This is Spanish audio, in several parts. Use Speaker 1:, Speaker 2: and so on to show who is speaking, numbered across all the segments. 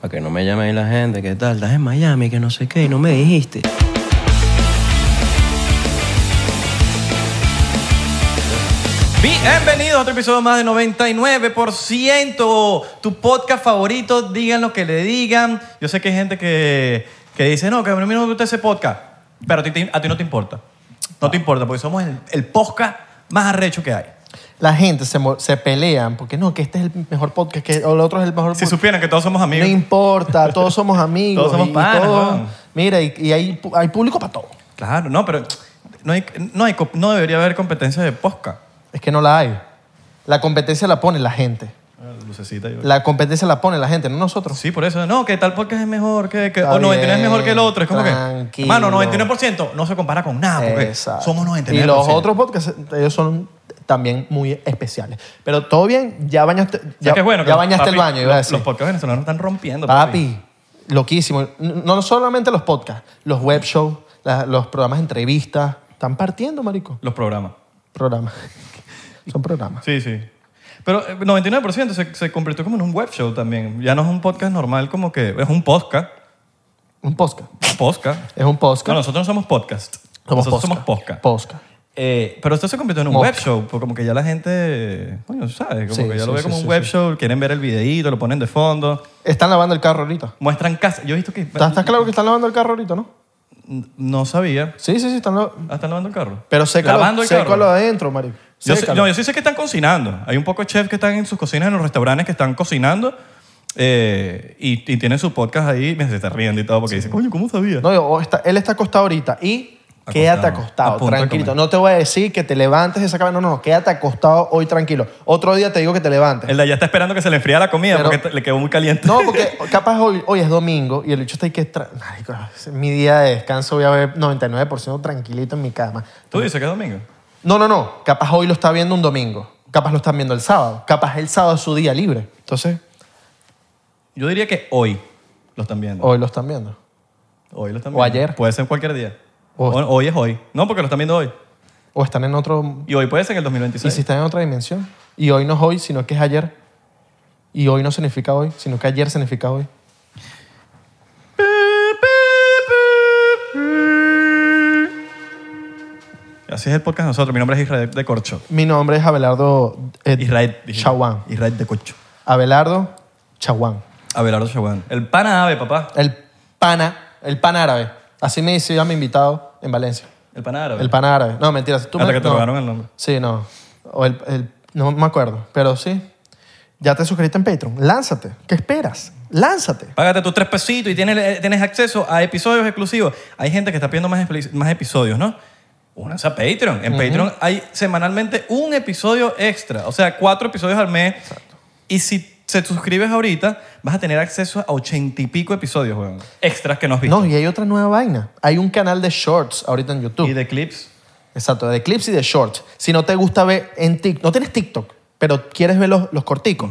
Speaker 1: Para que no me llame ahí la gente, ¿qué tal? Estás en Miami, que no sé qué, y no me dijiste.
Speaker 2: Bienvenidos a otro episodio más de 99%, tu podcast favorito, digan lo que le digan. Yo sé que hay gente que, que dice, no, que a mí no me gusta ese podcast, pero a ti, te- a ti no te importa. No te importa, porque somos el, el podcast más arrecho que hay.
Speaker 3: La gente se, mo- se pelean porque no, que este es el mejor podcast, que o el otro es el mejor
Speaker 2: Si
Speaker 3: podcast.
Speaker 2: supieran que todos somos
Speaker 3: No
Speaker 2: amigos.
Speaker 3: importa, todos somos amigos.
Speaker 2: Todos somos
Speaker 3: y- y
Speaker 2: panas,
Speaker 3: todo-
Speaker 2: weón.
Speaker 3: Mira, y, y hay, pu- hay público para todo.
Speaker 2: Claro, no, pero no, hay, no, hay, co- no debería haber competencia de podcast.
Speaker 3: Es que no la hay. La competencia la pone la gente.
Speaker 2: Ah, Lucecita, yo-
Speaker 3: La competencia la pone la gente, no nosotros.
Speaker 2: Sí, por eso. No, que tal podcast es mejor que... que
Speaker 3: Está
Speaker 2: o 99 es
Speaker 3: bien,
Speaker 2: mejor que el otro. Es como que...
Speaker 3: tranquilo.
Speaker 2: Mano, 99% no se compara con nada Ah, porque
Speaker 3: Exacto.
Speaker 2: somos 99%.
Speaker 3: Y los otros podcasts, ellos son también muy especiales. Pero todo bien, ya bañaste, ya,
Speaker 2: Ya, que es bueno, que
Speaker 3: ya
Speaker 2: los-
Speaker 3: bañaste
Speaker 2: papi,
Speaker 3: el baño, iba a
Speaker 2: los-
Speaker 3: decir.
Speaker 2: Los podcasts venezolanos están rompiendo.
Speaker 3: Papi, loquísimo. N- No solamente los podcasts, los web shows, la- los programas de entrevistas. Están partiendo, marico.
Speaker 2: Los programas.
Speaker 3: Programas. Son programas.
Speaker 2: Sí, sí. Pero eh, 99% se, se convirtió como en un web show también. Ya no es un podcast normal, como que es un podcast.
Speaker 3: Un podcast.
Speaker 2: un Podcast.
Speaker 3: Es un podcast.
Speaker 2: No, nosotros no somos podcast.
Speaker 3: Somos
Speaker 2: nosotros somos
Speaker 3: podcast.
Speaker 2: podcast.
Speaker 3: Podcast.
Speaker 2: Eh, pero esto se convirtió en un
Speaker 3: Mosca.
Speaker 2: web show, porque como que ya la gente, coño, ¿sabes? Como
Speaker 3: Sí,
Speaker 2: que ya
Speaker 3: sí,
Speaker 2: lo ve
Speaker 3: sí,
Speaker 2: como
Speaker 3: sí,
Speaker 2: un web
Speaker 3: sí.
Speaker 2: show, quieren ver el videíto, lo ponen de fondo,
Speaker 3: Están lavando el carro ahorita.
Speaker 2: muestran casa. Yo he visto que...
Speaker 3: ¿Estás, estás claro que están lavando el carro ahorita, no?
Speaker 2: No sabía.
Speaker 3: Sí, sí, sí. Están lavando.
Speaker 2: Ah, están lavando el carro.
Speaker 3: Pero sécalo,
Speaker 2: Lavando el
Speaker 3: sécalo
Speaker 2: carro.
Speaker 3: adentro, marico.
Speaker 2: Yo, sé-
Speaker 3: Sécalo.
Speaker 2: no, yo sí sé que están cocinando. Hay un poco de chefs que están en sus cocinas, en los restaurantes que están cocinando eh, y, y tienen su podcast ahí. Mira, se está riendo y todo porque dicen, coño, ¿cómo sabía?
Speaker 3: No, yo- o está- él está acostado ahorita y
Speaker 2: Acostado.
Speaker 3: quédate
Speaker 2: A
Speaker 3: acostado,
Speaker 2: punto de
Speaker 3: tranquilito.
Speaker 2: comer.
Speaker 3: No te voy a decir que te levantes de esa cama. No, no, no, quédate acostado hoy tranquilo. Otro día te digo que te levantes.
Speaker 2: El de allá está esperando que se le enfría la comida
Speaker 3: Pero-
Speaker 2: porque te- le quedó muy caliente.
Speaker 3: No, porque capaz hoy, hoy es domingo y el hecho está ahí que... tra- Marico, es mi día de descanso voy a ver 99% tranquilito en mi cama.
Speaker 2: Tú dices que es domingo.
Speaker 3: No, no, no. Capaz hoy lo está viendo un domingo. Capaz lo están viendo el sábado. Capaz el sábado es su día libre. Entonces,
Speaker 2: Yo diría que hoy lo están viendo.
Speaker 3: hoy lo están viendo.
Speaker 2: Hoy lo están
Speaker 3: O
Speaker 2: viendo.
Speaker 3: ayer.
Speaker 2: Puede ser cualquier día.
Speaker 3: O-
Speaker 2: O- hoy es hoy. No, porque lo están viendo hoy.
Speaker 3: O están en otro...
Speaker 2: Y hoy puede ser en el
Speaker 3: Y
Speaker 2: 2026.
Speaker 3: si están en otra dimensión. Y hoy no es hoy, sino que es ayer. Y hoy no significa hoy, sino que ayer significa hoy.
Speaker 2: Así es el podcast de nosotros. Mi nombre es Israel de Corcho.
Speaker 3: Mi nombre es Abelardo eh,
Speaker 2: Israel. dije.
Speaker 3: Chaguán.
Speaker 2: Israel de Corcho.
Speaker 3: Abelardo Chaguán.
Speaker 2: Abelardo Chaguán. El pana ave, papá.
Speaker 3: El pana, el pan árabe. Así me decía mi invitado en Valencia.
Speaker 2: El pana árabe.
Speaker 3: El pan árabe. No, mentiras. Tú
Speaker 2: Hasta
Speaker 3: me-
Speaker 2: que te
Speaker 3: no.
Speaker 2: robaron el nombre.
Speaker 3: Sí, no. O el, el- no me acuerdo, pero sí. Ya te suscribiste en Patreon. Lánzate. ¿Qué esperas? Lánzate.
Speaker 2: Págate tus tres pesitos y tienes, eh, tienes acceso a episodios exclusivos. Hay gente que está pidiendo más, expli- más episodios, ¿no? Únanse a Patreon. En Patreon hay semanalmente un episodio extra, o sea, cuatro episodios al mes. Y si se suscribes ahorita, vas a tener acceso a ochenta y pico episodios, weón. Extras que no has visto.
Speaker 3: No, y hay otra nueva vaina. Hay un canal de shorts ahorita en YouTube.
Speaker 2: Y de clips.
Speaker 3: Exacto, de clips y de shorts. Si no te gusta ver en TikTok, no tienes TikTok, pero quieres ver los, los corticos,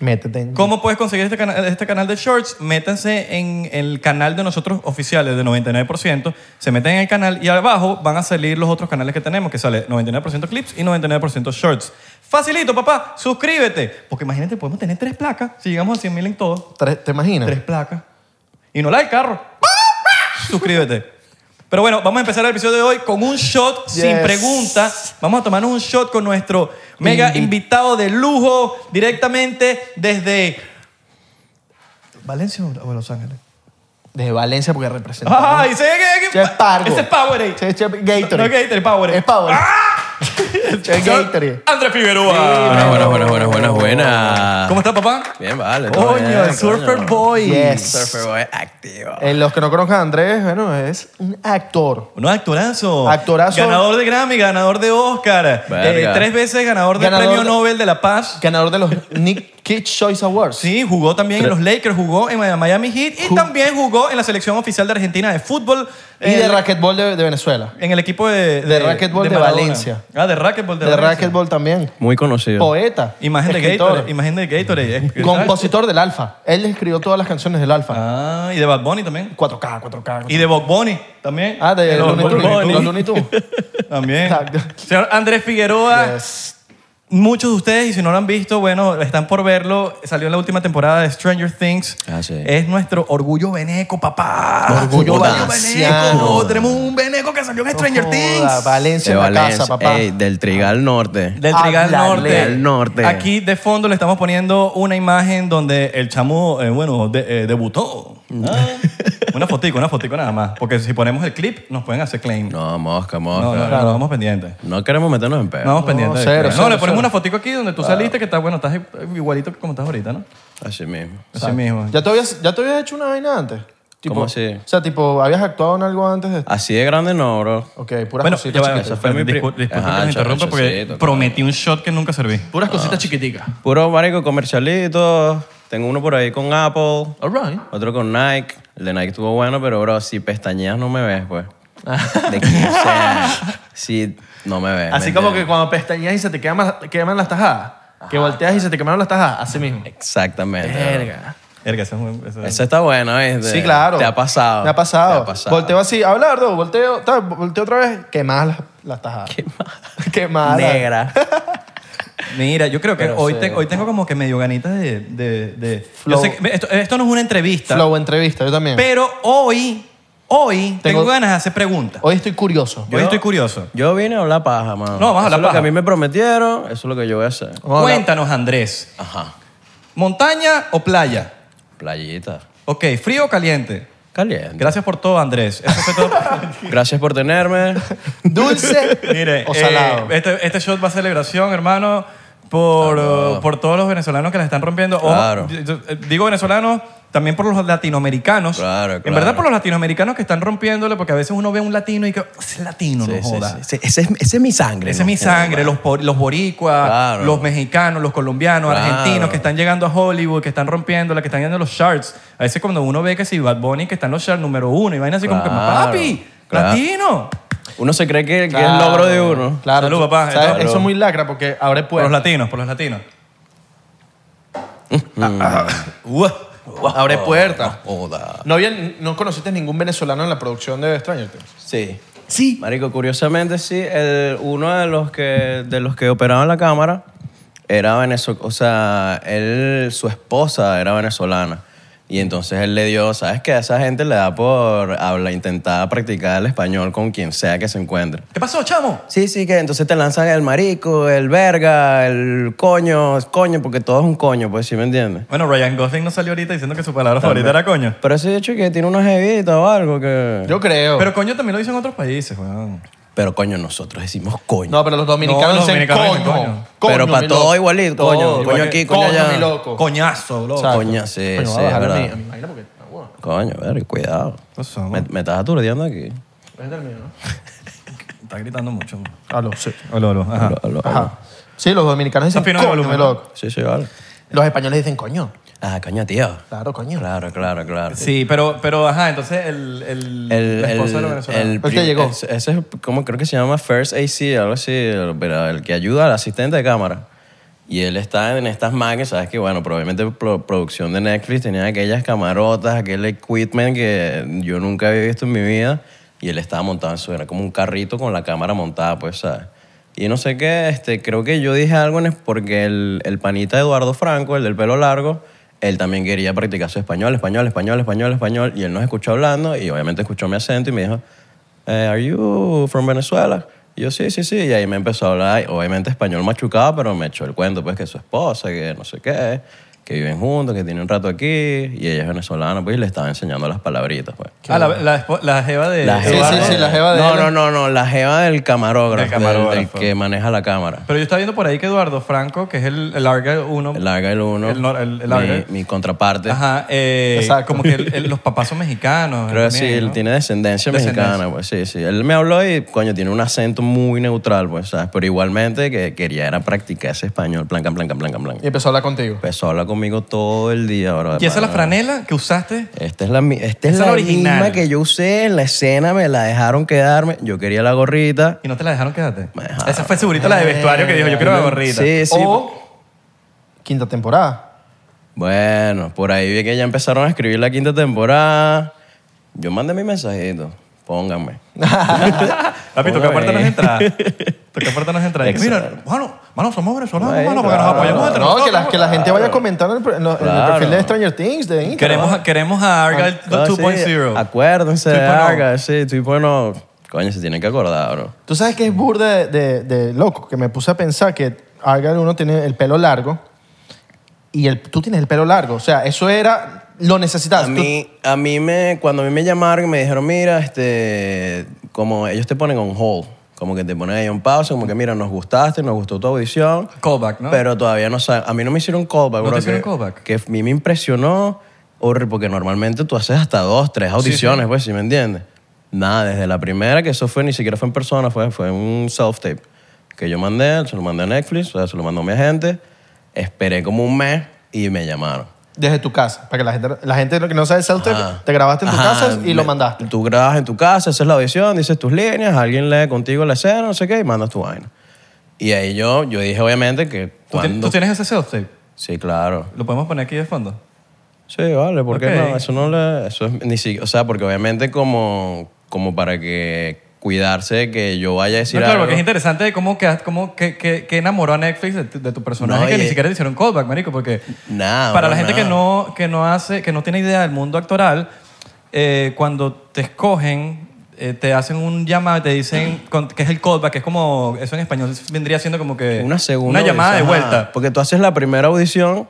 Speaker 3: métete en
Speaker 2: ¿Cómo puedes conseguir este canal, este canal de shorts? Métanse en el canal de nosotros oficiales de 99%. Se meten en el canal y abajo van a salir los otros canales que tenemos, que sale 99% clips y 99% shorts. Facilito, papá. Suscríbete. Porque imagínate, podemos tener tres placas si llegamos a 100 mil en todo.
Speaker 3: Tres- ¿Te imaginas?
Speaker 2: Tres placas. Y no la del carro. Suscríbete. Pero bueno, vamos a empezar el episodio de hoy con un shot sin
Speaker 3: Yes.
Speaker 2: pregunta. Vamos a tomarnos un shot con nuestro mega
Speaker 3: Invi-
Speaker 2: invitado de lujo directamente desde Valencia o Los Ángeles.
Speaker 3: De Valencia porque representamos.
Speaker 2: ¡Ah! Ese es,
Speaker 3: Che, es Pargo.
Speaker 2: ese es Powerade.
Speaker 3: Che, che, Gatorade.
Speaker 2: No es Gatorade, Powerade.
Speaker 3: Es Powerade.
Speaker 2: ¡Ah!
Speaker 3: Che,
Speaker 2: Señor
Speaker 3: Gatorade.
Speaker 2: Andrés Figueroa.
Speaker 1: Buenas, buenas, buenas, buenas, buenas, buenas.
Speaker 2: ¿Cómo está, papá?
Speaker 1: Bien, vale. todo
Speaker 2: Coño,
Speaker 1: bien,
Speaker 2: el Surfer
Speaker 1: coño.
Speaker 2: Boy.
Speaker 3: Yes.
Speaker 1: Surfer Boy activo.
Speaker 3: Eh, los que no conozcan a Andrés, bueno, es un actor.
Speaker 2: No, actorazo.
Speaker 3: Actorazo.
Speaker 2: Ganador de Grammy, ganador de Oscar.
Speaker 1: Verga.
Speaker 2: Eh, tres veces ganador del
Speaker 3: Ganador
Speaker 2: Premio
Speaker 3: de-
Speaker 2: Nobel de la Paz.
Speaker 3: Ganador de los Nick Kids Choice Awards.
Speaker 2: Sí, jugó también en los Lakers, jugó en Miami Heat y
Speaker 3: Ju-
Speaker 2: también jugó en la selección oficial de Argentina de fútbol.
Speaker 3: Y
Speaker 2: eh,
Speaker 3: de racquetball de, de Venezuela.
Speaker 2: En el equipo de...
Speaker 3: De racquetball de
Speaker 2: Maradona.
Speaker 3: Valencia.
Speaker 2: Ah, de racquetball de,
Speaker 3: De
Speaker 2: Valencia.
Speaker 3: racquetball también.
Speaker 1: Muy conocido.
Speaker 3: Poeta.
Speaker 2: Imagen de
Speaker 3: escritor,
Speaker 2: Gatorade. Imagen de Gatorade. es-
Speaker 3: Compositor del Alfa. Él escribió todas las canciones del Alfa.
Speaker 2: Ah, y de Bad Bunny también.
Speaker 3: 4K, 4K.
Speaker 2: Y de Eh, Bob Bunny también.
Speaker 3: Ah, de
Speaker 2: los
Speaker 3: Looney Tunes.
Speaker 2: Bunny.
Speaker 3: Los Looney Tunes.
Speaker 2: También.
Speaker 3: Exacto.
Speaker 2: Señor Andrés Figueroa.
Speaker 3: Yes.
Speaker 2: Muchos de ustedes, y si no lo han visto, bueno, están por verlo. Salió en la última temporada de Stranger Things.
Speaker 1: Ah, sí.
Speaker 2: Es nuestro orgullo veneco, papá.
Speaker 3: Orgullo valenciano.
Speaker 2: veneco. Tenemos un veneco que salió en Stranger
Speaker 3: No joda,
Speaker 2: Things.
Speaker 3: Valencia
Speaker 1: De
Speaker 3: en la
Speaker 1: Valencia,
Speaker 3: casa, papá.
Speaker 1: ey, del Trigal Norte.
Speaker 2: Del Trigal
Speaker 3: Háblale.
Speaker 2: Norte.
Speaker 1: Trigal Norte.
Speaker 2: Aquí de fondo le estamos poniendo una imagen donde el chamo, eh, bueno, de- eh, debutó. Ah. una fotico, una fotico nada más. Porque si ponemos el clip, nos pueden hacer claim. No,
Speaker 1: No, mosca, mosca.
Speaker 2: no,
Speaker 1: No,
Speaker 2: no, no, vamos pendientes.
Speaker 1: queremos meternos en pedo.
Speaker 2: No, pues. vamos pendientes.
Speaker 3: cero,
Speaker 2: no,
Speaker 3: cero,
Speaker 2: le ponemos
Speaker 3: cero.
Speaker 2: una fotico aquí donde tú saliste, que está, bueno, estás igualito que como estás ahorita, ¿no?
Speaker 1: Así mismo.
Speaker 2: Así mismo.
Speaker 3: ¿Ya te, habías, ¿Ya te habías hecho una vaina antes? Tipo,
Speaker 1: ¿Cómo así?
Speaker 3: O sea, tipo, ¿habías actuado en algo antes de esto?
Speaker 1: Así de grande no, bro.
Speaker 3: Ok, puras
Speaker 2: bueno,
Speaker 3: cositas
Speaker 2: ya va,
Speaker 3: chiquitas.
Speaker 1: Esa fue mi pri-
Speaker 2: discul- disculpa
Speaker 1: Ajá,
Speaker 2: que me interrumpa
Speaker 1: chocito,
Speaker 2: porque
Speaker 1: claro.
Speaker 2: prometí un shot que nunca serví.
Speaker 4: Puras cositas chiquiticas.
Speaker 1: Puro marico comercialito. Tengo uno por ahí con Apple,
Speaker 4: All right.
Speaker 1: otro con Nike. El de Nike estuvo bueno, pero bro, si pestañeas no me ves, pues. De 15 años. Si no me ves.
Speaker 4: Así
Speaker 1: ¿me
Speaker 4: como que
Speaker 1: entiendes?
Speaker 4: cuando pestañas y se te queman, queman las tajadas. Que volteas y se te quemaron las tajadas. Así mismo.
Speaker 1: Exactamente. bro.
Speaker 4: Verga.
Speaker 2: Erga, ese es un- ese es-
Speaker 1: Eso está bueno, ¿viste?
Speaker 3: Sí, claro.
Speaker 1: Te ha pasado.
Speaker 3: Me ha pasado.
Speaker 1: Te ha pasado.
Speaker 3: Volteo así, Abelardo, volteo, ta, volteo otra vez, quemadas las, las tajadas. Quemadas. quemadas.
Speaker 1: Negra.
Speaker 2: Mira, yo creo que
Speaker 3: Pero
Speaker 2: hoy,
Speaker 3: sí.
Speaker 2: te- hoy tengo como que medio ganitas de... de, de-
Speaker 3: Flow.
Speaker 2: Yo sé que- esto, esto no es una entrevista,
Speaker 3: Flow entrevista, yo también.
Speaker 2: pero hoy, hoy tengo,
Speaker 3: Tengo-
Speaker 2: ganas de hacer preguntas. Hoy,
Speaker 3: Hoy estoy curioso.
Speaker 1: Yo-
Speaker 2: estoy curioso.
Speaker 1: Yo vine a hablar paja, mano.
Speaker 2: No, vamos a hablar
Speaker 1: Eso es lo
Speaker 2: paja.
Speaker 1: que a mí me prometieron, eso es lo que yo voy a hacer.
Speaker 3: Vamos a hablar-
Speaker 2: Cuéntanos, Andrés,
Speaker 1: Ajá.
Speaker 2: ¿montaña o playa?
Speaker 1: Playita.
Speaker 2: Ok, ¿frío o caliente?
Speaker 1: Caliente.
Speaker 2: Gracias por todo, Andrés. Eso fue todo.
Speaker 1: Gracias por tenerme.
Speaker 3: Dulce
Speaker 2: Mire,
Speaker 3: o
Speaker 2: eh,
Speaker 3: salado.
Speaker 2: este, este shot va a celebración, hermano, por, eh, por todos los venezolanos que la están rompiendo. Ojo,
Speaker 1: Claro.
Speaker 2: yo- yo, eh, digo venezolanos, también por los latinoamericanos.
Speaker 1: Claro,
Speaker 2: En
Speaker 1: claro.
Speaker 2: verdad por los latinoamericanos que están rompiéndole, porque a veces uno ve a un latino y que es latino,
Speaker 1: Sí,
Speaker 2: no
Speaker 1: sí,
Speaker 2: joda.
Speaker 1: sí, sí. Ese, es, ese es mi sangre.
Speaker 2: Esa es mi sangre, los, por- los boricuas,
Speaker 1: Claro.
Speaker 2: los mexicanos, los colombianos,
Speaker 1: Claro.
Speaker 2: argentinos que están llegando a Hollywood, que están rompiendo, que están yendo a los charts. A veces cuando uno ve que si Bad Bunny que está en los charts número uno y vaina así como que
Speaker 1: Claro.
Speaker 2: papi,
Speaker 1: Claro.
Speaker 2: latino.
Speaker 1: Uno se cree que, que es el
Speaker 3: Claro.
Speaker 1: logro de uno.
Speaker 3: Claro.
Speaker 2: Salud, papá.
Speaker 3: ¿Sabes?
Speaker 2: Salud.
Speaker 3: Eso es muy lacra porque abre
Speaker 2: Por los
Speaker 3: puertas.
Speaker 2: latinos, por los latinos.
Speaker 1: Mm.
Speaker 2: Ah,
Speaker 3: Abre puertas.
Speaker 1: Joda.
Speaker 3: No, había- no conociste ningún venezolano en la producción de Stranger Things.
Speaker 1: Sí. Sí. Marico, curiosamente sí, el- uno de los que de los que operaban la cámara era venezolano, o sea, él su esposa era venezolana. Y entonces él le dio, ¿sabes qué? A esa gente le da por habla, intentar practicar el español con quien sea que se encuentre.
Speaker 2: ¿Qué pasó, chamo?
Speaker 1: Sí, sí, que entonces te lanzan el marico, el verga, el coño, coño, porque todo es un coño, pues sí me entiendes.
Speaker 2: Bueno, Ryan Gosling no salió ahorita diciendo que su palabra favorita era coño.
Speaker 1: Pero ese hecho que tiene una jevita o algo que...
Speaker 3: Yo
Speaker 1: Oh.
Speaker 3: creo.
Speaker 2: Pero coño también lo dicen en otros países, weón.
Speaker 1: Pero coño, nosotros decimos coño.
Speaker 3: no, pero los
Speaker 2: No,
Speaker 3: dominicanos
Speaker 2: los
Speaker 3: dicen
Speaker 2: dominicanos dicen
Speaker 3: coño.
Speaker 2: coño.
Speaker 3: coño,
Speaker 1: Pero pa'
Speaker 3: mi
Speaker 1: todo
Speaker 3: loco.
Speaker 1: igualito,
Speaker 3: Todo
Speaker 1: coño, coño
Speaker 3: igualito.
Speaker 1: aquí, coño allá.
Speaker 3: mi loco.
Speaker 2: Coñazo, loco.
Speaker 3: Exacto.
Speaker 1: Coño, sí,
Speaker 3: Coño,
Speaker 1: sí,
Speaker 3: voy a
Speaker 1: es
Speaker 3: bajarle a
Speaker 1: verdad.
Speaker 3: mí, a mi vaina porque- no, bueno,
Speaker 1: Coño, verga, cuidado.
Speaker 2: Pues,
Speaker 1: Me, me estás aturdiendo aquí.
Speaker 3: es del mío, ¿no?
Speaker 2: Está gritando mucho.
Speaker 3: Aló, sí.
Speaker 2: Aló, aló, ajá.
Speaker 1: Lo- lo-
Speaker 3: Ajá. Sí, los dominicanos dicen
Speaker 2: Está fino el
Speaker 3: coño,
Speaker 2: volumen,
Speaker 3: mi
Speaker 2: ¿no?
Speaker 3: loco.
Speaker 1: Sí, sí, vale.
Speaker 3: Los españoles dicen coño.
Speaker 1: Ah, coño, tío.
Speaker 3: Claro, coño.
Speaker 1: Claro, claro, claro.
Speaker 2: Sí, pero, pero ajá, entonces el, el,
Speaker 1: El,
Speaker 2: la esposa
Speaker 1: el,
Speaker 2: de los venezolanos.
Speaker 3: El que llegó.
Speaker 1: Ese, ese es como creo que se llama First AC, algo así, el, pero el que ayuda al asistente de cámara. Y él está en estas máquinas, sabes que bueno, probablemente pro- producción de Netflix tenía aquellas camarotas, aquel equipment que yo nunca había visto en mi vida. Y él estaba montado en su, era como un carrito con la cámara montada, pues, ¿sabes? Y no sé qué, este, creo que yo dije algo en es- porque el, el panita Eduardo Franco, el del pelo largo, él también quería practicar su español, español, español, español, español. Y él nos escuchó hablando y obviamente escuchó mi acento y me dijo, eh, ¿Are you from Venezuela? Y yo, sí, sí, sí. Y ahí me empezó a hablar, obviamente español machucado, pero me echó el cuento, pues, que su esposa, que no sé qué, que viven juntos, que tienen un rato aquí. Y ella es venezolana, pues, y le estaba enseñando las palabritas, pues.
Speaker 2: ah, la, la, espo- la jeva de...
Speaker 1: La
Speaker 3: Sí,
Speaker 1: jeva
Speaker 3: sí,
Speaker 1: de-
Speaker 3: sí, la jeva de
Speaker 1: No,
Speaker 3: él.
Speaker 1: no, no, no, la jeva del camarógrafo,
Speaker 2: Del
Speaker 1: del,
Speaker 2: camarógrafo.
Speaker 1: del que maneja la cámara.
Speaker 2: Pero yo estaba viendo por ahí que Eduardo Franco, que es el, el larga uno...
Speaker 1: El larga el uno,
Speaker 2: El nor- el- el larga.
Speaker 1: mi, mi contraparte.
Speaker 2: Ajá, eh,
Speaker 3: Exacto.
Speaker 2: como que el- el- los papás son mexicanos.
Speaker 1: Creo que sí,
Speaker 2: también,
Speaker 1: él
Speaker 2: Ah, ¿no?
Speaker 1: tiene descendencia,
Speaker 2: Descendencia.
Speaker 1: mexicana, pues sí, sí. Él me habló y, coño, tiene un acento muy neutral, pues, ¿sabes? Pero igualmente que quería era practicar ese español, blanca, blanca, blanca, blanca.
Speaker 3: Y empezó a hablar contigo.
Speaker 1: Empezó a hablar conmigo todo el día, bro.
Speaker 2: ¿Y esa es la
Speaker 1: hermano.
Speaker 2: franela que usaste?
Speaker 1: Esta es la, mi- esta es
Speaker 2: Esa es
Speaker 1: la,
Speaker 2: la original.
Speaker 1: misma que yo usé en la escena, me la dejaron quedarme. Yo quería la gorrita.
Speaker 2: ¿Y no te la dejaron quedarte?
Speaker 1: Me dejaron.
Speaker 2: Esa fue segurito la de vestuario que dijo, yo quiero la gorrita.
Speaker 1: Sí, sí.
Speaker 3: o quinta temporada.
Speaker 1: Bueno, por ahí vi que ya empezaron a escribir la quinta temporada. Yo mandé mi mensajito, pónganme.
Speaker 2: Papi,
Speaker 1: Una
Speaker 2: toca apartarnos
Speaker 1: vez.
Speaker 2: entradas. Toca apartarnos entradas. Y que, Mira, mano, mano, somos venezolanos,
Speaker 1: Bueno,
Speaker 2: mano, porque nos
Speaker 1: claro.
Speaker 2: apoyamos entre
Speaker 3: No, que la,
Speaker 2: nosotros.
Speaker 3: que la gente vaya comentando en el, en el
Speaker 1: Claro.
Speaker 3: perfil de Stranger Things de Instagram.
Speaker 2: Queremos, queremos a Argyle
Speaker 1: No, Ah, sí,
Speaker 2: 2.0.
Speaker 1: acuérdense,
Speaker 2: 2.0.
Speaker 1: haga, sí, 2.0. Coño, se tienen que acordar, bro.
Speaker 3: Tú sabes que es burda de, de- de loco, que me puse a pensar que Argyle uno tiene el pelo largo y el, tú tienes el pelo largo. O sea, eso era, lo necesitas.
Speaker 1: A mí, a mí me, cuando a mí me llamaron y me dijeron, mira, este, como ellos te ponen on hold, como que te ponen ahí un pausa, como que mira, nos gustaste, nos gustó tu audición,
Speaker 2: Callback, ¿no?
Speaker 1: pero todavía no saben. A mí no me hicieron callback,
Speaker 2: ¿No te
Speaker 1: bro,
Speaker 2: hicieron
Speaker 1: que,
Speaker 2: callback?
Speaker 1: Que a mí me impresionó, horrible, porque normalmente tú haces hasta dos, tres audiciones, pues, si me entiendes? Nada, desde la primera, que eso fue, ni siquiera fue en persona, fue, fue un self-tape que yo mandé, se lo mandé a Netflix, o sea, se lo mandó a mi agente, esperé como un mes y me llamaron.
Speaker 3: Desde tu casa, para que la gente, la gente que no sabe self
Speaker 1: Ajá.
Speaker 3: te grabaste en tu
Speaker 1: Ajá,
Speaker 3: casa y lo
Speaker 1: me-
Speaker 3: mandaste.
Speaker 1: Tú grabas en tu casa, haces la audición, dices tus líneas, alguien lee contigo la escena, no sé qué, y mandas tu vaina. Y ahí yo, yo dije obviamente que
Speaker 2: ¿Tú, ti-
Speaker 1: cuando...
Speaker 2: tú tienes ese self-tape?
Speaker 1: Sí, claro.
Speaker 2: ¿Lo podemos poner aquí de fondo?
Speaker 1: Sí, vale, ¿por qué
Speaker 2: Ok.
Speaker 1: no? Eso no le... Eso es ni si- O sea, porque obviamente como, como para que cuidarse de que yo vaya a decir
Speaker 2: No, claro,
Speaker 1: algo.
Speaker 2: porque es interesante de cómo, quedas- cómo que, que- que enamoró a Netflix de tu, de tu personaje
Speaker 1: No,
Speaker 2: que
Speaker 1: y-
Speaker 2: ni siquiera le hicieron callback, marico, porque
Speaker 1: Nada,
Speaker 2: para la
Speaker 1: no,
Speaker 2: gente que
Speaker 1: nada.
Speaker 2: no que no hace que no tiene idea del mundo actoral, eh, cuando te escogen eh, te hacen un llamado, te dicen con- que es el callback, que es como eso en español vendría siendo como que
Speaker 1: Una segunda
Speaker 2: una llamada de
Speaker 1: audición,
Speaker 2: vuelta.
Speaker 1: ajá. Porque tú haces la primera audición,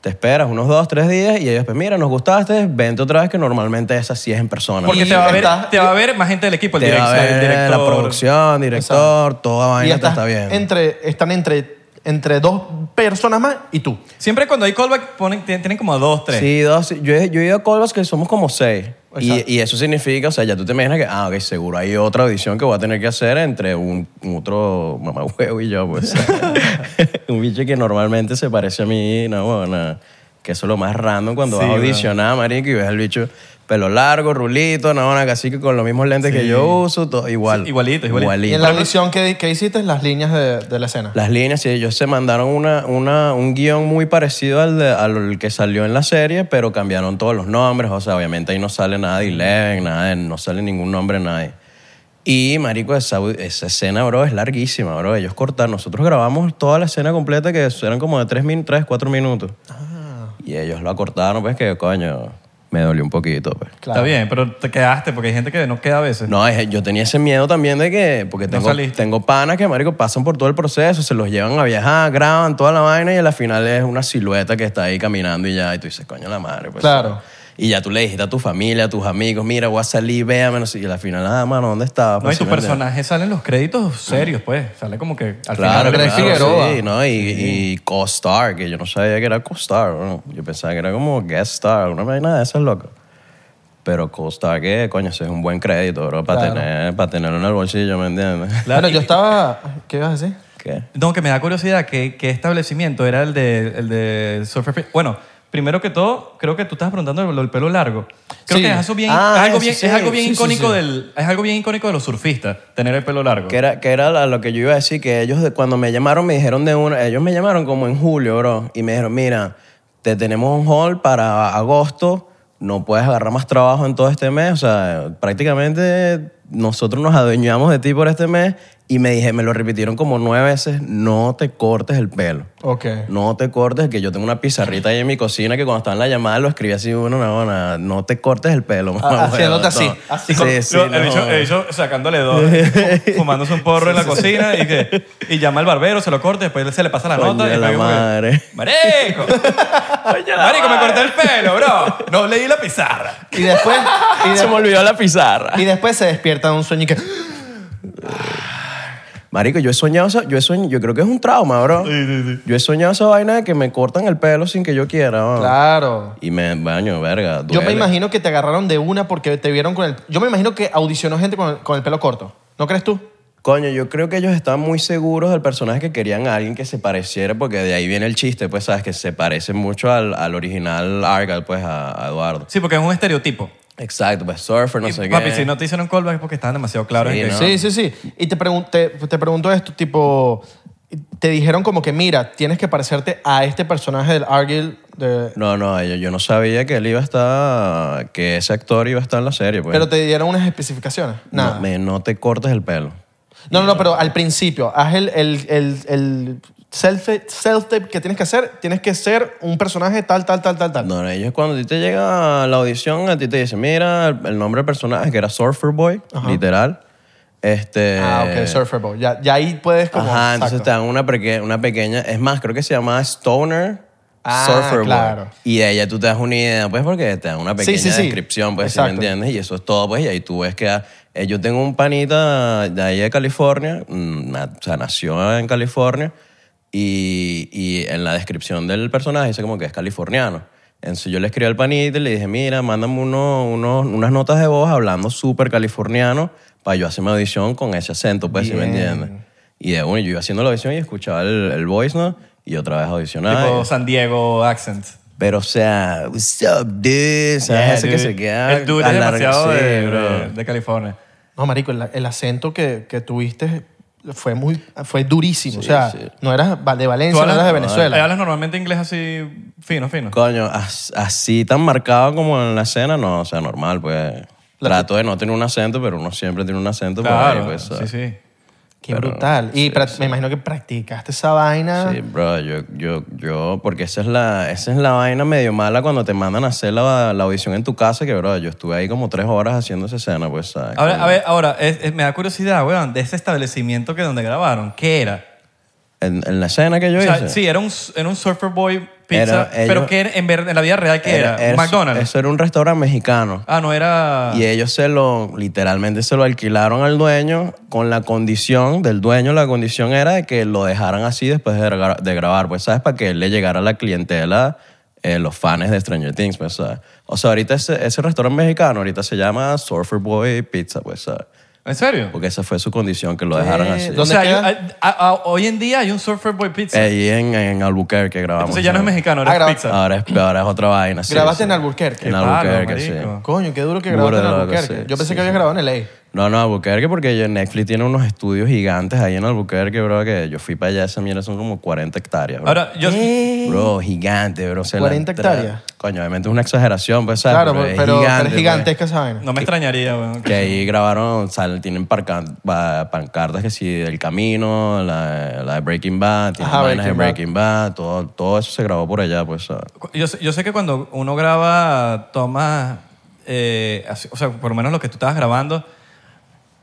Speaker 1: te esperas unos dos, tres días y ellos, pues mira, nos gustaste, vente otra vez que normalmente esa sí es en persona.
Speaker 2: Porque
Speaker 1: Y-
Speaker 2: te va, a ver,
Speaker 3: estás-
Speaker 2: te va a ver más gente del equipo, el,
Speaker 1: Te va
Speaker 2: direct-
Speaker 1: a ver
Speaker 2: el director.
Speaker 1: la producción, director, toda
Speaker 3: y
Speaker 1: vaina te
Speaker 3: estás
Speaker 1: está bien.
Speaker 3: entre, están entre, entre dos personas más y tú.
Speaker 2: Siempre cuando hay callback ponen, tien- tienen como a dos, tres.
Speaker 1: Sí, dos. Yo he, yo he ido a Colbas que somos como seis. Y,
Speaker 3: Exacto.
Speaker 1: y eso significa, o sea, ya tú te imaginas que, ah, ok, seguro hay otra audición que voy a tener que hacer entre un, un otro mamahuevo y yo, pues. un bicho que normalmente se parece a mí, no, bueno, que eso es lo más random cuando vas a audicionar, marico, y ves al bicho pelo largo, rulito, no, bueno, casi que con los mismos lentes que yo uso, todo, igual.
Speaker 2: Sí, igualito, igualito.
Speaker 3: Y en la audición que, que hiciste, las líneas de, de la escena.
Speaker 1: Las líneas, sí, ellos se mandaron una, una- un guión muy parecido al, de- al que salió en la serie, pero cambiaron todos los nombres. O sea, obviamente ahí no sale nada de Eleven, nada de- no sale ningún nombre de nadie. Y, marico, esa, esa escena, bro, es larguísima, bro. Ellos cortaron. Nosotros grabamos toda la escena completa, que eran como de 3, 4 minutos. Y ellos la cortaron, pues, que, coño, me dolió un poquito, pues.
Speaker 3: Claro.
Speaker 2: Está bien, pero te quedaste porque hay gente que no queda a veces.
Speaker 1: No, es- yo tenía ese miedo también de que, porque
Speaker 2: No
Speaker 1: tengo,
Speaker 2: saliste.
Speaker 1: tengo panas que, marico, pasan por todo el proceso, se los llevan a viajar, graban toda la vaina y a la final es una silueta que está ahí caminando y ya, y tú dices, coño la madre. Pues,
Speaker 3: Claro.
Speaker 1: Y ya tú le dijiste a tu familia, a tus amigos, mira, voy a salir, véame, no sé, y a la final, ah, mano, ¿dónde estabas?
Speaker 2: No, y
Speaker 1: Pues,
Speaker 2: tu
Speaker 1: sí, ¿me entiendes?
Speaker 2: personaje sale en los créditos serios, pues. Sale como que al
Speaker 1: Claro,
Speaker 2: final.
Speaker 3: Andrés
Speaker 1: claro,
Speaker 3: Figueroa.
Speaker 1: sí, ¿no? Y, y co-star, que yo no sabía que era co-star, bueno, yo pensaba que era como guest star, una vaina de esas loco. Pero co-star, que coño, eso es un buen crédito, bro, para
Speaker 3: Claro.
Speaker 1: tener, para tenerlo en el bolsillo, ¿me entiendes?
Speaker 2: Claro,
Speaker 3: Bueno, yo
Speaker 2: y-
Speaker 3: estaba... ¿Qué ibas a decir?
Speaker 1: ¿Qué?
Speaker 2: No, que me da curiosidad que, que establecimiento era el de, el de Surfer Fit. Bueno, primero que todo, creo que tú estabas preguntando lo del pelo largo. Creo
Speaker 3: Sí.
Speaker 2: que es algo bien,
Speaker 1: Ah,
Speaker 2: es algo
Speaker 1: sí,
Speaker 2: bien,
Speaker 1: sí,
Speaker 2: es algo bien
Speaker 1: sí, sí,
Speaker 2: icónico
Speaker 1: sí.
Speaker 2: del, es algo bien icónico de los surfistas, tener el pelo largo.
Speaker 1: Que era, que era la- lo que yo iba a decir, que ellos de- cuando me llamaron me dijeron de una, ellos me llamaron como en julio, bro, y me dijeron, mira, te tenemos un hall para agosto, no puedes agarrar más trabajo en todo este mes, o sea, prácticamente nosotros nos adueñamos de ti por este mes y me dije, me lo repitieron como nueve veces, no te cortes el pelo.
Speaker 3: Ok.
Speaker 1: No te cortes, que yo tengo una pizarrita ahí en mi cocina que cuando estaba en la llamada lo escribí así, uno, no, no, no te cortes el pelo. mamá, huevón,
Speaker 3: haciéndote Ah, así,
Speaker 1: no. Sí,
Speaker 3: así con-
Speaker 1: sí,
Speaker 2: Lo- el,
Speaker 1: no,
Speaker 2: bicho, el bicho sacándole dos, fumándose un porro en la cocina y, que, y llama al barbero, se lo corta, después se le pasa la
Speaker 1: Coño
Speaker 2: nota.
Speaker 1: de
Speaker 2: y
Speaker 1: la
Speaker 2: luego como que,
Speaker 1: madre.
Speaker 2: ¡Marico! ¡Marico, me corté el pelo, bro! No leí la pizarra.
Speaker 3: Y después, y, de-
Speaker 1: Se me olvidó la pizarra.
Speaker 3: y después se despierta de un sueño y que...
Speaker 1: Marico, yo he soñado, esa- yo he soñado, yo creo que es un trauma, bro. Yo he soñado esa vaina de que me cortan el pelo sin que yo quiera, bro.
Speaker 3: Claro.
Speaker 1: Y me baño, verga,
Speaker 3: Yo me
Speaker 1: duele.
Speaker 3: imagino que te agarraron de una porque te vieron con el... Yo me imagino que audicionó gente con el, con el pelo corto. ¿No crees tú?
Speaker 1: Coño, yo creo que ellos estaban muy seguros del personaje que querían a alguien que se pareciera, porque de ahí viene el chiste, pues, ¿sabes? Que se parece mucho al, al original Argal, pues, a, a Eduardo.
Speaker 2: Sí, porque es un estereotipo.
Speaker 1: Exacto, pues, surfer, no
Speaker 2: Y,
Speaker 1: sé
Speaker 2: papi,
Speaker 1: qué.
Speaker 2: si no te hicieron callback es porque estaban demasiado claros.
Speaker 1: Sí,
Speaker 2: en que-
Speaker 1: ¿no?
Speaker 3: Sí, sí, sí. Y te, pregun- te, te pregunto esto, tipo, te dijeron como que, mira, tienes que parecerte a este personaje del Argyle. de-
Speaker 1: No, no, yo, yo no sabía que él iba a estar, que ese actor iba a estar en la serie. Pues.
Speaker 3: Pero te dieron unas especificaciones. Nada.
Speaker 1: No, me- no te cortes el pelo.
Speaker 3: No, no, no, pero al principio, haz el, el, el, el self-tape que tienes que hacer. Tienes que ser un personaje tal, tal, tal, tal, tal.
Speaker 1: No, no, ellos cuando a ti te llega la audición, a ti te dicen, mira, el, el nombre del personaje, que era Surfer Boy, literal. Este,
Speaker 3: Ah, ok, Surfer Boy. Ya, ya ahí puedes como...
Speaker 1: Ajá, entonces te
Speaker 3: exacto.
Speaker 1: dan una, peque- una pequeña. Es más, creo que se llamaba Stoner
Speaker 3: Ah,
Speaker 1: Surfer Boy.
Speaker 3: claro.
Speaker 1: Y de ella tú te das una idea, pues, porque te dan una
Speaker 3: Sí,
Speaker 1: pequeña
Speaker 3: sí, sí.
Speaker 1: descripción, pues, si me
Speaker 3: Exacto.
Speaker 1: entiendes. Y eso es todo, pues, y ahí tú ves que. ah, eh, yo tengo un panita de ahí de California, mm, na- o sea, nació en California, y, y en la descripción del personaje dice como que es californiano. Entonces yo le escribí al panita y le dije, mira, mándame uno, uno- unas notas de voz hablando súper californiano para yo hacer mi audición con ese acento, pues, si me entiendes. Y de uno, yo iba haciendo la audición y escuchaba el, el voice, ¿no? Y otra vez audicionaba.
Speaker 2: Tipo
Speaker 1: y-
Speaker 2: San Diego accent.
Speaker 1: pero, o sea, what's up, dude? O sea,
Speaker 2: Yeah,
Speaker 1: ese que
Speaker 2: dude.
Speaker 1: se queda...
Speaker 2: El dude es
Speaker 1: alarga-
Speaker 2: demasiado
Speaker 1: sí,
Speaker 2: de,
Speaker 1: bro.
Speaker 2: de- de California.
Speaker 3: No, marico, el, el acento que, que tuviste fue muy... Fue durísimo. o sea,
Speaker 1: sí.
Speaker 3: no eras va- de
Speaker 2: Tú
Speaker 3: Valencia, no eras de
Speaker 2: eh,
Speaker 3: Venezuela.
Speaker 2: hablas normalmente inglés así fino, fino.
Speaker 1: Coño, as- así tan marcado como en la escena, no, o sea, normal, pues. Trato de no tener un acento, pero uno siempre tiene un acento por ahí,
Speaker 2: Claro,
Speaker 1: pues,
Speaker 2: sí,
Speaker 1: ¿sabes?
Speaker 2: sí.
Speaker 3: Qué brutal. Y pra- me imagino que practicaste esa vaina.
Speaker 1: Sí, bro, yo, yo, yo, porque esa es, la, esa es la vaina medio mala cuando te mandan a hacer la, la audición en tu casa, que, bro, yo estuve ahí como tres horas haciendo esa escena, pues, ¿sabes?
Speaker 2: Ahora, a ver, ahora, es- es- me da curiosidad, weón, de ese establecimiento que donde grabaron, ¿qué era?
Speaker 1: En, en la escena que yo
Speaker 2: O sea,
Speaker 1: hice.
Speaker 2: sí, era un, era un Surfer Boy pizza,
Speaker 1: Era- ellos-
Speaker 2: pero que en, ver- en la vida real, ¿qué era? ¿Un McDonald's?
Speaker 1: Eso era un restaurante mexicano.
Speaker 2: ah, no, era...
Speaker 1: Y ellos se lo, literalmente se lo alquilaron al dueño con la condición del dueño, la condición era de que lo dejaran así después de, gra- de grabar, pues, ¿sabes? Para que le llegara a la clientela, eh, los fans de Stranger Things, pues, ¿sabes? O sea, ahorita ese, ese restaurante mexicano ahorita se llama Surfer Boy Pizza, pues, ¿sabes?
Speaker 2: ¿En serio?
Speaker 1: Porque esa fue su condición, que Eh, lo dejaran
Speaker 3: ¿Qué?
Speaker 1: así.
Speaker 2: O
Speaker 3: ¿Dónde
Speaker 2: sea,
Speaker 3: queda?
Speaker 2: hay- a- a- a- hoy en día hay un Surfer Boy Pizza.
Speaker 1: Ahí en, en Albuquerque grabamos.
Speaker 2: Entonces ya no es
Speaker 1: ¿sabes?
Speaker 2: mexicano,
Speaker 3: Ah,
Speaker 2: era
Speaker 3: graba-
Speaker 2: pizza.
Speaker 1: Ahora es, ahora es otra vaina. sí, sí.
Speaker 3: ¿Grabaste en Albuquerque?
Speaker 1: En
Speaker 2: Qué palo,
Speaker 1: Albuquerque, sí.
Speaker 2: marico.
Speaker 3: Coño, qué duro que grabaste en
Speaker 1: Burda loco,
Speaker 3: Albuquerque.
Speaker 1: sí,
Speaker 3: Yo pensé
Speaker 1: sí,
Speaker 3: que había grabado en LA.
Speaker 1: No, no, Albuquerque, porque yo- Netflix tiene unos estudios gigantes ahí en Albuquerque, bro, que yo fui para allá, esa mierda son como 40 hectáreas, bro.
Speaker 2: Ahora, yo...
Speaker 1: Bro, gigante, bro. o sea, la
Speaker 3: 40
Speaker 1: entrada-
Speaker 3: hectáreas.
Speaker 1: Coño, obviamente es una exageración, pues, ¿sabes?
Speaker 3: Claro, pero, pero es
Speaker 1: pues.
Speaker 3: gigantesca esa vaina.
Speaker 2: No me extrañaría, weón.
Speaker 1: Que ahí grabaron, o sea, tienen parca- pa- pancartas que sí, El Camino, la, la de Breaking Bad, tienen
Speaker 3: Ajá,
Speaker 1: vainas de
Speaker 3: Breaking
Speaker 1: Breaking Bad, todo, todo eso se grabó por allá, pues, ¿sabes?
Speaker 2: Yo, sé- yo sé que cuando uno graba tomas, eh, así- o sea, por lo menos lo que tú estabas grabando,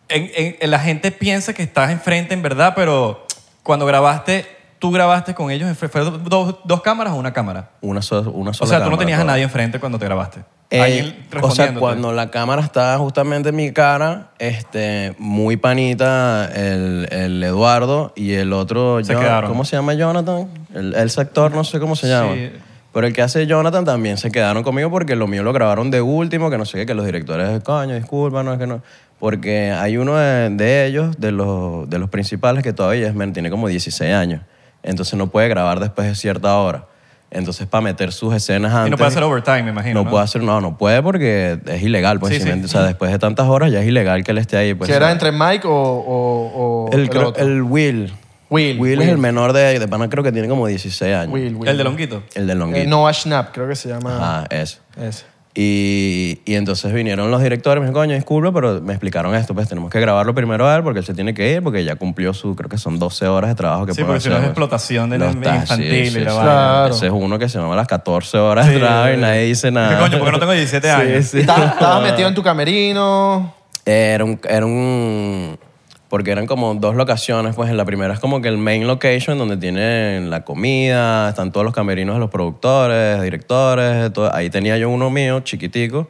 Speaker 2: en- en- en la gente piensa que estás enfrente en verdad, pero cuando grabaste, tú grabaste con ellos, enfre- ¿fue do- dos, dos cámaras o una cámara?
Speaker 1: Una sola, una
Speaker 2: O
Speaker 1: sola
Speaker 2: sea, tú no
Speaker 1: cámara,
Speaker 2: tenías a
Speaker 1: todo.
Speaker 2: nadie enfrente cuando te grabaste.
Speaker 1: Eh,
Speaker 2: Alguien
Speaker 1: o sea,
Speaker 2: respondiéndote.
Speaker 1: cuando la cámara estaba justamente en mi cara, este, muy panita el, el Eduardo y el otro,
Speaker 2: Se
Speaker 1: Jon-
Speaker 2: quedaron.
Speaker 1: ¿cómo se llama Jonathan? El, el sector, no sé cómo se llama.
Speaker 2: Sí.
Speaker 1: Pero el que hace Jonathan también se quedaron conmigo porque lo mío lo grabaron de último, que no sé qué, que los directores, coño, disculpa, no es que no. Porque hay uno de, de ellos, de los, de los principales, que todavía es men, tiene como 16 años. Entonces no puede grabar después de cierta hora. Entonces, para meter sus escenas antes.
Speaker 2: y no puede hacer overtime, me imagino.
Speaker 1: No,
Speaker 2: ¿no?
Speaker 1: puede hacer, no, no puede porque es ilegal. Pues,
Speaker 2: Sí,
Speaker 1: si
Speaker 2: sí.
Speaker 1: me entiendes. O sea, después de tantas horas ya es ilegal que él esté ahí. Pues,
Speaker 3: que era
Speaker 1: ¿sabes?
Speaker 3: entre Mike o, o, o
Speaker 1: el, creo-
Speaker 3: otro.
Speaker 1: el Will.
Speaker 3: Will,
Speaker 1: es
Speaker 3: Will.
Speaker 1: el menor de, de pana, creo que tiene como 16 años.
Speaker 3: Will, Will.
Speaker 2: El de Longuito.
Speaker 1: El del
Speaker 3: Eh,
Speaker 1: longuito.
Speaker 3: Noah Schnapp, creo que se llama.
Speaker 1: Ajá, ese.
Speaker 3: ese.
Speaker 1: Y, y entonces vinieron los directores, me dijeron, coño, disculpa, pero me explicaron esto, pues tenemos que grabarlo primero a él porque él se tiene que ir porque ya cumplió su, creo que son 12 horas de trabajo que
Speaker 2: Sí,
Speaker 1: puede
Speaker 2: porque si no es
Speaker 1: hacer, pues.
Speaker 2: explotación de
Speaker 1: Los
Speaker 2: niños
Speaker 1: taxis,
Speaker 2: infantil
Speaker 1: sí,
Speaker 2: y la
Speaker 1: sí.
Speaker 2: vaina.
Speaker 3: Claro.
Speaker 1: Ese es uno que se llama las 14 horas de
Speaker 2: Sí,
Speaker 1: trabajo y
Speaker 2: sí.
Speaker 1: nadie dice nada.
Speaker 2: ¿Qué coño? Porque no tengo 17 años.
Speaker 1: Sí, sí.
Speaker 3: Estabas estabas metido en tu camerino.
Speaker 1: Era un, era un... Porque eran como dos locaciones, pues en la primera es como que el main location donde tienen la comida, están todos los camerinos de los productores, directores, todo. ahí tenía yo uno mío, chiquitico,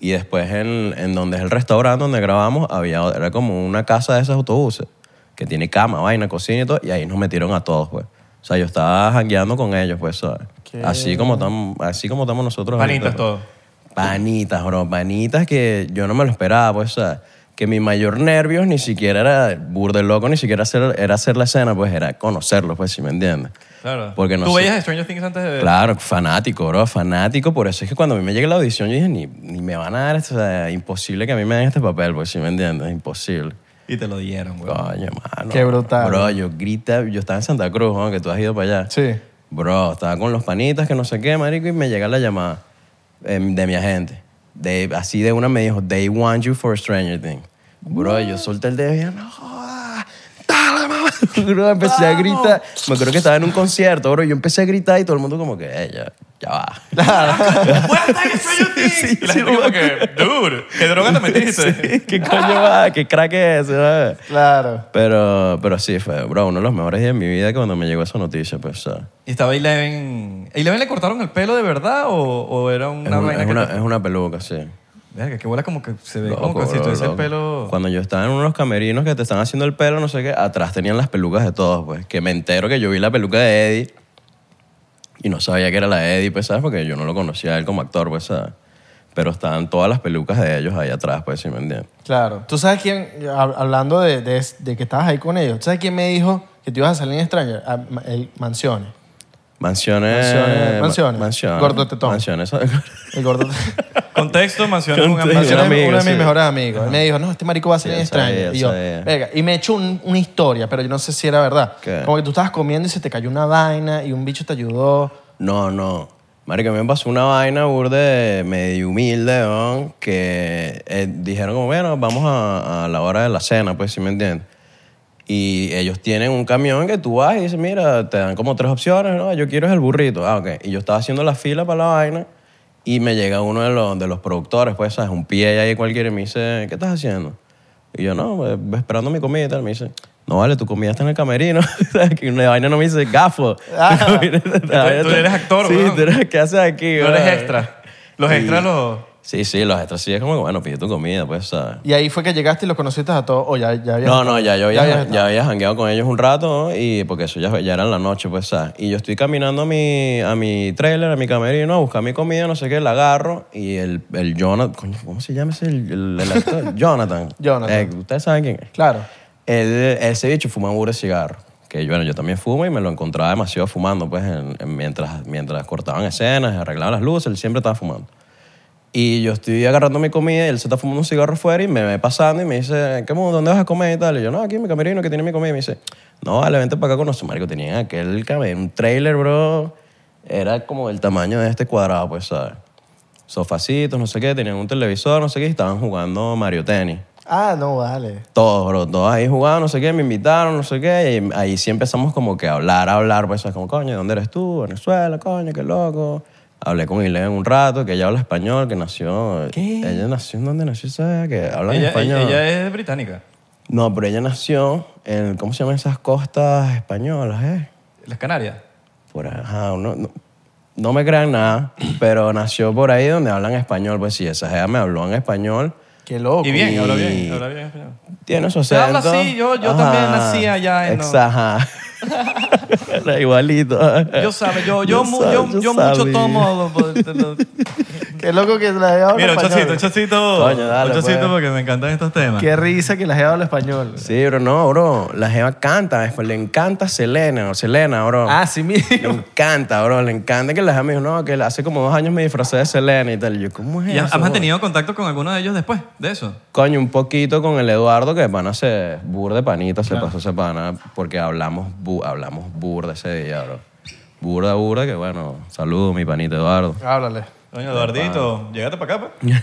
Speaker 1: y después en, en donde es el restaurante donde grabamos, había, era como una casa de esos autobuses, que tiene cama, vaina, cocina y todo, y ahí nos metieron a todos, pues. O sea, yo estaba jangueando con ellos, pues, ¿sabes? Así como estamos así como estamos nosotros. ahorita,
Speaker 2: Panitas
Speaker 1: pues.
Speaker 2: todo.
Speaker 1: Panitas, bro, panitas que yo no me lo esperaba, pues, o sea, que mi mayor nervio ni siquiera era burde loco, ni siquiera hacer- era hacer la escena, pues era conocerlos, pues, si me entiendes.
Speaker 2: Claro.
Speaker 1: Porque no
Speaker 2: ¿Tú
Speaker 1: sé-
Speaker 2: veías Stranger Things antes de...?
Speaker 1: Claro, fanático, bro, fanático, por eso es que cuando a mí me llega la este audición yo dije, ni, ni me van a dar, esto, o sea, imposible que a mí me den este papel, pues, si me entiendes, imposible.
Speaker 2: Y te lo dieron, güey.
Speaker 1: Coño, mano.
Speaker 3: Qué brutal.
Speaker 1: Bro, yo grita, yo estaba en Santa Cruz, ¿no? que tú has ido para allá.
Speaker 3: Sí.
Speaker 1: Bro, estaba con los panitas que no sé qué, marico, y me llega la llamada eh, de mi agente. De, así de una me dijo, they want you for Stranger Things. Bro, yo solté el dedo y dije, no jodas, dale, mamá. Bro, empecé a gritar. Me acuerdo que estaba en un concierto, bro, y yo empecé a gritar y todo el mundo como que, eh, ya, ya va.
Speaker 2: ¡Vuelta que Stranger Things!
Speaker 1: Sí,
Speaker 2: y la
Speaker 1: sí,
Speaker 2: gente como
Speaker 1: güey.
Speaker 2: que, dude, ¿qué droga te metiste?
Speaker 1: Sí, ¿Qué coño va? ¿Qué crack es ese? va?
Speaker 3: Claro.
Speaker 1: Pero, pero sí, fue, bro, uno de los mejores días de mi vida cuando me llegó esa noticia, pues, o sea,
Speaker 2: Y estaba Eleven... ¿Eleven le cortaron el pelo de verdad o, o era
Speaker 1: es,
Speaker 2: una
Speaker 1: un-
Speaker 2: vaina
Speaker 1: es
Speaker 2: que...
Speaker 1: una,
Speaker 2: te-
Speaker 1: es una peluca, sí.
Speaker 2: Verga, que bola como que se ve
Speaker 1: Loco,
Speaker 2: como que si
Speaker 1: bro,
Speaker 2: tuviese el
Speaker 1: loco.
Speaker 2: pelo...
Speaker 1: Cuando yo estaba en unos camerinos que te están haciendo el pelo, no sé qué, atrás tenían las pelucas de todos, pues. Que me entero que yo vi la peluca de Eddie y no sabía que era la de Eddie, pues, ¿sabes? Porque yo no lo conocía a él como actor, pues, ¿sabes? Pero estaban todas las pelucas de ellos ahí atrás, pues, si me entiendes.
Speaker 3: Claro. Tú sabes quién, hab- hablando de, de, de que estabas ahí con ellos, ¿tú sabes quién me dijo que te ibas a salir en Stranger? Ah, ma- el Mansiones.
Speaker 1: Mansiones.
Speaker 3: Mansiones, mansiones.
Speaker 1: Mansiones.
Speaker 3: Gordo tetón.
Speaker 1: Mansiones.
Speaker 3: El gordo.
Speaker 2: Contexto, mansiones un
Speaker 1: Contexto.
Speaker 2: ambiente.
Speaker 3: Mansiones,
Speaker 1: un amigo,
Speaker 3: uno de mis
Speaker 1: sí.
Speaker 3: mejores amigos. Él me dijo, no, este marico va a salir
Speaker 1: Sí,
Speaker 3: en
Speaker 1: yo sabía, yo
Speaker 3: Stranger. y yo,
Speaker 1: sabía.
Speaker 3: "Verga". Y me echó un- una historia, pero yo no sé si era verdad.
Speaker 1: ¿Qué?
Speaker 3: Como que tú estabas comiendo y se te cayó una vaina y un bicho te ayudó.
Speaker 1: No, no. Marico, a mí me pasó una vaina burde medio humilde, ¿no? que eh, dijeron como, bueno, vamos a, a la hora de la cena, pues, si me entiendes? Y ellos tienen un camión que tú vas y dices, mira, te dan como tres opciones, ¿no? Yo quiero es el burrito. Ah, ok. Y yo estaba haciendo la fila para la vaina y me llega uno de los, de los productores, pues, ¿sabes? Un pie ahí cualquiera y me dice, ¿qué estás haciendo? Y yo, no, pues, esperando mi comida y tal. Me dice, no vale, tu comida está en el camerino. ¿Sabes? que una vaina no me dice, gafo.
Speaker 3: Ah.
Speaker 2: tú eres actor,
Speaker 1: Sí,
Speaker 2: weón.
Speaker 1: tú eres, ¿qué haces aquí?
Speaker 2: No eres
Speaker 1: weón?
Speaker 2: extra. Los extras los...
Speaker 1: Sí, sí, los extras sí es como, bueno, pide tu comida, pues, ¿sabes?
Speaker 3: Y ahí fue que llegaste y los conociste a todos. O ya, ya habías
Speaker 1: No, no, ya yo había,
Speaker 3: Ya habías
Speaker 1: ya,
Speaker 3: estado.
Speaker 1: había jangueado con ellos un rato ¿no? y porque eso ya, ya era en la noche, pues, ¿sabes? Y yo estoy caminando a mi, a mi trailer, a mi camerino, a buscar mi comida, no sé qué, la agarro y el, el Jonathan, coño, ¿cómo se llama ese? El, el- el actor? Jonathan.
Speaker 3: Jonathan.
Speaker 1: Eh, Ustedes saben quién es.
Speaker 3: Claro.
Speaker 1: Él, ese bicho fuma un burro de cigarro. Que yo, bueno, yo también fumo y me lo encontraba demasiado fumando, pues, en- en- mientras, mientras cortaban escenas, arreglaban las luces, él siempre estaba fumando. Y yo estoy agarrando mi comida y él se está fumando un cigarro afuera y me ve pasando y me dice, ¿qué mundo? ¿Dónde vas a comer? Y tal. Y yo, no, aquí en mi camerino que tiene mi comida. Y me dice, no, vale, vente para acá con nosotros. Marico, tenían aquel camerino, un trailer, bro. Era como del tamaño de este cuadrado, pues, ¿sabes? Sofacitos, no sé qué, tenían un televisor, no sé qué, y estaban jugando Mario Tennis.
Speaker 3: Ah, no, vale.
Speaker 1: Todos, bro, todos ahí jugando, no sé qué, me invitaron, no sé qué, y ahí sí empezamos como que a hablar, a hablar, pues, como, coño, ¿dónde eres tú? Venezuela, coño, qué loco. Hablé con Ilen un rato, que ella habla español, que nació...
Speaker 2: ¿Qué?
Speaker 1: Ella nació en donde nació, ¿sabes? Que habla
Speaker 2: Ella,
Speaker 1: español.
Speaker 2: ella- ella es británica.
Speaker 1: No, pero ella nació en, ¿cómo se llaman esas costas españolas, eh?
Speaker 2: Las Canarias.
Speaker 1: Por ajá, no, no, no me crean nada, pero nació por ahí donde hablan español, pues sí, esa ella me habló en español.
Speaker 3: Qué loco.
Speaker 2: Y bien, habla
Speaker 1: Y-
Speaker 2: bien. Habla bien español.
Speaker 1: Tiene su
Speaker 2: Se habla
Speaker 1: acento.
Speaker 2: así, yo- yo también nací allá en-
Speaker 1: Exacto. Era igualito.
Speaker 2: Yo sabe, yo, yo, mu-
Speaker 1: sabe,
Speaker 2: yo,
Speaker 1: yo
Speaker 2: yo mucho
Speaker 1: sabe.
Speaker 2: tomo. lo- lo- lo-
Speaker 3: Qué loco que la jeva habla
Speaker 2: Mira, un chocito,
Speaker 3: español.
Speaker 2: un chocito.
Speaker 1: Coño, dale,
Speaker 2: un chocito
Speaker 1: pues.
Speaker 2: porque me encantan estos temas.
Speaker 3: Qué risa que la jeva habla español.
Speaker 1: Sí, bro, no, bro. La jeva canta, es- le encanta Selena, o Selena, bro.
Speaker 3: Ah, sí
Speaker 1: Le
Speaker 3: mismo.
Speaker 1: encanta, bro, le encanta que la jeva me dijo, no, que hace como dos años me disfracé de Selena y tal. Y Yo, ¿cómo es
Speaker 2: ¿Y has,
Speaker 1: eso?
Speaker 2: has
Speaker 1: bro?
Speaker 2: mantenido contacto con alguno de ellos después de eso?
Speaker 1: Coño, un poquito con el Eduardo, que de pana se bur de panita, se pasó ese pana, porque hablamos, bu- hablamos burda ese día, bro. Burda, burda, que bueno, saludo mi panita Eduardo.
Speaker 3: Háblale.
Speaker 2: Coño, Eduardito, llegate para acá, pues.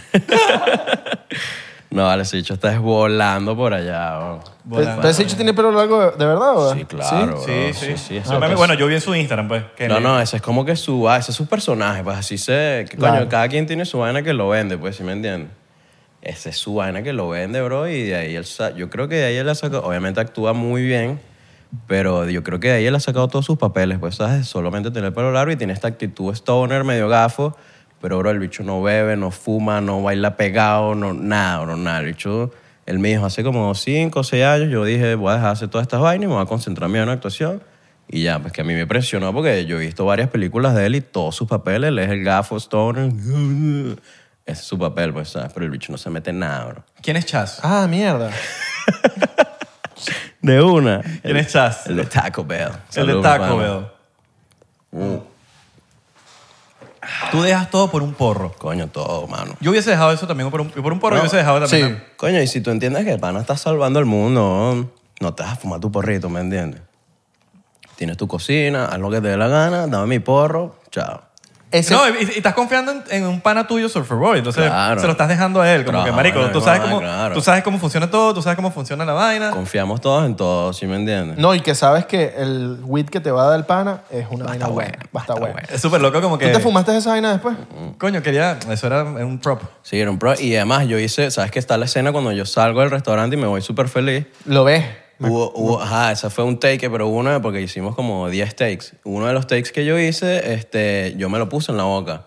Speaker 1: No, vale, ese bicho está volando por allá. bro.
Speaker 2: Volando.
Speaker 3: ¿Pero ese bicho tiene pelo largo de, de verdad o
Speaker 1: Sí, claro.
Speaker 2: Sí,
Speaker 1: bro.
Speaker 2: sí.
Speaker 1: pues, oh, sí,
Speaker 2: Ah,
Speaker 1: eso-
Speaker 2: mami, bueno, yo vi en su Instagram, pues. que
Speaker 1: no,
Speaker 2: le-
Speaker 1: no, ese es como que su, ah, ese es su personaje, pues así se, que
Speaker 3: Claro.
Speaker 1: coño, cada quien tiene su vaina que lo vende, pues, ¿sí me entiendes? Ese es su vaina que lo vende, bro, y de ahí él, sa- yo creo que de ahí él ha sacado, obviamente actúa muy bien, pero yo creo que de ahí él ha sacado todos sus papeles, pues, ¿sabes? Solamente tener el pelo largo y tiene esta actitud stoner, medio gafo, pero, bro, el bicho no bebe, no fuma, no baila pegado, no, nada, bro, nada, el bicho... Él me dijo hace como 5 o 6 años, yo dije, voy a dejar de hacer todas estas vainas y me voy a concentrar en mi actuación. Y ya, pues que a mí me impresionó porque yo he visto varias películas de él y todos sus papeles, él es el gafo, stoner, ese es su papel, pues, ¿sabes? Pero el bicho no se mete en nada, bro.
Speaker 2: ¿Quién es Chaz?
Speaker 3: Ah, mierda.
Speaker 1: De una.
Speaker 2: ¿Quién es Chaz?
Speaker 1: El de Taco Bell. Uh,
Speaker 2: El de
Speaker 1: Saludos,
Speaker 2: Taco
Speaker 1: pana.
Speaker 2: Bell. Tú dejas todo por un porro.
Speaker 1: Coño, todo, mano.
Speaker 2: Yo hubiese dejado eso también por un, por un porro, yo hubiese dejado también.
Speaker 3: sí.
Speaker 1: Coño, y si tú entiendes que el pana está salvando el mundo, no te vas a fumar tu porrito, ¿me entiendes? Tienes tu cocina, haz lo que te dé la gana, dame mi porro, chao.
Speaker 3: Ese-
Speaker 2: No, y, y estás confiando en, en un pana tuyo, Surfer Boy. Entonces,
Speaker 1: Claro.
Speaker 2: se lo estás dejando a él. Como
Speaker 1: Claro,
Speaker 2: que, marico, tú sabes, cómo,
Speaker 1: claro.
Speaker 2: tú sabes cómo funciona todo, tú sabes cómo funciona la vaina.
Speaker 1: Confiamos todos en todos, ¿sí me entiendes?
Speaker 3: No, y que sabes que el weed que te va a dar el pana es una vaina
Speaker 1: buena,
Speaker 3: buena. Va a estar buena.
Speaker 2: Es súper loco como
Speaker 3: ¿Tú
Speaker 2: que...
Speaker 3: te fumaste esa vaina después?
Speaker 2: Coño, quería... Eso era un prop.
Speaker 1: Sí, era un pro. Y además, yo hice, ¿sabes que Está la escena cuando yo salgo del restaurante y me voy súper feliz.
Speaker 3: Lo ves.
Speaker 1: Hubo, hubo- ajá, ese fue un take, pero hubo uno, porque hicimos como 10 takes. Uno de los takes que yo hice, este, yo me lo puse en la boca.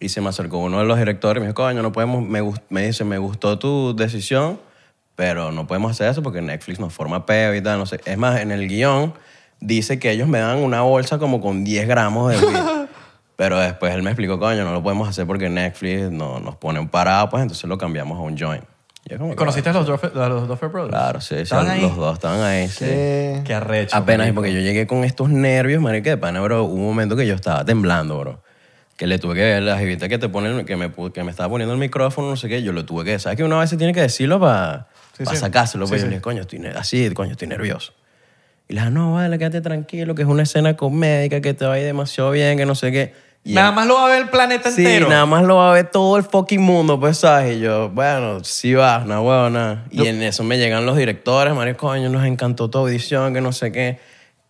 Speaker 1: Y se me acercó uno de los directores y me dijo, coño, no podemos, me, gust- me dice, me gustó tu decisión, pero no podemos hacer eso porque Netflix nos forma peo y tal, no sé. Es más, en el guión dice que ellos me dan una bolsa como con 10 gramos de weed. pero después él me explicó, coño, no lo podemos hacer porque Netflix no, nos pone un parado, pues entonces lo cambiamos a un joint. Y yo como que,
Speaker 2: ¿Conociste a los, Duffer- a los Duffer Brothers?
Speaker 1: Claro, sí, sí,
Speaker 2: ¿Estaban ahí?
Speaker 1: los dos estaban ahí, sí.
Speaker 3: Eh,
Speaker 2: Qué arrecho.
Speaker 1: Apenas,
Speaker 2: marico.
Speaker 1: porque yo llegué con estos nervios, marica, de pana, bro. Hubo un momento que yo estaba temblando, bro. Que le tuve que ver la jevita que te pone, el- que me, pu- que me estaba poniendo el micrófono, no sé qué. Yo lo tuve que... ¿Sabes que una vez se tiene que decirlo para
Speaker 2: Sí, sí.
Speaker 1: sacárselo? Pues
Speaker 2: Sí,
Speaker 1: yo
Speaker 2: sí.
Speaker 1: le dije, coño, estoy ne- así, coño, estoy nervioso. Y le dije, no, vale, quédate tranquilo, que es una escena comédica, que te va a ir demasiado bien, que no sé qué. Y
Speaker 2: Nada
Speaker 1: él-
Speaker 2: más lo va a ver el planeta
Speaker 1: Sí,
Speaker 2: entero.
Speaker 1: nada más lo va a ver todo el fucking mundo, pues, ¿sabes? Y yo, bueno, sí va, una huevona. Y en eso me llegan los directores, Mario, coño, nos encantó tu audición, que no sé qué.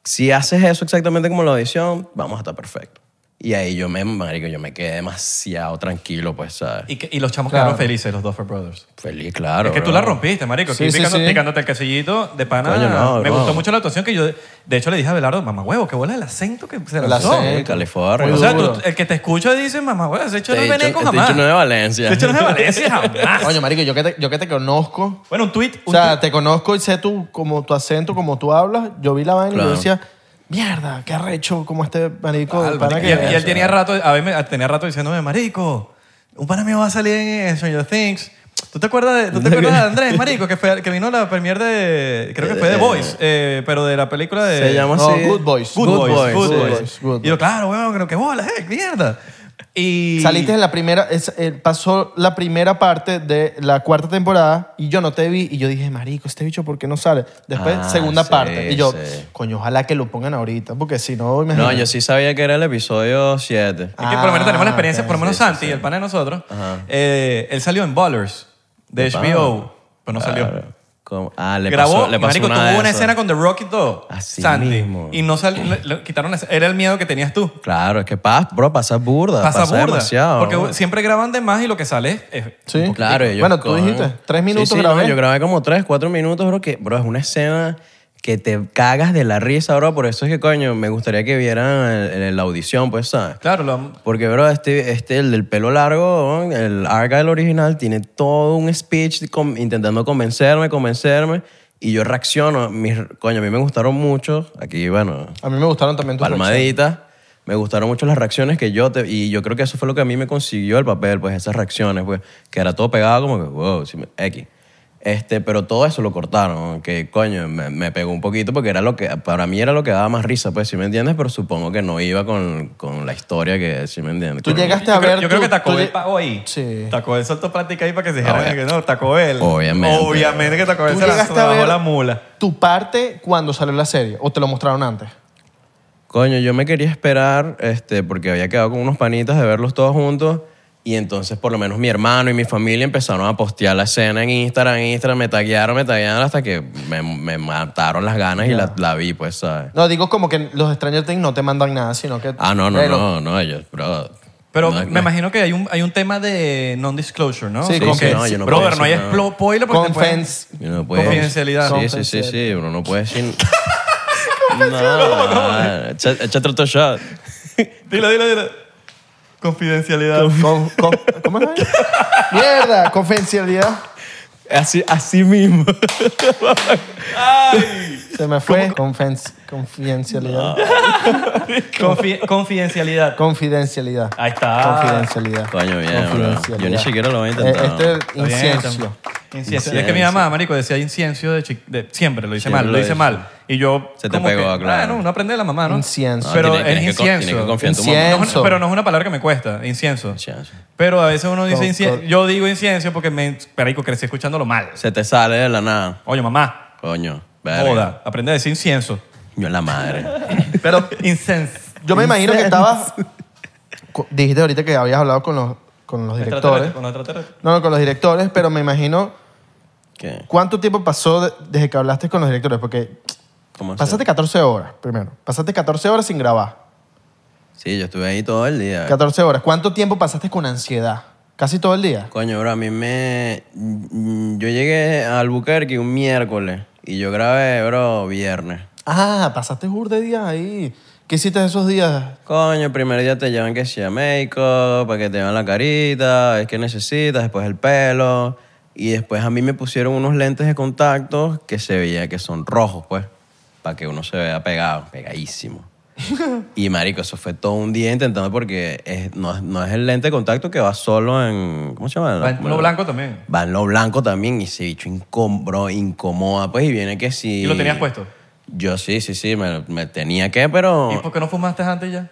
Speaker 1: Si haces eso exactamente como la audición, vamos a estar perfecto. Y ahí yo me, marico, yo me quedé demasiado tranquilo, pues, ¿sabes?
Speaker 2: Y, que- y los chamos
Speaker 3: Claro.
Speaker 2: quedaron felices, los Duffer Brothers.
Speaker 1: Feliz, claro.
Speaker 2: Es que tú
Speaker 1: bro.
Speaker 2: la rompiste, marico.
Speaker 3: Sí,
Speaker 2: Aquí
Speaker 3: sí,
Speaker 2: picando-
Speaker 3: sí.
Speaker 2: picándote el casillito de pana.
Speaker 1: Coño, no,
Speaker 2: me
Speaker 1: no.
Speaker 2: gustó mucho la actuación que yo... De hecho, le dije a Belardo, mamá huevo, qué bola el acento que se
Speaker 3: El
Speaker 2: lanzó.
Speaker 1: Sí, California.
Speaker 2: O sea,
Speaker 3: duro.
Speaker 2: tú- el que te eh, escucha dice, mamá huevo, ese hecho no
Speaker 1: Este
Speaker 2: es
Speaker 1: bicho-
Speaker 2: veneco
Speaker 1: este
Speaker 2: jamás.
Speaker 1: bicho no es de Valencia.
Speaker 2: Ese hecho no es de Valencia jamás.
Speaker 3: Coño, marico, yo que te, yo que te conozco.
Speaker 2: Bueno, un tweet.
Speaker 3: O sea, te conozco y sé tu, como tu acento, como tú hablas. Yo vi la vaina y
Speaker 1: Claro.
Speaker 3: yo decía, mierda, qué arrecho como este marico. del pana
Speaker 2: Ah, y, él-
Speaker 3: que...
Speaker 2: y él tenía rato, a mí me- tenía rato diciéndome, marico, un pana mío va a salir en Stranger Things. ¿Tú te acuerdas de, ¿tú te acuerdas de Andrés, marico, que, fue- que vino a la premiere de, creo que fue de Boys, eh, pero de la película de...
Speaker 1: Se llama
Speaker 3: No,
Speaker 1: así.
Speaker 3: Good Boys.
Speaker 2: Good, Boys. Good, Boys.
Speaker 3: Boys, Good
Speaker 2: Y yo, claro, weón, creo que bola, eh, mierda. Y...
Speaker 3: Saliste en la primera, es- eh, pasó la primera parte de la cuarta temporada y yo no te vi y yo dije, marico, este bicho, ¿por qué no sale? Después,
Speaker 1: Ah,
Speaker 3: segunda
Speaker 1: sí,
Speaker 3: parte. Y yo,
Speaker 1: sí.
Speaker 3: coño, ojalá que lo pongan ahorita, porque si no,
Speaker 1: No,
Speaker 3: imagínate.
Speaker 1: yo sí sabía que era el episodio 7.
Speaker 2: Es que por lo menos tenemos la experiencia,
Speaker 3: Ah,
Speaker 2: por lo menos
Speaker 1: sí, sí,
Speaker 2: Santi, el pana de nosotros, eh, él salió en Ballers de
Speaker 1: De
Speaker 2: HBO, pero Pues no salió.
Speaker 1: ¿Cómo? Ah, le
Speaker 2: grabó,
Speaker 1: pasó, le pasó
Speaker 2: marico,
Speaker 1: una de
Speaker 2: tuvo una
Speaker 1: esas.
Speaker 2: escena con The Rock y todo.
Speaker 1: Así
Speaker 2: Santi.
Speaker 1: mismo.
Speaker 2: Y no sal, le- le quitaron esa- era el miedo que tenías tú.
Speaker 1: Claro, es que pasa, bro, pasa burda.
Speaker 2: Pasa,
Speaker 1: Pasa,
Speaker 2: burda.
Speaker 1: demasiado.
Speaker 2: Porque
Speaker 1: bro.
Speaker 2: siempre graban de más y lo que sale es... es-
Speaker 3: Sí.
Speaker 1: Claro, ellos
Speaker 3: Bueno, tú
Speaker 1: con-
Speaker 3: dijiste, tres
Speaker 1: Sí,
Speaker 3: minutos
Speaker 1: sí, no,
Speaker 3: grabé.
Speaker 1: yo grabé como tres, cuatro minutos, bro, que, bro, es una escena que te cagas de la risa, bro. Por eso es que, coño, me gustaría que vieran el- el- la audición, pues, ¿sabes?
Speaker 2: Claro, lo,
Speaker 1: Porque, bro, este, este, el del pelo largo, ¿no? el Argyle original, tiene todo un speech com- intentando convencerme, convencerme. Y yo reacciono. Mis, coño, a mí me gustaron mucho. Aquí, bueno,
Speaker 3: A mí me gustaron también tus reacciones.
Speaker 1: palmaditas. Me gustaron mucho las reacciones que yo te... Y yo creo que eso fue lo que a mí me consiguió el papel, pues esas reacciones, pues, que era todo pegado como que, wow, sí me- X. Este, pero todo eso lo cortaron, que coño, me, me pegó un poquito porque era lo que, para mí era lo que daba más risa, pues, si me entiendes? Pero supongo que no iba con, con la historia que, si me entiendes?
Speaker 3: Tú
Speaker 1: Con-
Speaker 3: llegaste
Speaker 2: yo,
Speaker 3: a
Speaker 2: creo,
Speaker 3: ver...
Speaker 2: yo creo
Speaker 3: tu-
Speaker 2: que Taco
Speaker 3: tu-
Speaker 2: Bell pagó ahí.
Speaker 3: Sí.
Speaker 2: Taco Bell soltó plática ahí para que se dijeran
Speaker 1: Obvia-
Speaker 2: que no, Taco Bell.
Speaker 1: Ah, Obviamente.
Speaker 2: Obviamente que Taco
Speaker 3: Tú
Speaker 2: Bell se la
Speaker 3: llegaste a
Speaker 2: bajó
Speaker 3: ver-
Speaker 2: la mula.
Speaker 3: tu parte cuando salió la serie o te lo mostraron antes.
Speaker 1: Coño, yo me quería esperar, este, porque había quedado con unos panitas de verlos todos juntos. Y entonces, por lo menos, mi hermano y mi familia empezaron a postear la escena en Instagram, en Instagram, me taguearon, me taguearon hasta que me, me mataron las ganas y la, la vi, pues, ¿sabes?
Speaker 3: No, digo como que los Stranger Things no te mandan nada, sino que...
Speaker 1: Ah, no, no,
Speaker 3: Pero-
Speaker 1: no, no, yo, bro.
Speaker 2: Pero
Speaker 1: no,
Speaker 2: me
Speaker 1: no.
Speaker 2: imagino que hay un, hay un tema de non-disclosure, ¿no?
Speaker 3: Sí,
Speaker 2: Como
Speaker 3: con-
Speaker 2: que,
Speaker 3: sí,
Speaker 1: no, yo no
Speaker 2: brother,
Speaker 1: puedo
Speaker 2: no hay
Speaker 1: decir nada.
Speaker 2: explo- spoiler porque te pueden-
Speaker 3: Confense.
Speaker 1: Yo no puedo-
Speaker 2: Confidencialidad.
Speaker 1: Sí, sí, sí, sí, bro, no puedes decir. no, echa- échate otro shot.
Speaker 2: Dilo, dilo, dilo. Confidencialidad.
Speaker 3: Con- con- ¿Cómo es? Mierda, confidencialidad.
Speaker 1: Así, así mismo.
Speaker 3: Se me fue. Confens- confidencialidad.
Speaker 2: Confi- confidencialidad.
Speaker 3: Confidencialidad.
Speaker 2: Ahí está.
Speaker 3: Confidencialidad.
Speaker 1: Coño, bien, bro.
Speaker 3: Confidencialidad.
Speaker 1: Yo ni siquiera lo voy a intentar,
Speaker 3: Eh,
Speaker 1: ¿no?
Speaker 3: Este
Speaker 2: bien,
Speaker 3: incienso.
Speaker 2: está Incienso. Es que mi mamá, marico, decía incienso de, chi- de- siempre, lo dice
Speaker 1: Siempre
Speaker 2: mal,
Speaker 1: lo
Speaker 2: lo dice
Speaker 1: dice.
Speaker 2: mal. Y yo
Speaker 1: Se te
Speaker 2: como
Speaker 1: pegó,
Speaker 2: que,
Speaker 1: claro.
Speaker 2: Ah, no, uno aprende de la mamá, ¿no?
Speaker 3: Incienso.
Speaker 2: Pero
Speaker 1: tienes- tienes
Speaker 2: es
Speaker 1: que co-
Speaker 2: incienso.
Speaker 1: tienes que confiar en tu
Speaker 3: Incienso.
Speaker 1: mamá.
Speaker 2: No es una- pero no es una palabra que me cuesta, incienso.
Speaker 1: Incienso.
Speaker 2: Pero a veces uno dice
Speaker 3: Co-
Speaker 2: incienso.
Speaker 3: co-
Speaker 2: Yo digo incienso porque me, marico, crecí escuchándolo mal.
Speaker 1: Se te sale de la nada.
Speaker 2: Oye, mamá,
Speaker 1: Coño. verga.
Speaker 2: joda, aprende a decir incienso.
Speaker 1: Yo la madre.
Speaker 3: Pero
Speaker 2: Incense.
Speaker 3: yo me imagino que estabas... cu- Dijiste ahorita que habías hablado con los, con los directores.
Speaker 2: Con extraterrestre.
Speaker 3: No, no, con los directores, pero me imagino...
Speaker 1: ¿Qué?
Speaker 3: ¿Cuánto tiempo pasó de- desde que hablaste con los directores? Porque
Speaker 1: ¿Cómo así?
Speaker 3: pasaste 14 horas, primero. Pasaste 14 horas sin grabar.
Speaker 1: Sí, yo estuve ahí todo el día.
Speaker 3: 14 horas. ¿Cuánto tiempo pasaste con ansiedad? Casi todo el día.
Speaker 1: Coño, bro, a mí me... mm, Yo llegué a Albuquerque un miércoles y yo grabé, bro, viernes.
Speaker 3: Ah, pasaste jur de días ahí. ¿Qué hiciste esos días?
Speaker 1: Coño, el primer día te llevan que sea make-up, para que te vean la carita, es que necesitas, después el pelo. Y después a mí me pusieron unos lentes de contacto que se veía que son rojos, pues, para que uno se vea pegado, pegadísimo. y marico, eso fue todo un día intentando porque es- no, es- no es el lente de contacto que va solo en... ¿Cómo se llama?
Speaker 2: Lo blanco también.
Speaker 1: Va en lo blanco también y ese bicho incom- bro, incomoda, pues, y viene que sí.
Speaker 2: ¿Y lo tenías puesto?
Speaker 1: Yo sí, sí, sí, me, me tenía que, pero...
Speaker 2: ¿Y por qué no fumaste antes ya?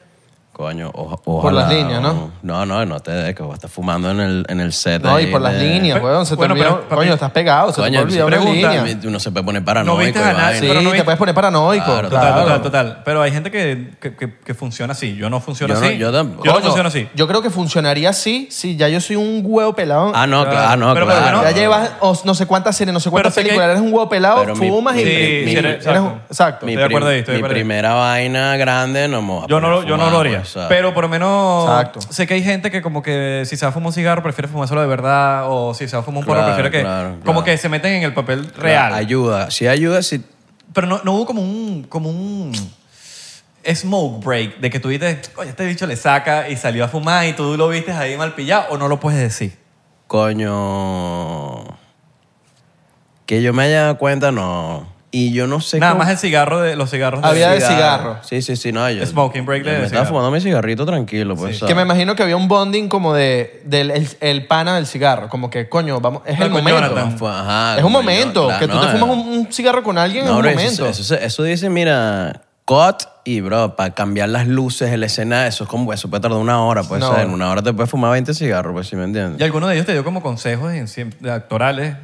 Speaker 1: Coño, o- ojalá.
Speaker 3: Por las líneas, ¿no?
Speaker 1: No, no, no te dejes, que vas a estar fumando en el, en el set.
Speaker 3: No, y
Speaker 1: ahí
Speaker 3: por las
Speaker 1: de-
Speaker 3: líneas,
Speaker 2: Pero-
Speaker 3: weón. Se te
Speaker 2: bueno,
Speaker 3: olvidó-
Speaker 2: pero, papi-
Speaker 3: Coño, estás pegado. Se te
Speaker 1: Coño,
Speaker 3: olvidó una
Speaker 2: pregunta,
Speaker 3: línea.
Speaker 1: pregunta, uno se puede poner paranoico.
Speaker 2: No viste
Speaker 1: y
Speaker 2: a nadie,
Speaker 1: vaina.
Speaker 3: Sí,
Speaker 2: pero no
Speaker 3: te
Speaker 2: viste-
Speaker 3: puedes poner paranoico.
Speaker 1: Claro,
Speaker 2: Total,
Speaker 3: claro.
Speaker 2: total, total. Pero hay gente que, que, que, que funciona así. Yo no funciono
Speaker 1: Yo no-
Speaker 2: así.
Speaker 1: yo tampoco.
Speaker 2: Yo no
Speaker 3: Coño,
Speaker 2: funciono así.
Speaker 3: Yo creo que funcionaría así si ya yo soy un huevo pelado.
Speaker 1: Ah, no, claro, ah, no,
Speaker 2: Pero- pero
Speaker 1: claro.
Speaker 2: no.
Speaker 3: Ya llevas os- no sé cuántas series, no sé cuántas
Speaker 2: sé que-
Speaker 3: películas. Eres un huevo pelado,
Speaker 1: Pero mi-
Speaker 3: fumas
Speaker 1: mi-
Speaker 3: y...
Speaker 2: Sí,
Speaker 1: mi-
Speaker 2: sí, eres-
Speaker 3: eres un- exacto.
Speaker 1: Mi,
Speaker 2: Estoy de acuerdo
Speaker 1: prim-
Speaker 2: ahí, estoy de
Speaker 1: mi
Speaker 2: acuerdo ahí.
Speaker 1: primera vaina grande no me voy a
Speaker 2: Yo no,
Speaker 1: poner
Speaker 2: lo-
Speaker 1: a
Speaker 2: yo no
Speaker 1: fumar,
Speaker 2: lo haría.
Speaker 1: pues, ¿sabes?
Speaker 2: Pero por lo menos
Speaker 3: Exacto.
Speaker 2: sé que hay gente que como que si se va a fumar un cigarro prefiere fumárselo de verdad o si se va a fumar un porro
Speaker 1: Claro,
Speaker 2: prefiere que...
Speaker 1: claro,
Speaker 2: Como
Speaker 1: claro.
Speaker 2: que se meten en el papel real.
Speaker 1: Ayuda, sí ayuda, sí.
Speaker 2: Pero no, no hubo como un, como un smoke break de que tú dices, oye, este bicho le saca y salió a fumar y tú lo viste ahí mal pillado o no lo puedes decir.
Speaker 1: Coño. Que yo me haya dado cuenta, no. Y yo no sé
Speaker 2: Nada
Speaker 1: cómo-
Speaker 2: más el cigarro de los cigarros. de-
Speaker 3: Había- de cigarro.
Speaker 1: Sí, sí, sí, no. Yo,
Speaker 2: Smoking break
Speaker 1: yo
Speaker 2: de
Speaker 1: Me estaba
Speaker 2: cigarro.
Speaker 1: fumando mi cigarrito tranquilo, pues. ¿sabes?
Speaker 3: Que me imagino que había un bonding como de, del el, el pana del cigarro. Como que, coño, vamos, es
Speaker 2: No,
Speaker 3: el
Speaker 2: con
Speaker 3: momento.
Speaker 2: Jonathan.
Speaker 1: Fue- ajá,
Speaker 3: Es un
Speaker 1: como yo,
Speaker 3: momento.
Speaker 1: claro,
Speaker 3: que tú
Speaker 1: no,
Speaker 3: te fumas
Speaker 1: eh.
Speaker 3: un, un cigarro con alguien
Speaker 1: No,
Speaker 3: es un
Speaker 1: bro, eso-
Speaker 3: momento.
Speaker 1: Eso, eso- eso dice, mira, cut y, bro, para cambiar las luces, el escenario, eso es como, eso puede tardar una hora, pues,
Speaker 3: No.
Speaker 1: ¿sabes? En una hora te puedes fumar 20 cigarros, pues, si me
Speaker 2: ¿Y
Speaker 1: entiendes?
Speaker 2: alguno de ellos te dio como consejos en cien- de actorales?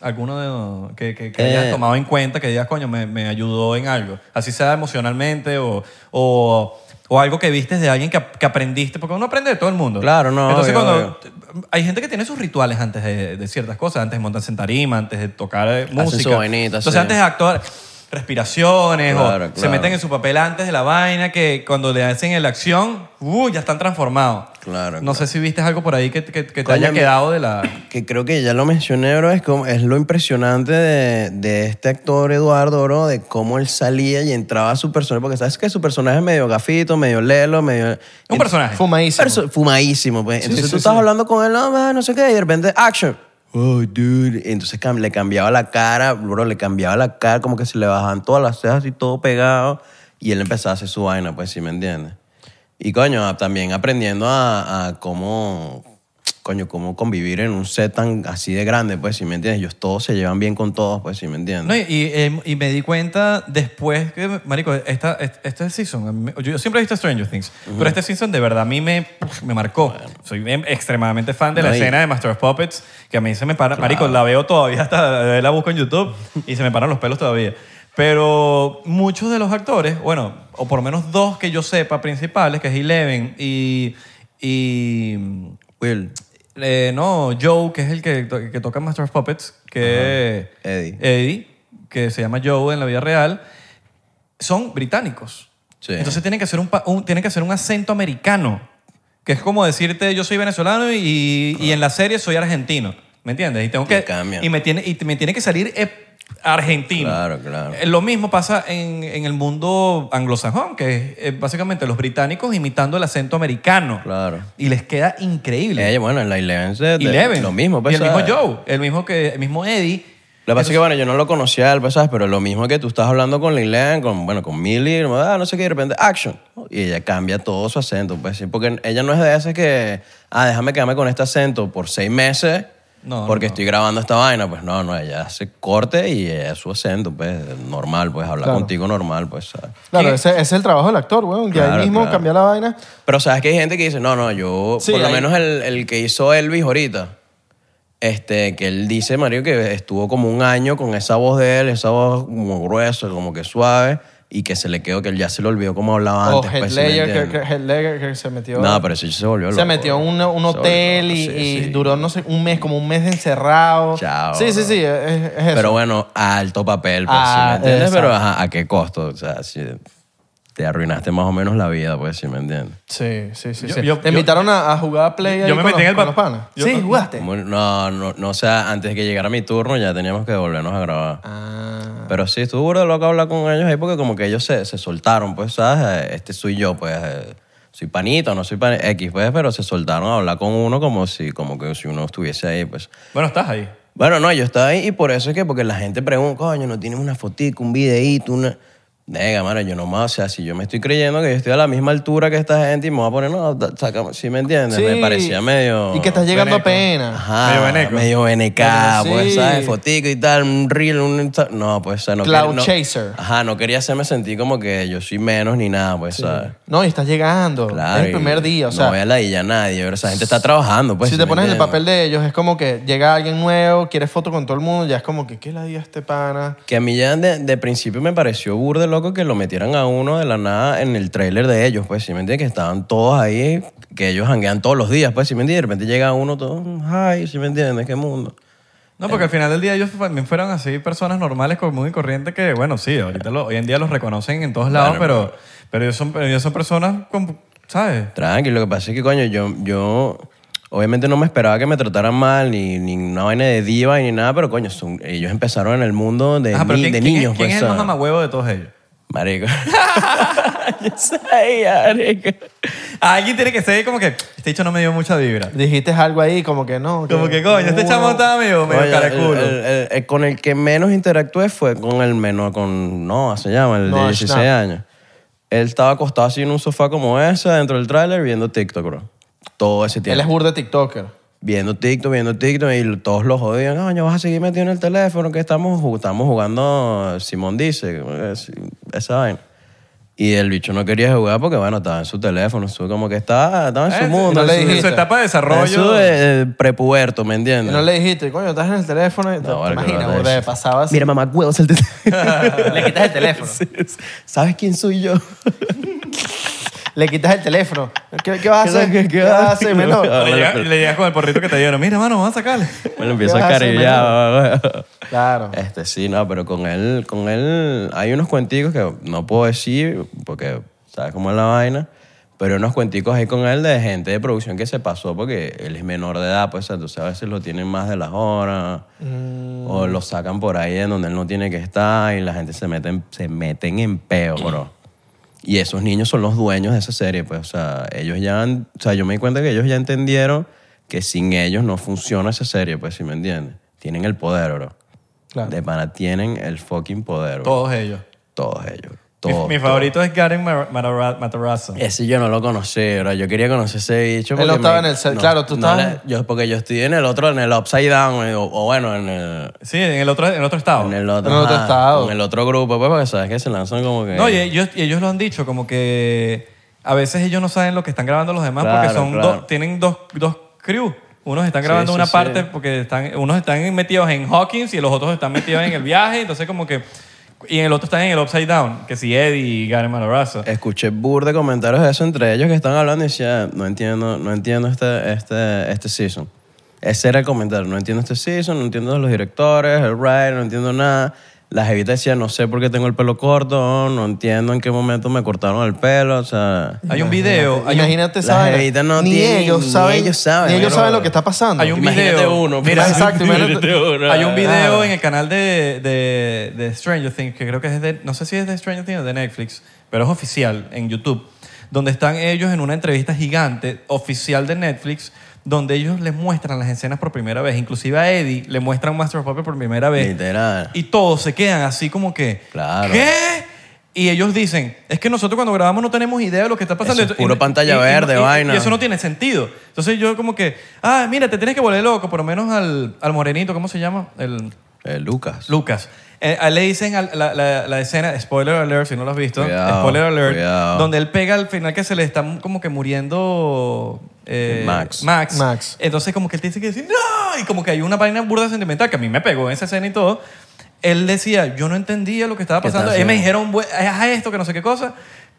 Speaker 2: ¿Alguno de, que, que, que hayas
Speaker 1: Eh.
Speaker 2: tomado en cuenta que digas, coño, me, me ayudó en algo? Así sea emocionalmente o, o, o algo que viste de alguien que, ap- que aprendiste, porque uno aprende de todo el mundo.
Speaker 1: Claro, no,
Speaker 2: Entonces,
Speaker 1: obvio,
Speaker 2: cuando. Hay gente que tiene sus rituales antes de, de ciertas cosas, antes de montarse en tarima, antes de tocar eh, música.
Speaker 1: su vainita,
Speaker 2: Entonces,
Speaker 1: sí.
Speaker 2: antes de actuar, respiraciones
Speaker 1: Claro,
Speaker 2: o se
Speaker 1: claro.
Speaker 2: meten en su papel antes de la vaina, que cuando le hacen en la acción, uh, ya están transformados.
Speaker 1: Claro,
Speaker 2: No
Speaker 1: Ah, claro.
Speaker 2: sé si viste algo por ahí que, que- que te
Speaker 1: Coño,
Speaker 2: haya
Speaker 1: mi-
Speaker 2: quedado de la...
Speaker 1: Que creo que ya lo mencioné, bro, es, como, es lo impresionante de, de este actor Eduardo, bro, de cómo él salía y entraba a su personaje, porque sabes que su personaje es medio gafito, medio lelo, medio...
Speaker 2: Un personaje.
Speaker 3: Fumadísimo.
Speaker 1: Perso- fumadísimo, pues. Entonces
Speaker 3: sí,
Speaker 1: tú
Speaker 3: sí,
Speaker 1: estás
Speaker 3: sí.
Speaker 1: hablando con él, no, man, no sé qué, y de repente, action. Oh, dude. Entonces cam- le cambiaba la cara, bro, le cambiaba la cara, como que se le bajaban todas las cejas y todo pegado. Y él empezaba a hacer su vaina, pues, si me entiendes. Y coño, a- también aprendiendo a, a cómo, coño, cómo convivir en un set tan así de grande, pues, si me entiendes. Ellos todos se llevan bien con todos, pues, si me entiendes.
Speaker 2: No, y, y, eh, y me di cuenta después que, marico, esta, este, este season, a mí me- yo siempre he visto Stranger Things, pero este season de verdad a mí me, me marcó. Soy bien- extremadamente fan de la
Speaker 1: No, y-
Speaker 2: escena de Master of Puppets, que a mí se me para, marico, la veo todavía, hasta la busco en YouTube y se me paran los pelos todavía. Pero muchos de los actores, bueno, o por lo menos dos que yo sepa principales, que es Eleven y... y
Speaker 1: Will.
Speaker 2: eh, no, Joe, que es el que, to- que toca Master of Puppets, que
Speaker 1: Ajá. Eddie.
Speaker 2: Eddie, que se llama Joe en la vida real, son británicos.
Speaker 1: Sí.
Speaker 2: Entonces tienen que, hacer un, pa- un- tienen que hacer un acento americano, que es como decirte yo soy venezolano y, y en la serie soy argentino, ¿me entiendes? Y tengo
Speaker 1: Te
Speaker 2: que
Speaker 1: cambian.
Speaker 2: y me tiene y me tiene que salir eh, argentino.
Speaker 1: Claro, claro.
Speaker 2: Eh, Lo mismo pasa en, en el mundo anglosajón, que es eh, básicamente los británicos imitando el acento americano.
Speaker 1: Claro.
Speaker 2: Y les queda increíble.
Speaker 1: Ella, bueno, en la Eleven se- de-
Speaker 2: Eleven.
Speaker 1: Lo mismo, pues,
Speaker 2: Y el mismo
Speaker 1: ¿sabes?
Speaker 2: Joe, el mismo, que, el mismo Eddie.
Speaker 1: Lo que pasa es que, bueno, yo no lo conocía a él, pues, ¿sabes? Pero lo mismo que tú estás hablando con Lilian, con, bueno, con Millie, ah, no sé qué, y de repente, action. Y ella cambia todo su acento, pues, sí, porque ella no es de esas que, ah, déjame quedarme con este acento por seis meses
Speaker 2: No,
Speaker 1: porque
Speaker 2: no.
Speaker 1: estoy grabando esta vaina. Pues no, no, ella hace corte y es su acento, pues normal, pues habla
Speaker 3: Claro.
Speaker 1: contigo normal, pues. ¿sabes?
Speaker 3: Claro, ese, ese es el trabajo del actor, weón. Ya
Speaker 1: Claro,
Speaker 3: ahí mismo
Speaker 1: claro.
Speaker 3: cambiar la vaina.
Speaker 1: Pero sabes que hay gente que dice, no, no, yo,
Speaker 3: Sí,
Speaker 1: por lo
Speaker 3: hay-
Speaker 1: menos el, el que hizo Elvis ahorita, este, que él dice, Mario, que estuvo como un año con esa voz de él, esa voz como gruesa, como que suave, y que se le quedó, que él ya se le olvidó cómo hablaba
Speaker 3: O
Speaker 1: antes.
Speaker 3: Heath
Speaker 1: pues, ¿sí me
Speaker 3: Ledger, Oh, que,
Speaker 1: entiendes?
Speaker 3: que Heath Ledger que se metió.
Speaker 1: No, pero eso se volvió
Speaker 3: se
Speaker 1: loco,
Speaker 3: metió en
Speaker 1: bro.
Speaker 3: un, un
Speaker 1: Se volvió
Speaker 3: hotel
Speaker 1: loco,
Speaker 3: y,
Speaker 1: sí,
Speaker 3: y
Speaker 1: sí.
Speaker 3: duró no sé, un mes, como un mes de encerrado.
Speaker 1: Chao,
Speaker 3: sí, sí,
Speaker 1: bro.
Speaker 3: sí, es, es eso.
Speaker 1: Pero bueno, alto papel, pues, ¿sí
Speaker 3: Ah,
Speaker 1: me entiendes?
Speaker 3: exacto.
Speaker 1: Pero ajá, ¿a qué costo? O sea, si te arruinaste más o menos la vida, pues, ¿sí me entiendes?
Speaker 3: sí, sí, sí.
Speaker 2: Yo-
Speaker 3: sí.
Speaker 2: yo-
Speaker 3: Te
Speaker 2: yo-
Speaker 3: invitaron a, a jugar a play
Speaker 2: Yo
Speaker 3: ahí
Speaker 2: me
Speaker 3: con
Speaker 2: metí
Speaker 3: los-
Speaker 2: en el
Speaker 3: con
Speaker 2: pa-
Speaker 3: los panas.
Speaker 2: yo-
Speaker 3: sí, jugaste.
Speaker 1: Muy- No, no, no, o sea, antes de que llegara mi turno ya teníamos que volvernos a grabar.
Speaker 3: Ah,
Speaker 1: Pero sí, estuvo burda de loco hablar con ellos ahí porque como que ellos se, se soltaron, pues, ¿sabes? Eh, Este soy yo, pues, eh, soy panito, no soy pan X, pues, pero se soltaron a hablar con uno como si, como que si uno estuviese ahí, pues.
Speaker 2: Bueno, estás ahí.
Speaker 1: Bueno, no, yo estaba ahí y por eso es que, porque la gente pregunta, coño, no tienes una fotico, un videíto, una... Venga, mano, yo nomás, o sea, si yo me estoy creyendo que yo estoy a la misma altura que esta gente y me voy a poner, no, da- sácame, ¿sí me entiendes?
Speaker 3: sí.
Speaker 1: Me parecía medio...
Speaker 3: Y que estás llegando
Speaker 2: veneco.
Speaker 3: apenas.
Speaker 1: Ajá,
Speaker 2: Medio veneco.
Speaker 1: Medio veneca,
Speaker 3: Claro,
Speaker 1: pues,
Speaker 3: sí.
Speaker 1: ¿sabes? Fotico y tal, un reel, un... Insta- No, pues, o sea, no...
Speaker 3: Cloud
Speaker 1: quer- no-
Speaker 3: chaser.
Speaker 1: Ajá, no quería hacerme sentir como que yo soy menos ni nada, pues, ¿sabes?
Speaker 3: No, y estás llegando.
Speaker 1: Claro.
Speaker 3: es el
Speaker 1: y
Speaker 3: primer día, o
Speaker 1: No
Speaker 3: sea.
Speaker 1: voy a la a nadie, pero esa gente está trabajando, pues.
Speaker 3: si
Speaker 1: ¿sí
Speaker 3: te
Speaker 1: me
Speaker 3: pones en el
Speaker 1: entiendes?
Speaker 3: papel de ellos, es como que llega alguien nuevo, quieres foto con todo el mundo, ya es como que, ¿qué la dio este pana?
Speaker 1: Que a mí ya de, de principio me pareció burde loco que lo metieran a uno de la nada en el tráiler de ellos, pues, ¿sí me entiendes? Que estaban todos ahí, que ellos hanguean todos los días, pues, ¿sí me entiendes? Y de repente llega uno todo, ay, ¿sí me entiendes? ¿Qué mundo?
Speaker 2: No, porque al final del día ellos también fueron así personas normales, común y corriente que, bueno, sí, ahorita lo- hoy en día los reconocen en todos lados, pero, pero ellos, son, ellos son personas, con, ¿sabes?
Speaker 1: Tranquilo, lo que pasa es que, coño, yo, yo obviamente no me esperaba que me trataran mal, ni, ni una vaina de diva, ni nada, pero, coño, son- ellos empezaron en el mundo de,
Speaker 2: Ajá, pero
Speaker 1: ni-
Speaker 2: ¿quién,
Speaker 1: de
Speaker 2: quién es-
Speaker 1: niños,
Speaker 2: ¿Quién
Speaker 1: pues,
Speaker 2: es el más
Speaker 1: ¿sabes?
Speaker 2: mamahuevo de todos ellos?
Speaker 1: Marico. yo sabía, marico.
Speaker 2: Alguien tiene que ser como que, este hecho no me dio mucha vibra.
Speaker 3: Dijiste algo ahí como que no.
Speaker 2: Como que, coño, este
Speaker 3: no.
Speaker 2: chamo está medio, medio
Speaker 1: Coño,
Speaker 2: caraculo.
Speaker 1: el- el- el- el con el que menos interactué fue con el menor, con Noah se llama, el de
Speaker 3: Noah
Speaker 1: 16
Speaker 3: Schnapp.
Speaker 1: años. Él estaba acostado así en un sofá como ese, dentro del tráiler, viendo TikTok, bro. Todo ese
Speaker 3: Él
Speaker 1: tiempo.
Speaker 3: es burda TikToker.
Speaker 1: Viendo TikTok, viendo TikTok, y todos los jodían. "Ah, Coño, vas a seguir metido en el teléfono, que estamos, ju- estamos jugando, Simón dice, eh, sí, esa vaina. Y el bicho no quería jugar porque, bueno, estaba en su teléfono, su- como que estaba, estaba en su
Speaker 2: Eh,
Speaker 1: mundo.
Speaker 3: no
Speaker 1: en
Speaker 3: le
Speaker 1: su-
Speaker 2: En su
Speaker 3: dijiste.
Speaker 2: etapa de desarrollo.
Speaker 1: en su, eh, prepuberto, ¿me
Speaker 3: Y
Speaker 1: entiendes?
Speaker 3: no le dijiste, coño, estás en el teléfono. Y te,
Speaker 1: No, vale, que
Speaker 3: imaginas,
Speaker 1: no,
Speaker 3: burda,
Speaker 1: no,
Speaker 3: de
Speaker 1: sí.
Speaker 3: pasaba así.
Speaker 1: Mira, mamá, huevos el teléfono.
Speaker 3: Le quitas el teléfono.
Speaker 1: Sí, sí. ¿Sabes quién soy yo?
Speaker 3: Le quitas el teléfono. ¿Qué, qué vas a hacer? ¿Qué, vas a hacer, menor?
Speaker 2: Le llega- le llegas con el porrito que te dieron. Mira, mano, vamos a sacarle.
Speaker 1: Me lo empiezo
Speaker 3: ¿Qué
Speaker 1: a
Speaker 3: vas a hacer,
Speaker 1: carillar.
Speaker 3: Claro.
Speaker 1: Este, sí, no, pero con él, con él hay unos cuenticos que no puedo decir porque sabes cómo es la vaina, pero unos cuenticos ahí con él de gente de producción que se pasó porque él es menor de edad, pues entonces a veces lo tienen más de las horas o lo sacan por ahí en donde él no tiene que estar y la gente se meten, se meten en peo, bro. Y esos niños son los dueños de esa serie, pues, o sea, ellos ya, han- o sea, yo me di cuenta que ellos ya entendieron que sin ellos no funciona esa serie, pues, si me entiendes. Tienen el poder, bro.
Speaker 3: Claro.
Speaker 1: De pana tienen el fucking poder, bro.
Speaker 2: Todos ellos.
Speaker 1: Todos ellos.
Speaker 2: Mi-
Speaker 1: Todos,
Speaker 2: mi
Speaker 1: todos.
Speaker 2: favorito es Garen Mar- Matara- Matarazzo.
Speaker 1: Ese yo no lo conocí, bro. Yo quería conocer ese bicho.
Speaker 3: Él
Speaker 1: porque
Speaker 3: no estaba
Speaker 1: me-
Speaker 3: en el set, claro, tú estabas-
Speaker 1: le- yo, porque yo estoy en el otro, en el upside down, eh, o, o bueno, en el,
Speaker 2: Sí, en el otro, en el otro estado.
Speaker 1: en el otro.
Speaker 3: En el otro estado.
Speaker 1: En el otro grupo, pues, porque sabes que se lanzan como que.
Speaker 2: No, y ellos, y ellos lo han dicho, como que a veces ellos no saben lo que están grabando los demás
Speaker 1: Claro,
Speaker 2: porque son
Speaker 1: claro.
Speaker 2: dos, tienen dos, dos crew. Unos están
Speaker 1: Sí,
Speaker 2: grabando
Speaker 1: sí,
Speaker 2: una
Speaker 1: sí.
Speaker 2: parte porque están, unos están metidos en Hawkins y los otros están metidos en el viaje, entonces como que... Y en el otro están en el Upside Down, que si Eddie y Garen Matarazzo.
Speaker 1: Escuché bur de comentarios de eso entre ellos que están hablando y decía, no entiendo, no entiendo este, este, este season. Ese era el comentario, no entiendo este season, no entiendo los directores, el writer, no entiendo nada. La jevita decía, no sé por qué tengo el pelo corto, no entiendo en qué momento me cortaron el pelo, o sea...
Speaker 2: Hay un video, hay un,
Speaker 3: Imagínate
Speaker 1: Las
Speaker 3: esa vaina.
Speaker 1: jevitas no
Speaker 3: ni,
Speaker 1: tienen-
Speaker 3: ellos
Speaker 1: ni
Speaker 3: saben,
Speaker 1: ellos saben,
Speaker 3: ni ellos
Speaker 1: pero-
Speaker 3: saben lo que está pasando.
Speaker 2: hay un
Speaker 1: Imagínate
Speaker 2: video.
Speaker 1: uno,
Speaker 2: mira,
Speaker 1: pues.
Speaker 3: Exacto, imagínate-
Speaker 2: Hay un video
Speaker 3: Claro.
Speaker 2: en el canal de, de, de Stranger Things, que creo que es de, no sé si es de Stranger Things o de Netflix, pero es oficial en YouTube, donde están ellos en una entrevista gigante, oficial de Netflix, donde ellos les muestran las escenas por primera vez. Inclusive a Eddie le muestran Master of Puppets por primera vez.
Speaker 1: Literal.
Speaker 2: Y todos se quedan así como que,
Speaker 1: Claro.
Speaker 2: ¿qué? Y ellos dicen, es que nosotros cuando grabamos no tenemos idea de lo que está pasando.
Speaker 1: Eso es puro pantalla verde, vaina.
Speaker 2: Y eso no tiene sentido. Entonces yo como que, ah, mira, te tienes que volver loco, por lo menos al, al morenito, ¿cómo se llama? El
Speaker 1: Eh, Lucas.
Speaker 2: Lucas. Eh, a él le dicen al- la, la- la escena, spoiler alert, si no lo has visto,
Speaker 1: Cuidado,
Speaker 2: spoiler alert,
Speaker 1: cuidado.
Speaker 2: donde él pega al final que se le está como que muriendo eh,
Speaker 1: Max.
Speaker 2: Max.
Speaker 3: Max.
Speaker 2: Entonces como que él tiene que decir, no, y como que hay una vaina burda sentimental que a mí me pegó en esa escena y todo. Él decía, yo no entendía lo que estaba
Speaker 1: ¿Qué está
Speaker 2: pasando. Ellos me
Speaker 1: haciendo?
Speaker 2: dijeron, "Bue- haz esto, que no sé qué cosa.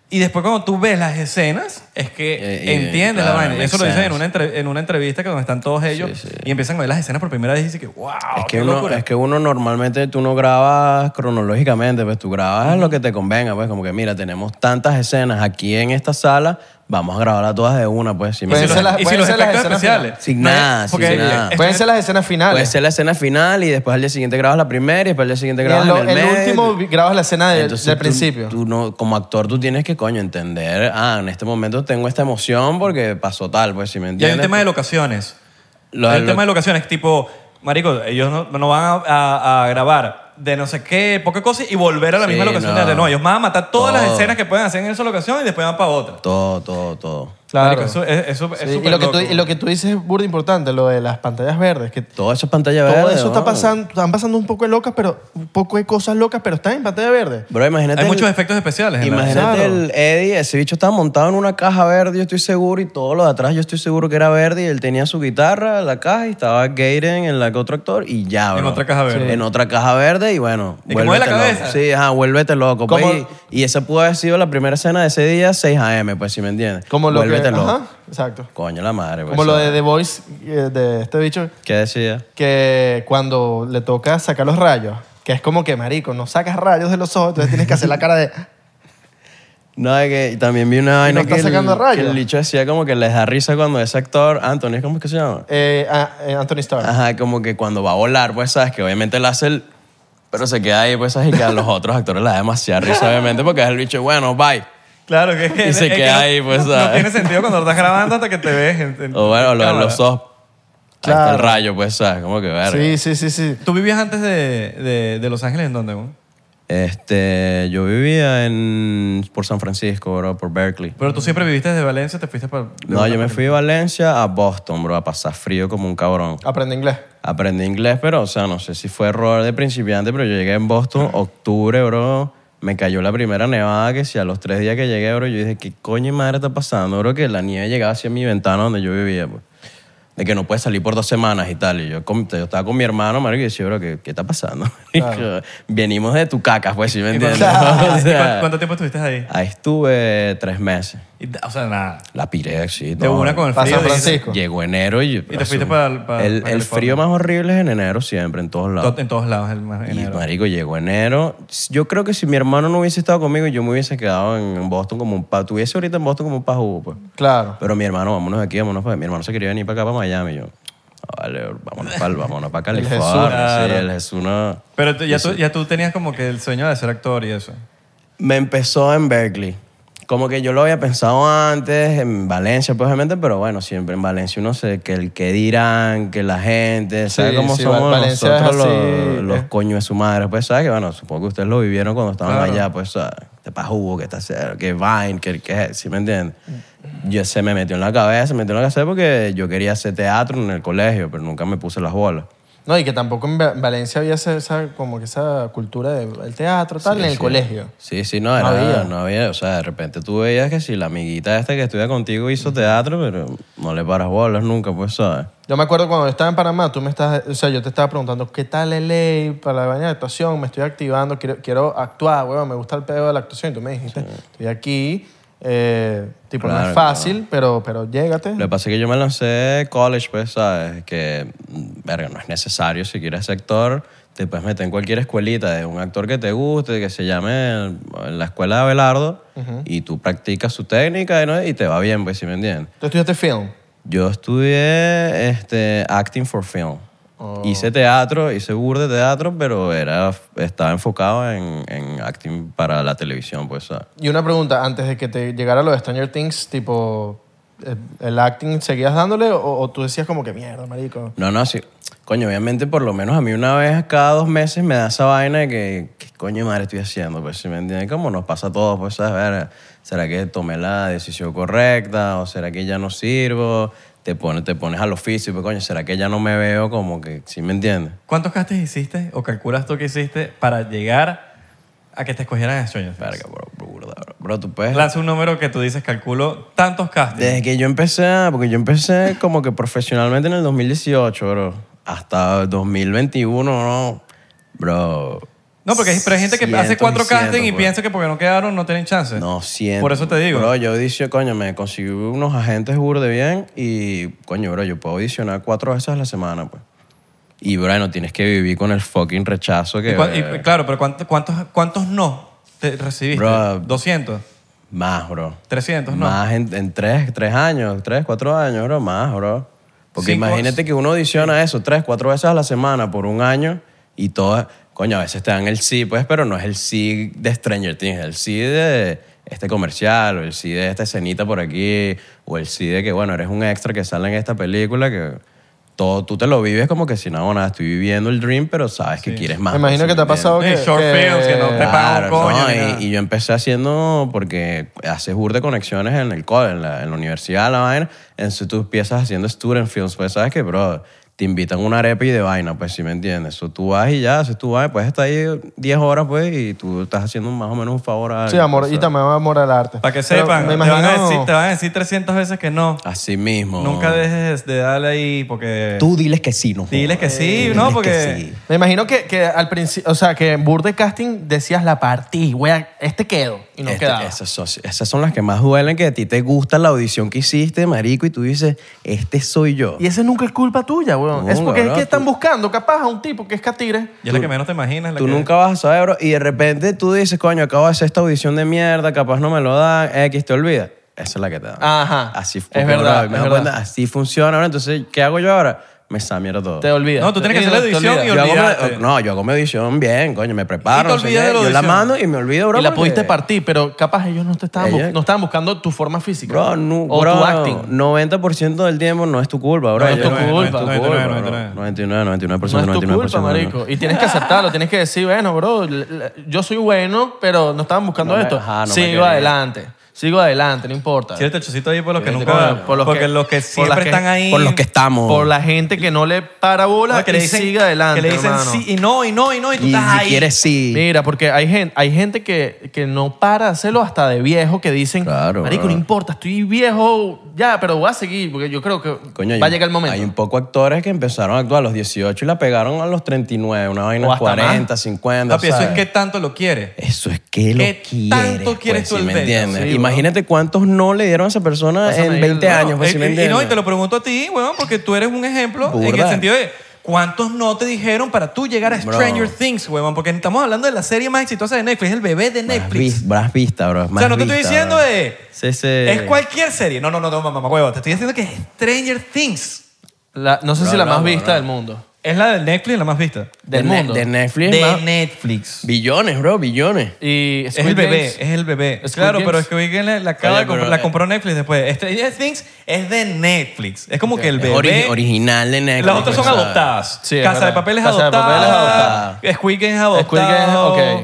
Speaker 2: Y después cuando tú ves las escenas, es que
Speaker 1: Eh, eh,
Speaker 2: entiendes
Speaker 1: claro,
Speaker 2: la vaina.
Speaker 1: makes
Speaker 2: Eso lo dicen en
Speaker 1: sense.
Speaker 2: una, entre- en una entrevista que donde están todos ellos
Speaker 1: sí.
Speaker 2: y empiezan a ver las escenas por primera vez y dicen que, wow,
Speaker 1: Es que,
Speaker 2: Ah, qué
Speaker 1: uno,
Speaker 2: locura".
Speaker 1: es que uno normalmente tú no grabas cronológicamente, pues tú grabas lo que te convenga, pues como que mira, tenemos tantas escenas aquí en esta sala, vamos a grabarlas todas de una, pues si me-
Speaker 3: Pueden
Speaker 2: Y si
Speaker 3: ser
Speaker 2: los- y
Speaker 3: las-
Speaker 2: si
Speaker 3: pueden
Speaker 2: los
Speaker 3: ser las
Speaker 2: efectos
Speaker 3: escenas
Speaker 2: especiales.
Speaker 1: Sin
Speaker 2: No es-
Speaker 1: nada, sin
Speaker 2: porque-
Speaker 1: nada.
Speaker 2: eh,
Speaker 3: Pueden ser las escenas finales.
Speaker 1: puede ser la escena final y después al día siguiente grabas la primera y después al día siguiente
Speaker 3: Y
Speaker 1: grabas
Speaker 3: en lo-
Speaker 1: en el,
Speaker 3: el
Speaker 1: medio.
Speaker 3: último vi- grabas la escena del,
Speaker 1: Entonces,
Speaker 3: del
Speaker 1: tú-
Speaker 3: principio.
Speaker 1: Tú no, como actor tú tienes que, coño, entender, ah, en este momento tengo esta emoción porque pasó tal, pues si me
Speaker 2: Y hay
Speaker 1: entiendes.
Speaker 2: un tema de locaciones.
Speaker 1: Lo-
Speaker 2: hay un
Speaker 1: lo-
Speaker 2: tema de locaciones, tipo, marico, ellos no, no van a, a- a grabar de no sé qué, poca cosa y volver a la
Speaker 1: Sí,
Speaker 2: misma locación.
Speaker 1: no.
Speaker 2: No. no, ellos van a matar todas las
Speaker 1: Todo.
Speaker 2: escenas que pueden hacer en esa locación y después van para otra.
Speaker 1: Todo, todo, todo.
Speaker 3: Claro.
Speaker 2: Marico, eso es, eso es
Speaker 3: Sí, y,
Speaker 2: súper
Speaker 3: lo que tú,
Speaker 2: loco.
Speaker 3: y lo que tú dices es burda importante, lo de las pantallas verdes. Que
Speaker 1: Todo eso es pantalla verde.
Speaker 3: todo eso está
Speaker 1: ¿no?
Speaker 3: pasando, están pasando un poco de locas, pero un poco de cosas locas, pero están en pantalla verde.
Speaker 1: Bro, imagínate.
Speaker 2: Hay
Speaker 1: el-
Speaker 2: muchos efectos especiales. en la-
Speaker 1: Imagínate
Speaker 3: Claro.
Speaker 1: el Eddie, ese bicho estaba montado en una caja verde, yo estoy seguro, y todo lo de atrás yo estoy seguro que era verde, y él tenía su guitarra, la caja, y estaba Gaten en la que otro actor, y ya,
Speaker 2: En
Speaker 1: bro.
Speaker 2: otra caja verde.
Speaker 1: En otra caja verde, y bueno,
Speaker 2: Y que mueve la
Speaker 1: vuélvete loco.
Speaker 2: cabeza.
Speaker 1: Sí, ajá, vuélvete loco. pues,
Speaker 3: Como-
Speaker 1: y, y esa pudo haber sido la primera escena de ese día, 6 a.m., pues, si me entiendes.
Speaker 3: Como lo
Speaker 1: vuélvete
Speaker 3: que,
Speaker 1: loco.
Speaker 3: Ajá, exacto.
Speaker 1: Coño, la madre, pues,
Speaker 3: Como lo
Speaker 1: ¿sabes?
Speaker 3: de The Voice, eh, de este bicho,
Speaker 1: ¿Qué decía?
Speaker 3: que cuando le toca sacar los rayos, que es como que, marico, no sacas rayos de los ojos, entonces tienes que hacer la cara de...
Speaker 1: No, es que también vi una vaina
Speaker 3: no está
Speaker 1: que,
Speaker 3: sacando
Speaker 1: el, que
Speaker 3: rayos.
Speaker 1: el bicho decía como que les da risa cuando ese actor, Anthony, ¿cómo es que se llama?
Speaker 3: eh, ah, eh, Anthony Starr.
Speaker 1: Ajá, como que cuando va a volar, pues sabes que obviamente él hace el. Pero se queda ahí, pues, sabes y que a los otros actores les da demasiada risa, obviamente, porque es el bicho, bueno, bye.
Speaker 2: Claro que es que-
Speaker 1: Y se
Speaker 2: es que
Speaker 1: queda
Speaker 2: no-
Speaker 1: ahí, pues,
Speaker 2: no- No
Speaker 1: ¿sabes?
Speaker 2: tiene sentido cuando lo estás grabando hasta que te ves. en- en-
Speaker 1: O bueno,
Speaker 2: en
Speaker 1: lo-
Speaker 2: cámara.
Speaker 1: los ojos. Ahí está
Speaker 3: Claro.
Speaker 1: el rayo, pues, sabes, como que verga.
Speaker 3: Sí, sí, sí, sí.
Speaker 2: ¿Tú vivías antes de, de- de Los Ángeles en dónde? güey?
Speaker 1: Este, yo vivía en. por San Francisco, bro, por Berkeley.
Speaker 2: Pero tú siempre viviste desde Valencia, te fuiste para...
Speaker 1: No, yo me fui a Valencia, a Boston, bro, a pasar frío como un cabrón.
Speaker 3: Aprende inglés.
Speaker 1: Aprendí inglés, pero, o sea, no sé si fue error de principiante, pero yo llegué en Boston, octubre, bro. Me cayó la primera nevada que si a los tres días que llegué, bro, yo dije, ¿qué coño de madre está pasando, bro? Que la nieve llegaba hacia mi ventana donde yo vivía, pues. De que no puedes salir por dos semanas y tal. Y yo, con- yo estaba con mi hermano, marico, y decía, bro, ¿qué, qué está pasando? Venimos de tu cacas, pues, si me
Speaker 2: ¿Y
Speaker 1: entiendes.
Speaker 2: cuánto,
Speaker 1: O
Speaker 2: ¿y
Speaker 1: sea,
Speaker 2: cuánto- cuánto tiempo estuviste ahí?
Speaker 1: ahí estuve tres meses.
Speaker 2: Y da- o sea, nada.
Speaker 1: La piré, sí.
Speaker 2: De
Speaker 1: no,
Speaker 2: una con el
Speaker 3: Para
Speaker 2: frío.
Speaker 3: San
Speaker 2: dices,
Speaker 3: Francisco.
Speaker 1: Llegó enero y...
Speaker 2: Y te fuiste para- para-
Speaker 1: el, el
Speaker 2: para California.
Speaker 1: frío más horrible es en enero siempre, en todos lados.
Speaker 2: to- En todos lados, el más
Speaker 1: Y
Speaker 2: enero.
Speaker 1: marico, llegó enero. Yo creo que si mi hermano no hubiese estado conmigo, yo me hubiese quedado en en Boston como un pa... Tuviese ahorita en Boston como un pajugo, pues.
Speaker 3: Claro.
Speaker 1: Pero mi hermano, vámonos de aquí, vámonos para... Mi hermano se quería venir para acá, para Miami. y Yo, "Ah, vale, vámonos para vámonos pa California.
Speaker 3: Jesús,
Speaker 1: Sí,
Speaker 2: claro.
Speaker 1: el Jesús no...
Speaker 2: Pero tú- ya, tú, ya tú tenías como que el sueño de ser actor y eso.
Speaker 1: Me empezó en Berkeley. Como que yo lo había pensado antes, en Valencia, pues obviamente, pero bueno, siempre en Valencia uno sé que el que dirán, que la gente, ¿sabes
Speaker 3: Sí,
Speaker 1: cómo
Speaker 3: sí,
Speaker 1: somos
Speaker 3: Val- Valencia es
Speaker 1: nosotros
Speaker 3: así,
Speaker 1: los, los
Speaker 3: eh.
Speaker 1: coños de su madre? Pues sabes que, bueno, supongo que ustedes lo vivieron cuando estaban
Speaker 2: Claro.
Speaker 1: allá, pues, ¿sabes? Que pajugo, que está cero, que Vine, que, que, ¿sí me entiendes? Yo se me metió en la cabeza, se me metió en la cabeza porque yo quería hacer teatro en el colegio, pero nunca me puse las bolas.
Speaker 3: No, y que tampoco en Va- Valencia había esa, esa- como que esa cultura del teatro, tal, en el
Speaker 1: sí.
Speaker 3: colegio.
Speaker 1: Sí, sí, no, era, no, había. O sea, de repente tú veías que si la amiguita esta que estudia contigo hizo teatro, pero no le paras bolas nunca, pues, ¿sabes?
Speaker 3: Yo me acuerdo cuando estaba en Panamá, tú me estás, o sea, yo te estaba preguntando, ¿qué tal es ley para la vaina de actuación? Me estoy activando, quiero, quiero actuar, weón, me gusta el pedo de la actuación. Y tú me dijiste, estoy aquí, eh, tipo, no
Speaker 1: Claro,
Speaker 3: es fácil, pero, pero llégate.
Speaker 1: Lo que pasa es que yo me lancé college, pues, ¿sabes? Que, mm, verga, no es necesario si quieres ser actor. Te puedes meter en cualquier escuelita de un actor que te guste, que se llame en la escuela de Abelardo, y tú practicas su técnica ¿no? y te va bien, pues, si me entiendes?
Speaker 3: Tú estudiaste film.
Speaker 1: Yo estudié este, acting for film. Hice teatro, hice burda de teatro, pero era, estaba enfocado en, en acting para la televisión, pues. ¿sabes?
Speaker 3: Y una pregunta, antes de que te llegara lo de Stranger Things, tipo, eh, el acting seguías dándole o, o tú decías como que mierda, marico?
Speaker 1: No, no, sí. Coño, obviamente, por lo menos a mí una vez cada dos meses me da esa vaina de que, ¿qué coño de madre estoy haciendo? Pues, si me entiendes? Como nos pasa a todos, pues, ¿sabes? Ver, ¿Será que tomé la decisión correcta? ¿O será que ya no sirvo? Te pones, te pones al oficio, pues, coño, ¿será que ya no me veo como que, ¿sí me entiendes?
Speaker 2: ¿Cuántos castings hiciste o calculas tú que hiciste para llegar a que te escogieran en Stranger Things?
Speaker 1: Verga, bro, bro, burda, bro. Bro, tú puedes...
Speaker 2: Lanza un número que tú dices, calculo tantos castings.
Speaker 1: Desde que yo empecé, a- porque yo empecé como que profesionalmente en el 2018, bro. Hasta el 2021, no. Bro.
Speaker 2: No, porque hay, pero hay gente que
Speaker 1: Cientos
Speaker 2: hace
Speaker 1: y
Speaker 2: cuatro
Speaker 1: cientos,
Speaker 2: castings y
Speaker 1: bro.
Speaker 2: piensa que porque no quedaron no tienen chance.
Speaker 1: pues. No, siento.
Speaker 2: Por eso te digo.
Speaker 1: Bro, yo audicioné, coño, me conseguí unos agentes burde bien y, coño, bro, yo puedo audicionar cuatro veces a la semana, pues. Y, bro, no tienes que vivir con el fucking rechazo
Speaker 2: Y
Speaker 1: que...
Speaker 2: cua- y- claro, pero ¿cuánto- ¿cuántos, cuántos no te recibiste?
Speaker 1: Bro.
Speaker 2: ¿200?
Speaker 1: Más, bro.
Speaker 2: ¿300? No.
Speaker 1: Más en, en tres, tres años, tres, cuatro años, bro, más, bro. Porque
Speaker 2: Cinco-
Speaker 1: imagínate que uno audiciona eso tres, cuatro veces a la semana por un año y todas, coño, a veces te dan el sí, pues, pero no es el sí de Stranger Things, es el sí de este comercial o el sí de esta escenita por aquí o el sí de que, bueno, eres un extra que sale en esta película que todo tú te lo vives como que si no, nada, estoy viviendo el dream, pero sabes que quieres más.
Speaker 3: Me imagino
Speaker 1: ¿sí
Speaker 3: que te ha
Speaker 1: entiendes?
Speaker 3: pasado
Speaker 2: Sí,
Speaker 3: que...
Speaker 2: short films, que no te pagan un coño
Speaker 1: no,
Speaker 2: ni
Speaker 1: y-
Speaker 2: nada.
Speaker 1: y, yo empecé haciendo, porque haces burda de conexiones en el cole, en la, en la universidad, la vaina. Entonces tú empiezas haciendo student films, pues sabes que, bro, te invitan a una arepa y de vaina, pues si me entiendes. Eso tú vas y ya, haces tu vaina, pues estás ahí 10 horas, pues, y tú estás haciendo más o menos un favor a
Speaker 3: Sí,
Speaker 1: alguien,
Speaker 3: amor,
Speaker 1: pues,
Speaker 3: y
Speaker 1: ¿sabes?
Speaker 3: también amor al arte.
Speaker 2: Para que
Speaker 3: Pero
Speaker 2: sepan,
Speaker 3: me
Speaker 2: te, van a
Speaker 3: imagino-
Speaker 2: decir, te van a decir 300 veces que no.
Speaker 1: Así mismo.
Speaker 2: Nunca dejes de darle ahí porque...
Speaker 1: Tú diles que sí, no.
Speaker 2: Diles
Speaker 1: jodas.
Speaker 2: que sí,
Speaker 1: Diles
Speaker 2: ¿no?
Speaker 1: que
Speaker 2: Porque...
Speaker 1: sí.
Speaker 3: Me imagino que, que al principio, o sea, que en Burde Casting decías la partí, wea, este quedo y no
Speaker 1: Este-
Speaker 3: quedaba.
Speaker 1: esas, son, esas son las que más duelen, que a ti te gusta la audición que hiciste, marico, y tú dices, este soy yo.
Speaker 3: Y ese nunca es culpa tuya, weón.
Speaker 1: No,
Speaker 3: es porque es
Speaker 1: bro,
Speaker 3: que están
Speaker 1: tú-
Speaker 3: buscando capaz a un tipo que es catire.
Speaker 2: Y es la que menos te imaginas. la
Speaker 1: Tú
Speaker 2: que-
Speaker 1: nunca vas a saber, bro. Y de repente tú dices, coño, acabo de hacer esta audición de mierda, capaz no me lo dan, X, te olvida. Esa es la que te dan.
Speaker 3: Ajá.
Speaker 1: Así
Speaker 3: Es
Speaker 1: porque,
Speaker 3: verdad,
Speaker 1: bro, me
Speaker 3: es
Speaker 1: doy
Speaker 3: verdad.
Speaker 1: cuenta, así funciona. Bro. Entonces, ¿qué hago yo ahora? Me está mierda todo.
Speaker 3: Te olvidas.
Speaker 2: No, tú tienes que
Speaker 3: Te-
Speaker 2: hacer la
Speaker 3: te
Speaker 2: edición
Speaker 3: olvidas.
Speaker 2: y
Speaker 1: Yo hago mi-
Speaker 2: olvidarte.
Speaker 1: no, yo hago mi audición bien, coño, me preparo.
Speaker 2: Y te
Speaker 1: no sé
Speaker 2: olvidas
Speaker 1: qué.
Speaker 2: de la
Speaker 1: yo la
Speaker 2: audición.
Speaker 1: mando y me olvido, bro.
Speaker 3: y la
Speaker 1: porque-
Speaker 3: pudiste partir, pero capaz ellos no te estaban, bu-
Speaker 1: Ella-
Speaker 3: no estaban buscando tu forma física
Speaker 1: Bro, no,
Speaker 3: o
Speaker 1: bro,
Speaker 3: tu acting.
Speaker 1: 90% del tiempo no es tu culpa, bro.
Speaker 3: No es tu
Speaker 1: Yo-
Speaker 3: culpa.
Speaker 1: No es tu culpa,
Speaker 2: 99,
Speaker 1: bro. 99,
Speaker 2: 99.
Speaker 1: 99%,
Speaker 3: No es tu
Speaker 1: 99%.
Speaker 3: culpa, marico. Y tienes que aceptarlo, tienes que decir, bueno, bro, l- l- yo soy bueno, pero no estaban buscando
Speaker 1: No me-
Speaker 3: esto.
Speaker 1: ajá, no me
Speaker 3: sigo
Speaker 1: quería.
Speaker 3: adelante, sigo adelante, no importa.
Speaker 2: Tira el techocito ahí por los que
Speaker 3: Tira el
Speaker 2: nunca...
Speaker 3: techocito. Por los
Speaker 2: porque
Speaker 3: que-
Speaker 2: los que
Speaker 3: por
Speaker 2: siempre
Speaker 3: las que-
Speaker 2: están ahí...
Speaker 1: Por los que estamos.
Speaker 3: Por la gente que no le para bola
Speaker 2: No, que
Speaker 3: y
Speaker 2: le dicen,
Speaker 3: sigue adelante,
Speaker 2: Que le dicen
Speaker 3: hermano.
Speaker 2: sí y no, y no, y no, y tú
Speaker 1: Y
Speaker 2: estás
Speaker 1: si
Speaker 2: ahí.
Speaker 1: quieres, sí.
Speaker 3: Mira, porque hay gente, hay gente que, que no para de hacerlo hasta de viejo, que dicen,
Speaker 1: Claro,
Speaker 3: marico,
Speaker 1: bro.
Speaker 3: no importa, estoy viejo, ya, pero voy a seguir, porque yo creo que
Speaker 1: Coño, hay
Speaker 3: va a
Speaker 1: un-
Speaker 3: llegar el momento.
Speaker 1: Hay un poco actores que empezaron a actuar a los 18 y la pegaron a los 39, una vaina
Speaker 3: O hasta
Speaker 1: 40,
Speaker 3: más.
Speaker 1: 50.
Speaker 2: Papi, eso es
Speaker 1: ¿sabes?
Speaker 2: que tanto lo quieres.
Speaker 1: Eso es que lo
Speaker 2: ¿Qué
Speaker 1: quieres.
Speaker 2: tanto quieres
Speaker 1: pues,
Speaker 2: tú
Speaker 1: ¿sí
Speaker 2: el
Speaker 1: me
Speaker 2: beso?
Speaker 1: entiendes?
Speaker 3: Sí, bro.
Speaker 1: Imagínate cuántos no le dieron a esa persona
Speaker 3: Pásame ahí
Speaker 1: en
Speaker 3: el-
Speaker 1: 20
Speaker 3: no,
Speaker 1: años, pues,
Speaker 2: Eh,
Speaker 1: ¿sí me
Speaker 2: y, y
Speaker 1: entiendes?
Speaker 2: no, y te lo pregunto a ti, weón, porque tú eres un ejemplo en el
Speaker 1: Burda.
Speaker 2: sentido de cuántos no te dijeron para tú llegar a
Speaker 1: Bro.
Speaker 2: Stranger Things, weón, porque estamos hablando de la serie más exitosa de Netflix, el bebé de
Speaker 1: Más
Speaker 2: Netflix.
Speaker 1: vis- Más vista, bro.
Speaker 2: O sea, no te estoy diciendo de...
Speaker 1: Sí, sí.
Speaker 2: Es cualquier serie. No, no, no, no, mamá, huevo. Te estoy diciendo que es Stranger Things.
Speaker 3: La- no sé
Speaker 1: Bro,
Speaker 3: si la
Speaker 1: no,
Speaker 3: más
Speaker 1: bro,
Speaker 3: vista
Speaker 1: no.
Speaker 3: del mundo.
Speaker 2: Es la de Netflix la más vista.
Speaker 1: De
Speaker 3: Del
Speaker 1: ne-
Speaker 3: mundo.
Speaker 1: De Netflix.
Speaker 2: de
Speaker 1: más-
Speaker 2: Netflix.
Speaker 1: Billones, bro, billones.
Speaker 3: Y
Speaker 2: Es
Speaker 3: Squid
Speaker 2: el bebé,
Speaker 3: Games.
Speaker 2: es el bebé.
Speaker 3: Squid
Speaker 2: claro, pero
Speaker 3: Games.
Speaker 2: es que hoy que la, la acaba de
Speaker 1: Oye, pero,
Speaker 2: comprar- la
Speaker 1: eh,
Speaker 2: compró Netflix después. Stranger Things es de Netflix. Es como que el
Speaker 1: Es ori-
Speaker 2: bebé...
Speaker 1: original de Netflix.
Speaker 2: Las otras son
Speaker 1: ¿sabes?
Speaker 2: adoptadas.
Speaker 3: Sí, es
Speaker 2: Casa de
Speaker 3: verdad.
Speaker 2: Papel es
Speaker 3: Casa de
Speaker 2: adoptada.
Speaker 3: Papel es
Speaker 2: Squid Game es
Speaker 3: Squid Game es-
Speaker 2: adoptado.
Speaker 3: ok.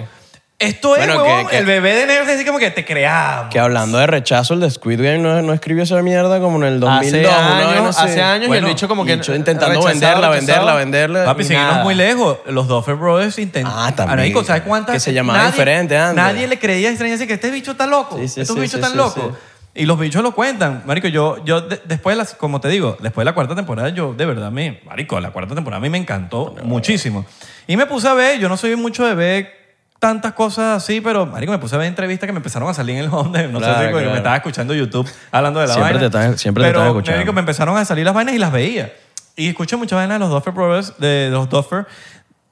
Speaker 2: Esto es,
Speaker 1: Bueno,
Speaker 2: huevón,
Speaker 1: que- que-
Speaker 2: el bebé de Netflix así como que te creamos.
Speaker 1: Que hablando de rechazo, el de Squid Game no, no escribió esa mierda como en el 2002.
Speaker 3: Hace
Speaker 1: una
Speaker 3: años,
Speaker 1: vaina así.
Speaker 3: hace años
Speaker 1: Bueno,
Speaker 3: y el bicho como
Speaker 1: y
Speaker 3: que...
Speaker 1: el bicho intentando
Speaker 3: rechazado,
Speaker 1: venderla, venderla,
Speaker 3: rechazado.
Speaker 1: venderla.
Speaker 2: Papi,
Speaker 3: y
Speaker 2: seguimos
Speaker 3: nada.
Speaker 2: muy lejos. Los Duffer Brothers intentan.
Speaker 1: Ah, también.
Speaker 2: Marico, ¿sabes cuántas?
Speaker 1: Que se llamaba diferente antes.
Speaker 2: Nadie le creía a Stranger Things que este bicho está loco.
Speaker 1: Sí, sí,
Speaker 2: Estos
Speaker 1: sí,
Speaker 2: bichos
Speaker 1: sí,
Speaker 2: están
Speaker 1: sí,
Speaker 2: locos.
Speaker 1: sí.
Speaker 2: Y los bichos lo cuentan. Marico, yo, yo de- después, de las, como te digo, después de la cuarta temporada, yo de verdad, me, marico, la cuarta temporada a mí me encantó muchísimo. Y me puse a ver, yo no soy mucho de ver tantas cosas así, pero marico, me puse a ver entrevistas que me empezaron a salir en el onda. No sé
Speaker 1: Claro,
Speaker 2: si porque
Speaker 1: claro.
Speaker 2: me estaba escuchando YouTube hablando de la
Speaker 1: Siempre
Speaker 2: vaina.
Speaker 1: te estás- siempre te
Speaker 2: pero,
Speaker 1: estás escuchando.
Speaker 2: marico, me empezaron a salir las vainas y las veía. Y escuché muchas vainas de los Duffer Brothers, de los Duffer.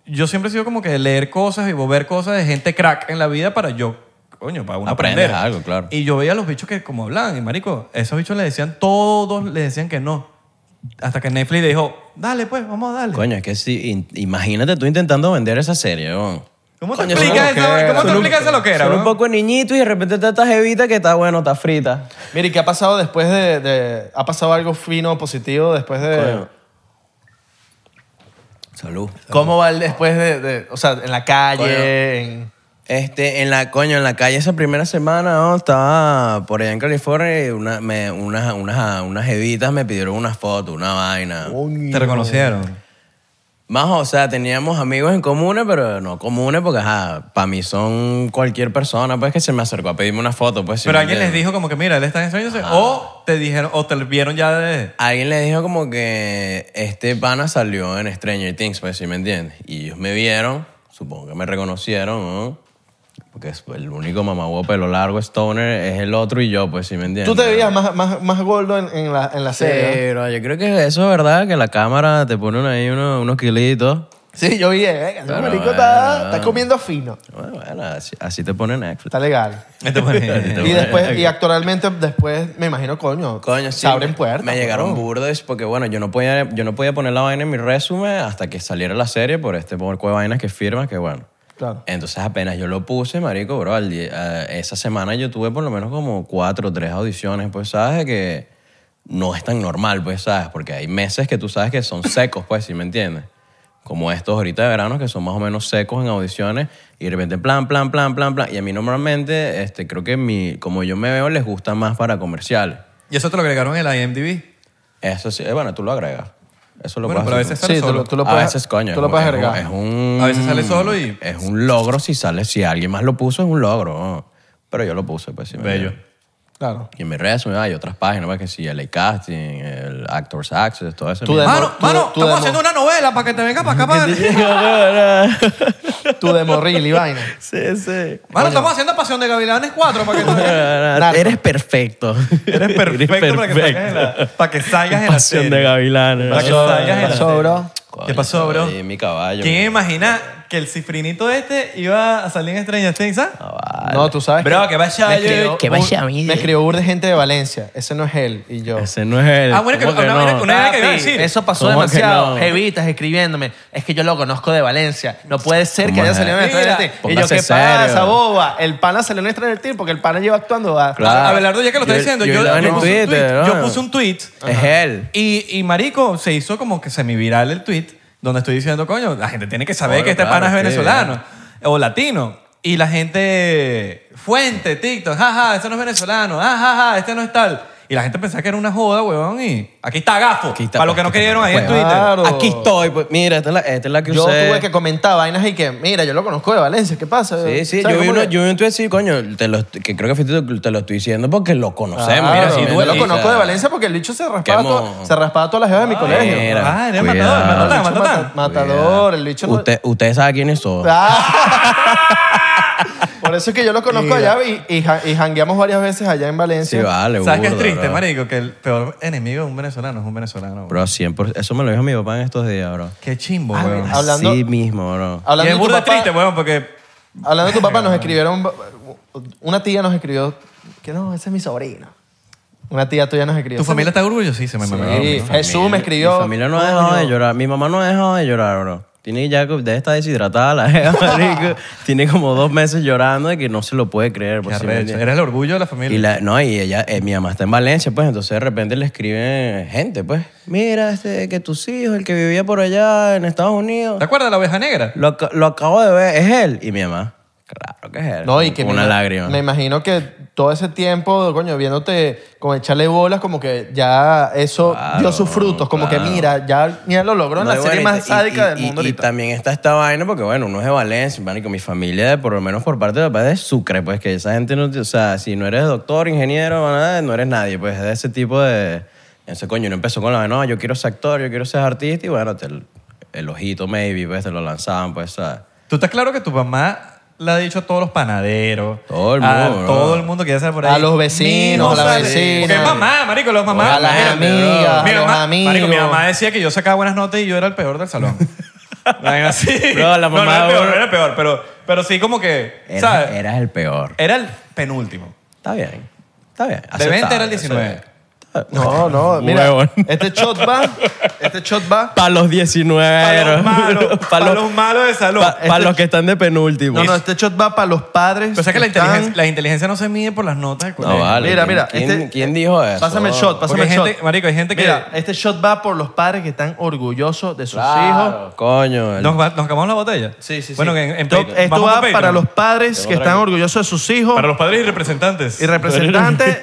Speaker 2: Yo siempre he sido como que de leer cosas y ver cosas de gente crack en la vida para yo, coño, para uno
Speaker 1: Aprendes
Speaker 2: aprender.
Speaker 1: algo, claro.
Speaker 2: Y yo veía a los bichos que como hablaban, y marico, esos bichos le decían, todos le decían que no. Hasta que Netflix dijo, dale pues, vamos a darle.
Speaker 1: Coño, es que sí. in- imagínate tú intentando vender esa serie, weón.
Speaker 2: ¿Cómo te
Speaker 1: Coño,
Speaker 2: explicas
Speaker 1: son
Speaker 2: eso? eh?
Speaker 1: loqueras.
Speaker 2: ¿Cómo te
Speaker 1: Son un-
Speaker 2: explicas esa loquera,
Speaker 1: Son
Speaker 2: bro?
Speaker 1: un poco de niñito y de repente está esta jevita que está, bueno, está frita.
Speaker 3: Mira, ¿y qué ha pasado después de, de- ¿Ha pasado algo fino, positivo después de...?
Speaker 1: Coño. Salud.
Speaker 3: ¿Cómo va el después de, de- O sea, en la calle, en...
Speaker 1: Este, en la, coño, en la calle esa primera semana, ¿no? estaba por allá en California y una, me- unas, unas, unas jevitas me pidieron una foto, una vaina.
Speaker 2: Te reconocieron.
Speaker 1: Más, o sea, teníamos amigos en comunes, pero no comunes porque, ajá, para mí son cualquier persona, pues que se me acercó a pedirme una foto, pues. si
Speaker 2: Pero
Speaker 1: me
Speaker 2: alguien les
Speaker 1: entiendes.
Speaker 2: dijo como que, mira, él está enseñándose.
Speaker 3: Ah.
Speaker 2: O te dijeron, o te vieron ya de...
Speaker 1: Alguien les dijo como que este pana salió en Stranger Things, pues, si me entiendes. Y ellos me vieron, supongo que me reconocieron, ¿no? Porque es- el único mamagüo pelo largo, Stoner, es el otro y yo, pues, si me entiendes.
Speaker 3: Tú te veías más, más, más gordo en, en la, en la serie.
Speaker 1: Pero yo creo que eso es verdad, que la cámara te pone ahí unos, unos kilitos.
Speaker 3: Sí, yo vi, eh, ese
Speaker 1: Pero
Speaker 3: marico
Speaker 1: bueno.
Speaker 3: está, está comiendo fino.
Speaker 1: Bueno, bueno, así, así te pone Netflix.
Speaker 3: Está legal.
Speaker 2: Este pone-
Speaker 3: Y después, y actualmente después, me imagino, coño,
Speaker 1: Coño, sí.
Speaker 3: se abren
Speaker 1: me-
Speaker 3: puertas.
Speaker 1: Me llegaron
Speaker 3: ¿no?
Speaker 1: burdes porque, bueno, yo no podía, yo no podía poner la vaina en mi resumen hasta que saliera la serie por este porco de vainas que firmas, que bueno.
Speaker 3: Claro.
Speaker 1: Entonces apenas yo lo puse, marico, bro, al día- a- esa semana yo tuve por lo menos como cuatro o tres audiciones, pues, ¿sabes? Que no es tan normal, pues, ¿sabes? Porque hay meses que tú sabes que son secos, pues, ¿sí me entiendes? Como estos ahorita de verano que son más o menos secos en audiciones y de repente plan, plan, plan, plan, plan. Y a mí normalmente, este, creo que mi, como yo me veo, les gusta más para comerciales.
Speaker 2: Y eso te lo agregaron en la IMDb.
Speaker 1: Eso sí, eh, bueno, tú lo agregas. Eso lo
Speaker 2: Bueno,
Speaker 1: puedes
Speaker 2: pero a
Speaker 1: hacer
Speaker 2: veces
Speaker 1: tú.
Speaker 2: sale
Speaker 3: Sí, tú
Speaker 2: solo.
Speaker 3: lo, tú lo
Speaker 1: a
Speaker 3: puedes,
Speaker 1: veces, coño.
Speaker 3: tú
Speaker 1: es
Speaker 3: lo
Speaker 1: un-
Speaker 3: puedes
Speaker 1: es un-
Speaker 3: agregar.
Speaker 1: Es un,
Speaker 2: A veces sale solo y-
Speaker 1: Es un logro si sale, si alguien más lo puso, es un logro. Pero yo lo puse, pues. sí, me-
Speaker 2: Bello.
Speaker 3: Claro.
Speaker 1: Y en mi resumen hay otras páginas, pues, que sí, el casting, el Actors Access, todo eso.
Speaker 3: Tú
Speaker 1: mierda.
Speaker 3: demo-
Speaker 2: Mano,
Speaker 3: tú-
Speaker 2: mano,
Speaker 3: tú
Speaker 2: estamos
Speaker 3: demo-
Speaker 2: haciendo una novela para que te venga para acá. Para...
Speaker 3: Tú de morril y vaina.
Speaker 1: sí, sí.
Speaker 2: Mano, estamos haciendo Pasión de Gavilanes 4 para que tú vengas.
Speaker 1: Eres perfecto.
Speaker 2: Eres perfecto, para que salgas en la, para que salgas en la
Speaker 1: Pasión
Speaker 2: serie.
Speaker 1: de gavilanes.
Speaker 2: Para que salgas en la
Speaker 3: pasó,
Speaker 2: serie.
Speaker 3: bro?
Speaker 2: ¿Qué pasó, bro?
Speaker 1: Y mi caballo.
Speaker 2: ¿Quién imagina que el cifrinito este iba a salir en Stranger Things? ah?
Speaker 3: No, tú sabes.
Speaker 2: Bro, que vaya
Speaker 3: me
Speaker 2: yo-
Speaker 3: escribió
Speaker 1: que
Speaker 3: bur-
Speaker 1: vaya a mí.
Speaker 3: Me escribió burde gente de Valencia. Ese no es él. Y yo.
Speaker 1: Ese no es él.
Speaker 2: Ah, bueno, que
Speaker 1: ¿Cómo
Speaker 2: una vaina- una vaina que iba a
Speaker 3: Papi,
Speaker 2: decir.
Speaker 3: Eso pasó
Speaker 1: ¿Cómo que
Speaker 3: demasiado.
Speaker 1: no?
Speaker 3: Jevitas escribiéndome. Es que yo lo conozco de Valencia. No puede ser que
Speaker 1: ¿Cómo
Speaker 3: haya
Speaker 1: es?
Speaker 3: salido en
Speaker 2: Mira,
Speaker 3: Stranger Things. Y yo,
Speaker 1: póngase
Speaker 3: ¿qué pasa,
Speaker 1: serio.
Speaker 3: boba? El pana salió en Stranger Things porque el pana lleva actuando. a-
Speaker 1: Claro.
Speaker 2: Abelardo, ya que lo está
Speaker 1: Yo-
Speaker 2: diciendo,
Speaker 1: yo
Speaker 2: yo,
Speaker 1: la vi
Speaker 2: yo
Speaker 1: en
Speaker 2: puse un
Speaker 1: Twitter,
Speaker 2: tweet, yo
Speaker 1: ¿no?
Speaker 2: puse un tweet
Speaker 1: Es él.
Speaker 2: y, y marico, se hizo como que semiviral el tweet donde estoy diciendo, coño, la gente tiene que saber
Speaker 1: Claro,
Speaker 2: que este
Speaker 1: claro,
Speaker 2: pana es
Speaker 1: sí,
Speaker 2: venezolano o latino. Y la gente, fuente, TikTok, jaja, este no es venezolano, jajaja, este no es tal. Y la gente pensaba que era una joda, huevón, y aquí está Gafo,
Speaker 1: Aquí está,
Speaker 2: para los que
Speaker 1: pues,
Speaker 2: no
Speaker 1: aquí
Speaker 2: creyeron ahí en
Speaker 1: está,
Speaker 2: Twitter.
Speaker 3: Claro.
Speaker 1: Aquí estoy, pues mira, esta es la, esta es la que
Speaker 3: Yo
Speaker 1: usé.
Speaker 3: tuve que comentar vainas y que, mira, yo lo conozco de Valencia. ¿Qué pasa?
Speaker 1: Sí, sí,
Speaker 3: ¿Sabes
Speaker 1: yo vi,
Speaker 3: cómo
Speaker 1: uno,
Speaker 3: que-
Speaker 1: yo vi un tweet así, coño, te lo, que creo que fuiste tú, te lo estoy diciendo porque lo conocemos.
Speaker 3: Claro,
Speaker 1: mira, si
Speaker 3: yo lo conozco de Valencia porque el bicho se raspaba,
Speaker 1: Qué
Speaker 3: todo-
Speaker 1: mo-
Speaker 3: se raspaba todas las jevas de mi colegio.
Speaker 1: mira.
Speaker 2: Ah, eres
Speaker 1: Cuidado.
Speaker 2: matador,
Speaker 3: El
Speaker 2: matador,
Speaker 3: bicho
Speaker 2: matador.
Speaker 3: mata- matador, el bicho. no-
Speaker 1: Usted, usted sabe quiénes son.
Speaker 3: Ah. Por eso es que yo lo conozco allá y, y, ja- y jangueamos varias veces allá en Valencia.
Speaker 1: Sí, vale,
Speaker 2: ¿Sabes qué es
Speaker 1: burda,
Speaker 2: triste,
Speaker 1: bro.
Speaker 2: marico? Que el peor enemigo de un venezolano es un venezolano. bro.
Speaker 1: Bro, 100%. Eso me lo dijo mi papá en estos días, bro.
Speaker 2: Qué chimbo, huevón.
Speaker 3: mira. Hablando- Ah,
Speaker 1: Así mismo, bro.
Speaker 2: Y
Speaker 3: Hablando
Speaker 2: es
Speaker 3: de tu
Speaker 2: burda
Speaker 3: papá-
Speaker 2: triste, huevón, porque
Speaker 3: Hablando de tu papá, nos escribieron. Una tía nos escribió. Que no, ese es mi sobrino. Una tía tuya nos escribió.
Speaker 2: tu
Speaker 3: "Ese es mi-
Speaker 2: familia está orgullosísima, me mamá.
Speaker 3: Sí, Jesús me escribió.
Speaker 1: Mi familia no ha dejado de llorar. Mi mamá no ha dejado de llorar, bro. Tiene ya, debe estar deshidratada la jeva, marico. Tiene como dos meses llorando de que no se lo puede creer.
Speaker 2: Qué
Speaker 1: por si me
Speaker 2: arrecho.
Speaker 1: entiendes.
Speaker 2: Eres el orgullo de la
Speaker 1: Y
Speaker 2: familia.
Speaker 1: la- no, y ella, eh, mi mamá está en Valencia, pues, entonces de repente le escriben gente, pues. Mira, este, que tus hijos, el que vivía por allá en Estados Unidos,
Speaker 2: ¿Te acuerdas de la oveja negra?
Speaker 1: lo, ac- lo acabo de ver, es él. Y mi mamá, claro que es él.
Speaker 3: No, y que
Speaker 1: Con Una
Speaker 3: me,
Speaker 1: lágrima.
Speaker 3: Me imagino que todo ese tiempo, coño, viéndote con echarle bolas, como que ya eso
Speaker 1: Claro,
Speaker 3: dio sus frutos. Como que mira, ya, mira lo logró en
Speaker 1: No,
Speaker 3: la
Speaker 1: y
Speaker 3: serie
Speaker 1: bueno,
Speaker 3: más
Speaker 1: y-
Speaker 3: sádica
Speaker 1: y-
Speaker 3: del
Speaker 1: y-
Speaker 3: mundo
Speaker 1: Y,
Speaker 3: ahorita.
Speaker 1: también está esta vaina, porque bueno, uno es de Valencia, man, y con mi familia, por lo menos por parte de papá, es de Sucre, pues que esa gente no. te- O sea, si no eres doctor, ingeniero, nada, no eres nadie, pues es de ese tipo de. Entonces, coño, uno empezó con la vaina, no, yo quiero ser actor, yo quiero ser artista, y bueno, te- el, el ojito, maybe, pues te lo lanzaban, pues, ¿sabes?
Speaker 2: Tú estás claro que tu mamá le ha dicho a todos los panaderos.
Speaker 1: Todo el
Speaker 2: a
Speaker 1: mundo, bro.
Speaker 2: todo el mundo que ya sale por ahí.
Speaker 3: A los vecinos,
Speaker 2: Mimo
Speaker 3: a la
Speaker 2: sale.
Speaker 3: vecina.
Speaker 2: Porque es mamá, marico, los mamás.
Speaker 3: A las
Speaker 2: imagínate, bro.
Speaker 3: amigas,
Speaker 2: Mi
Speaker 3: a los
Speaker 2: mamá-
Speaker 3: amigos.
Speaker 2: Marico, mi mamá decía que yo sacaba buenas notas y yo era el peor del salón. Vaina así.
Speaker 1: Bro, la
Speaker 2: No, no
Speaker 1: mamá,
Speaker 2: era el peor,
Speaker 1: bro.
Speaker 2: no era el peor, pero, pero sí como que,
Speaker 1: Eras,
Speaker 2: ¿sabes?
Speaker 1: eras el peor.
Speaker 2: Era el penúltimo.
Speaker 1: Está bien, está bien.
Speaker 2: De 20 era
Speaker 1: aceptable,
Speaker 2: el 19.
Speaker 1: o sea, Está
Speaker 3: No, no, mira,
Speaker 1: Huevón.
Speaker 3: este shot va, este shot va.
Speaker 1: Para los 19
Speaker 2: Para
Speaker 1: euros.
Speaker 2: los malos.
Speaker 1: Pa'
Speaker 2: Para
Speaker 1: los-
Speaker 2: los malos de salud.
Speaker 1: pa- pa' los que están de penúltimo.
Speaker 3: este No, no, este shot va para los padres.
Speaker 2: Pero o sea que la
Speaker 3: están-
Speaker 2: inteligencia, la inteligencia no se mide por las notas del colegio.
Speaker 1: No, vale.
Speaker 3: Mira,
Speaker 1: ¿Quién-
Speaker 3: mira,
Speaker 1: ¿Quién,
Speaker 3: este-
Speaker 1: quién dijo eso?
Speaker 3: Pásame el shot,
Speaker 2: Porque
Speaker 3: pásame
Speaker 2: hay
Speaker 3: el shot.
Speaker 2: gente, marico, hay gente que
Speaker 3: Mira, este shot va por los padres que están orgullosos de sus hijos.
Speaker 1: Claro, Coño. el-
Speaker 2: ¿Nos, va- nos acabamos la botella?
Speaker 3: Sí, sí, sí.
Speaker 2: Bueno, en, en
Speaker 3: Esto-
Speaker 2: Patreon.
Speaker 3: esto
Speaker 2: Vamos a
Speaker 3: va
Speaker 2: Patreon.
Speaker 3: para los padres que están orgullosos de sus hijos
Speaker 2: Para los padres y representantes.
Speaker 3: y representantes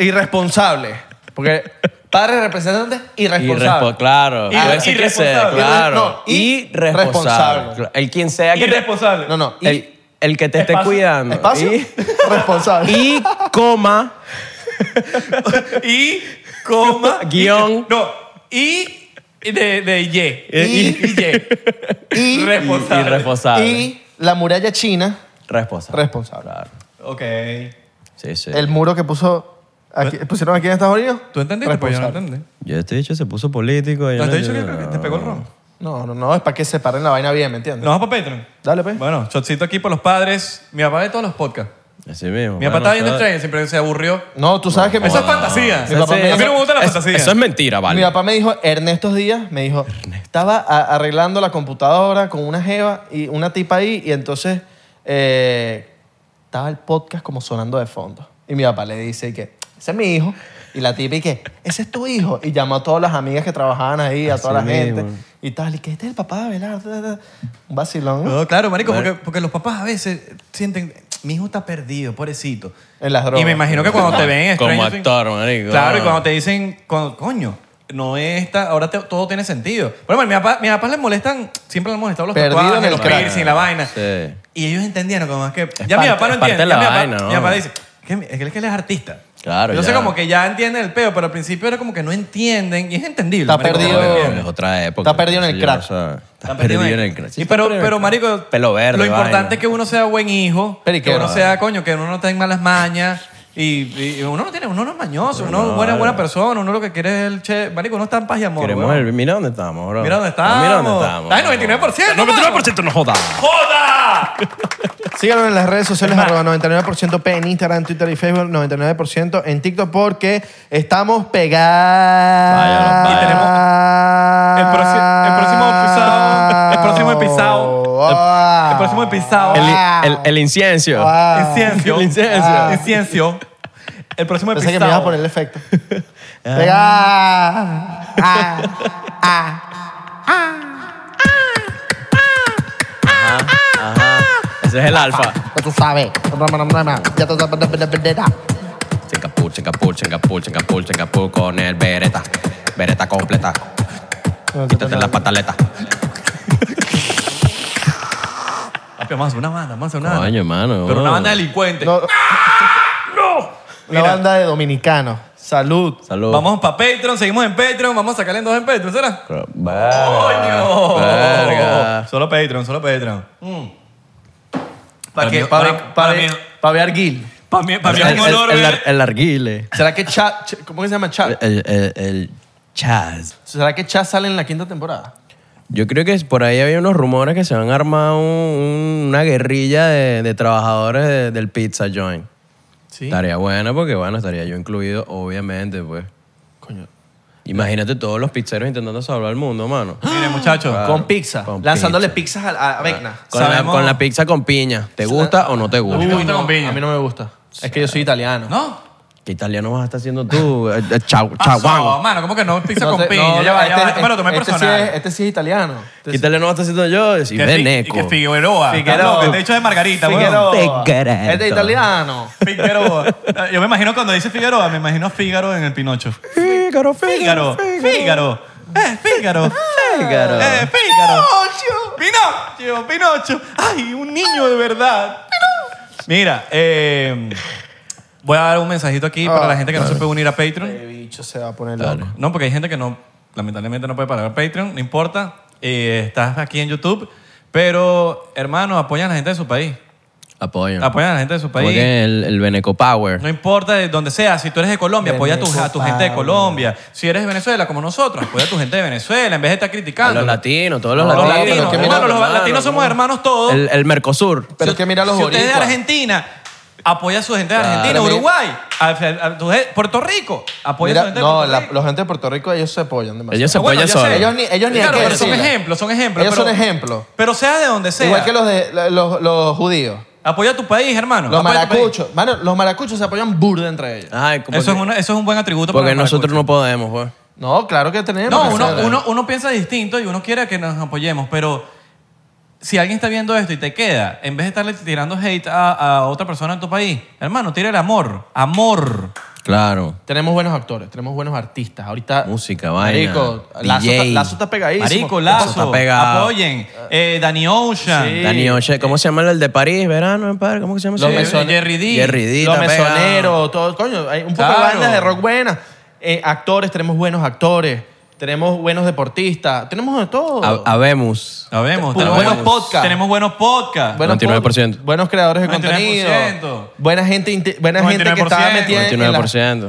Speaker 3: irresponsables. Porque padres, representantes, irresponsables.
Speaker 1: Irrespo- claro.
Speaker 2: Y-
Speaker 1: A veces que sea,
Speaker 2: irresponsable.
Speaker 1: claro.
Speaker 3: No, y-
Speaker 1: irresponsable.
Speaker 3: responsable.
Speaker 1: El quien sea que te,
Speaker 2: Irresponsable.
Speaker 3: No, no. y-
Speaker 1: el, el que te esté
Speaker 2: Espacio.
Speaker 1: cuidando.
Speaker 3: espacio
Speaker 1: Y,
Speaker 3: responsable.
Speaker 1: y coma.
Speaker 2: Y, coma.
Speaker 1: Guión.
Speaker 2: No, y de, de Y.
Speaker 1: Y-
Speaker 2: Y, y,
Speaker 3: Eh, Y-
Speaker 2: Responsable.
Speaker 1: Irresponsable.
Speaker 3: Y la muralla china,
Speaker 1: responsable.
Speaker 3: responsable.
Speaker 1: Claro.
Speaker 2: Ok.
Speaker 1: Sí, sí.
Speaker 3: El muro que puso aquí- pusieron aquí en Estados Unidos.
Speaker 2: ¿Tú entendiste? Pues yo no
Speaker 3: responsable.
Speaker 2: entendí.
Speaker 1: Yo este dicho se puso político. yo
Speaker 2: No, te he
Speaker 1: yo
Speaker 2: dicho que creo que te pegó el ron.
Speaker 3: No, no, no, es para que separen la vaina bien, ¿me entiendes?
Speaker 2: ¿Nos vamos para Patreon?
Speaker 3: Dale, pues.
Speaker 2: Bueno, shotcito aquí por los padres. Mi papá de todos los podcasts.
Speaker 1: Así mismo.
Speaker 2: Mi papá estaba viendo el
Speaker 1: tren.
Speaker 2: trailer, siempre se aburrió.
Speaker 3: No, tú sabes que
Speaker 2: Eso es
Speaker 3: mi,
Speaker 2: fantasía.
Speaker 3: Mi papá
Speaker 2: Sí,
Speaker 3: me
Speaker 2: a mí no me gusta la fantasía.
Speaker 1: Eso es mentira,
Speaker 3: mi
Speaker 1: vale.
Speaker 3: papá me dijo, Ernesto Díaz, me dijo, estaba a- arreglando la computadora con una jeva y una tipa ahí y entonces eh, estaba el podcast como sonando de fondo. Y mi papá le dice que, ese es mi hijo. Y la tipa y que, ese es tu hijo. Y llamó a todas las amigas que trabajaban ahí, a
Speaker 1: Así
Speaker 3: toda la gente.
Speaker 1: mismo.
Speaker 3: Y tal, y que este es el papá de Abelardo, ta, ta, ta. Un vacilón
Speaker 2: No, claro, marico, porque, porque los papás a veces sienten, mi hijo está perdido, pobrecito.
Speaker 3: en las drogas.
Speaker 2: Y me imagino que cuando te ven en
Speaker 1: Como
Speaker 2: Stranger Things-
Speaker 1: actor, marico.
Speaker 2: Claro, y cuando te dicen, cuando- coño, no es esta, ahora te- todo tiene sentido. Bueno, mi papá, mis papás les molestan, siempre les molestado los
Speaker 3: Perdido en
Speaker 2: tatuajes,
Speaker 3: el
Speaker 2: los
Speaker 3: cráneo.
Speaker 2: piercing, la vaina.
Speaker 1: Sí.
Speaker 2: Y ellos entendieron como es que... ya mi
Speaker 1: parte-
Speaker 2: papá no
Speaker 1: es parte
Speaker 2: entiende.
Speaker 1: de la
Speaker 2: ya mi, papá,
Speaker 1: vaina, ¿no?
Speaker 2: mi papá dice, "Que mi- es que él- que él es artista.
Speaker 1: Claro,
Speaker 2: Yo sé
Speaker 1: ya.
Speaker 2: como que ya entienden el peo, pero al principio era como que no entienden y es entendible.
Speaker 3: Está
Speaker 2: marico,
Speaker 3: perdido.
Speaker 2: no lo entienden.
Speaker 1: Es otra época.
Speaker 3: Está perdido en el
Speaker 1: Sí, yo,
Speaker 3: crack.
Speaker 1: o sea, Está
Speaker 2: Están
Speaker 1: perdido
Speaker 2: perdidos
Speaker 1: en
Speaker 2: ahí.
Speaker 1: el crack.
Speaker 2: Y pero, pero, marico,
Speaker 1: Pelo verde,
Speaker 2: lo importante
Speaker 1: vaina.
Speaker 2: es que uno sea buen hijo,
Speaker 3: Pero, ¿y
Speaker 2: que
Speaker 3: qué?
Speaker 2: uno sea, coño, que uno no tenga malas mañas. Y, y uno no tiene, uno no es mañoso, uno es buena, buena persona, uno lo que quiere es el che. Marico, uno está en paz y amor.
Speaker 1: Queremos
Speaker 2: weón.
Speaker 1: el- Mira dónde estamos, bro.
Speaker 2: Mira dónde estamos.
Speaker 1: Mira dónde estamos.
Speaker 2: Está en 99%,
Speaker 1: No, 99% no jodas.
Speaker 2: ¡Joda!
Speaker 3: Síganos en las redes sociales, arroba 99% P en Instagram, Twitter y Facebook, 99% en TikTok, porque estamos pegados.
Speaker 1: Vaya, vaya. Y tenemos
Speaker 2: el próximo- el próximo episodio- el próximo episodio- el- el próximo Ah. episodio-
Speaker 1: El, el, el inciencio.
Speaker 3: Ah,
Speaker 2: Inciencio.
Speaker 1: El inciencio.
Speaker 2: Inciencio. El próximo Ah.
Speaker 3: Pensé que
Speaker 2: episodio.
Speaker 3: me ibas a poner el efecto. Pegado.
Speaker 2: Ah.
Speaker 1: Ajá. Ese es el alfa.
Speaker 3: Ya tú sabes. Ya tú sabes.
Speaker 1: Singapur, Singapur, Singapur, Singapur, Singapur con el Beretta. Beretta completa. Quítate las pataletas.
Speaker 2: Papi, Vamos a hacer una banda, vamos a hacer una banda.
Speaker 1: Coño, hermano.
Speaker 2: Pero una banda delincuente.
Speaker 3: No, una
Speaker 2: Mira.
Speaker 3: banda de dominicanos. Salud.
Speaker 1: Salud.
Speaker 2: Vamos para Patreon, seguimos en Patreon, vamos a sacarle en dos en Patreon, ¿será?
Speaker 1: Verga.
Speaker 2: ¡Coño!
Speaker 1: Verga. Mm.
Speaker 2: Solo Patreon, solo Patreon.
Speaker 3: Para
Speaker 2: Para
Speaker 3: que
Speaker 2: mí-
Speaker 3: para
Speaker 2: para- para mí-
Speaker 3: para ver Gil.
Speaker 2: Para mí, para mí
Speaker 1: El,
Speaker 2: es un
Speaker 1: el,
Speaker 2: honor.
Speaker 1: el,
Speaker 2: ver-
Speaker 1: ar- el arguile.
Speaker 3: ¿Será que Chad, Ch- cómo que se llama Chad?
Speaker 1: El, el, el Chaz.
Speaker 3: ¿Será que Chad sale en la quinta temporada?
Speaker 1: Yo creo que por ahí había unos rumores que se van a armar un- un- una guerrilla de, de trabajadores de- del Pizza Joint.
Speaker 3: Sí.
Speaker 1: Estaría buena porque, bueno, estaría yo incluido, obviamente, pues.
Speaker 3: Coño.
Speaker 1: Imagínate todos los pizzeros intentando salvar el mundo, mano.
Speaker 2: Mire, muchachos.
Speaker 3: Con pizza.
Speaker 1: Con
Speaker 3: lanzándole pizzas a, a- a Vecna.
Speaker 1: Con la,
Speaker 2: Sabemos-
Speaker 1: con la pizza con piña. ¿Te gusta o no te gusta?
Speaker 2: mí me gusta con piña.
Speaker 3: A mí no me gusta. Es que yo soy italiano.
Speaker 2: ¿No? Ah,
Speaker 1: ¿Qué italiano vas a estar haciendo tú? Eh, eh, chau-
Speaker 2: No,
Speaker 1: Chaguán.
Speaker 2: mano, ¿cómo que no? Pizza
Speaker 3: No
Speaker 2: con
Speaker 3: sé-
Speaker 2: piña.
Speaker 3: no,
Speaker 2: ya va, ya
Speaker 3: este-
Speaker 2: va. Esto me lo tomé
Speaker 3: este
Speaker 2: personal.
Speaker 3: Sí es, este sí es italiano.
Speaker 1: ¿Qué italiano vas a estar haciendo yo? Sí,
Speaker 2: Que fi-
Speaker 1: veneco.
Speaker 2: Y que Figueroa.
Speaker 3: Figueroa.
Speaker 2: No, que te he dicho de Margarita, weón.
Speaker 3: Figueroa.
Speaker 1: Figueroa.
Speaker 3: Este es italiano.
Speaker 2: Figueroa. Yo me imagino cuando dice Figueroa, me imagino Fígaro en el Pinocho.
Speaker 1: Fígaro,
Speaker 2: Fígaro. Fígaro. Eh, Fígaro.
Speaker 1: Fígaro.
Speaker 2: Eh, Fígaro. Pinocho. Pinocho. Pinocho. Ay, un niño de verdad. Mira, eh, voy a dar un mensajito aquí para la gente que no se puede unir a Patreon.
Speaker 3: El bicho se va a poner
Speaker 1: Dale.
Speaker 3: loco.
Speaker 2: No, porque hay gente que no, lamentablemente no puede pagar Patreon, no importa. Eh, estás aquí en YouTube, pero hermano, apoyan a la gente de su país.
Speaker 1: Apoyo.
Speaker 2: Apoyan a la gente de su
Speaker 1: Como
Speaker 2: país.
Speaker 1: que el, el Veneco Power.
Speaker 2: No importa de donde sea, si tú eres de Colombia, apoya a tu, a tu gente de Colombia. Si eres de Venezuela, como nosotros, apoya a tu gente de Venezuela en vez de estar
Speaker 1: A
Speaker 2: criticando.
Speaker 1: los latinos, todos los
Speaker 3: No,
Speaker 2: Los
Speaker 1: latinos.
Speaker 2: latinos,
Speaker 3: pero que
Speaker 2: hermano,
Speaker 3: mira,
Speaker 2: los
Speaker 1: hermano,
Speaker 2: latinos somos hermanos todos.
Speaker 1: El, el Mercosur.
Speaker 3: Pero
Speaker 2: Si-
Speaker 3: es que mira los
Speaker 2: Si usted es de
Speaker 3: boricuas.
Speaker 2: Argentina, Apoya a su gente de
Speaker 1: Claro.
Speaker 2: Argentina,
Speaker 1: Mira,
Speaker 2: Uruguay, a- a- a tu gente- Puerto Rico. Apoya a
Speaker 3: Mira,
Speaker 2: su gente de
Speaker 3: no,
Speaker 2: Puerto
Speaker 3: la,
Speaker 2: Rico.
Speaker 3: la gente de Puerto Rico, ellos se apoyan demasiado.
Speaker 1: Ellos se
Speaker 2: Ah, bueno,
Speaker 1: apoyan
Speaker 2: ya
Speaker 1: solos.
Speaker 2: sé.
Speaker 3: Ellos ni- ellos ni hay
Speaker 2: Claro,
Speaker 3: que
Speaker 2: pero son
Speaker 3: decirla.
Speaker 2: ejemplos, son ejemplos.
Speaker 3: Ellos
Speaker 2: pero-
Speaker 3: son ejemplos.
Speaker 2: Pero sea de donde sea.
Speaker 3: Igual que los, de, la- los, los judíos.
Speaker 2: Apoya a tu país, hermano.
Speaker 3: Los
Speaker 2: Apoya a tu país.
Speaker 3: maracuchos. Mano, los maracuchos se apoyan burda entre ellos.
Speaker 1: Ay, porque,
Speaker 2: Eso es, una- eso es un buen atributo para
Speaker 1: porque
Speaker 2: los
Speaker 1: nosotros
Speaker 2: maracuchos.
Speaker 1: no podemos, pues.
Speaker 3: No, claro que tenemos.
Speaker 2: No,
Speaker 3: que
Speaker 2: uno,
Speaker 3: hacerlo.
Speaker 2: uno, uno piensa distinto y uno quiere que nos apoyemos, pero si alguien está viendo esto y te queda, en vez de estarle tirando hate a, a otra persona en tu país, hermano, tira el amor. Amor.
Speaker 1: Claro.
Speaker 3: Tenemos buenos actores, tenemos buenos artistas. Ahorita.
Speaker 1: Música, vaina,
Speaker 3: Marico,
Speaker 1: DJ.
Speaker 3: Lazo, está- Lazo está pegadísimo.
Speaker 1: Eso
Speaker 2: Marico, Lazo,
Speaker 1: está pegado.
Speaker 2: apoyen. Eh, Danny Ocean.
Speaker 1: Dani Oche, ¿cómo se llama el de París? Verano, padre, ¿cómo que se llama?
Speaker 3: Los
Speaker 1: ese?
Speaker 3: mesoneros.
Speaker 2: Jerry D.
Speaker 1: Jerry D.
Speaker 3: Los
Speaker 1: está pegado.
Speaker 3: mesoneros, todo. Coño, hay un poco
Speaker 2: Claro.
Speaker 3: de bandas de rock buenas. Eh, actores, tenemos buenos actores. Tenemos buenos deportistas. Tenemos de todo.
Speaker 1: Ha- Habemos.
Speaker 2: Sabemos,
Speaker 3: Puros
Speaker 2: tenemos
Speaker 3: buenos podcasts.
Speaker 2: Tenemos buenos podcasts.
Speaker 3: Buenos
Speaker 1: 99%.
Speaker 3: pod- Buenos creadores de
Speaker 2: 99%.
Speaker 3: contenido. Buena gente, inte- buena gente que
Speaker 2: 99%.
Speaker 3: está metida en la-
Speaker 1: 99%.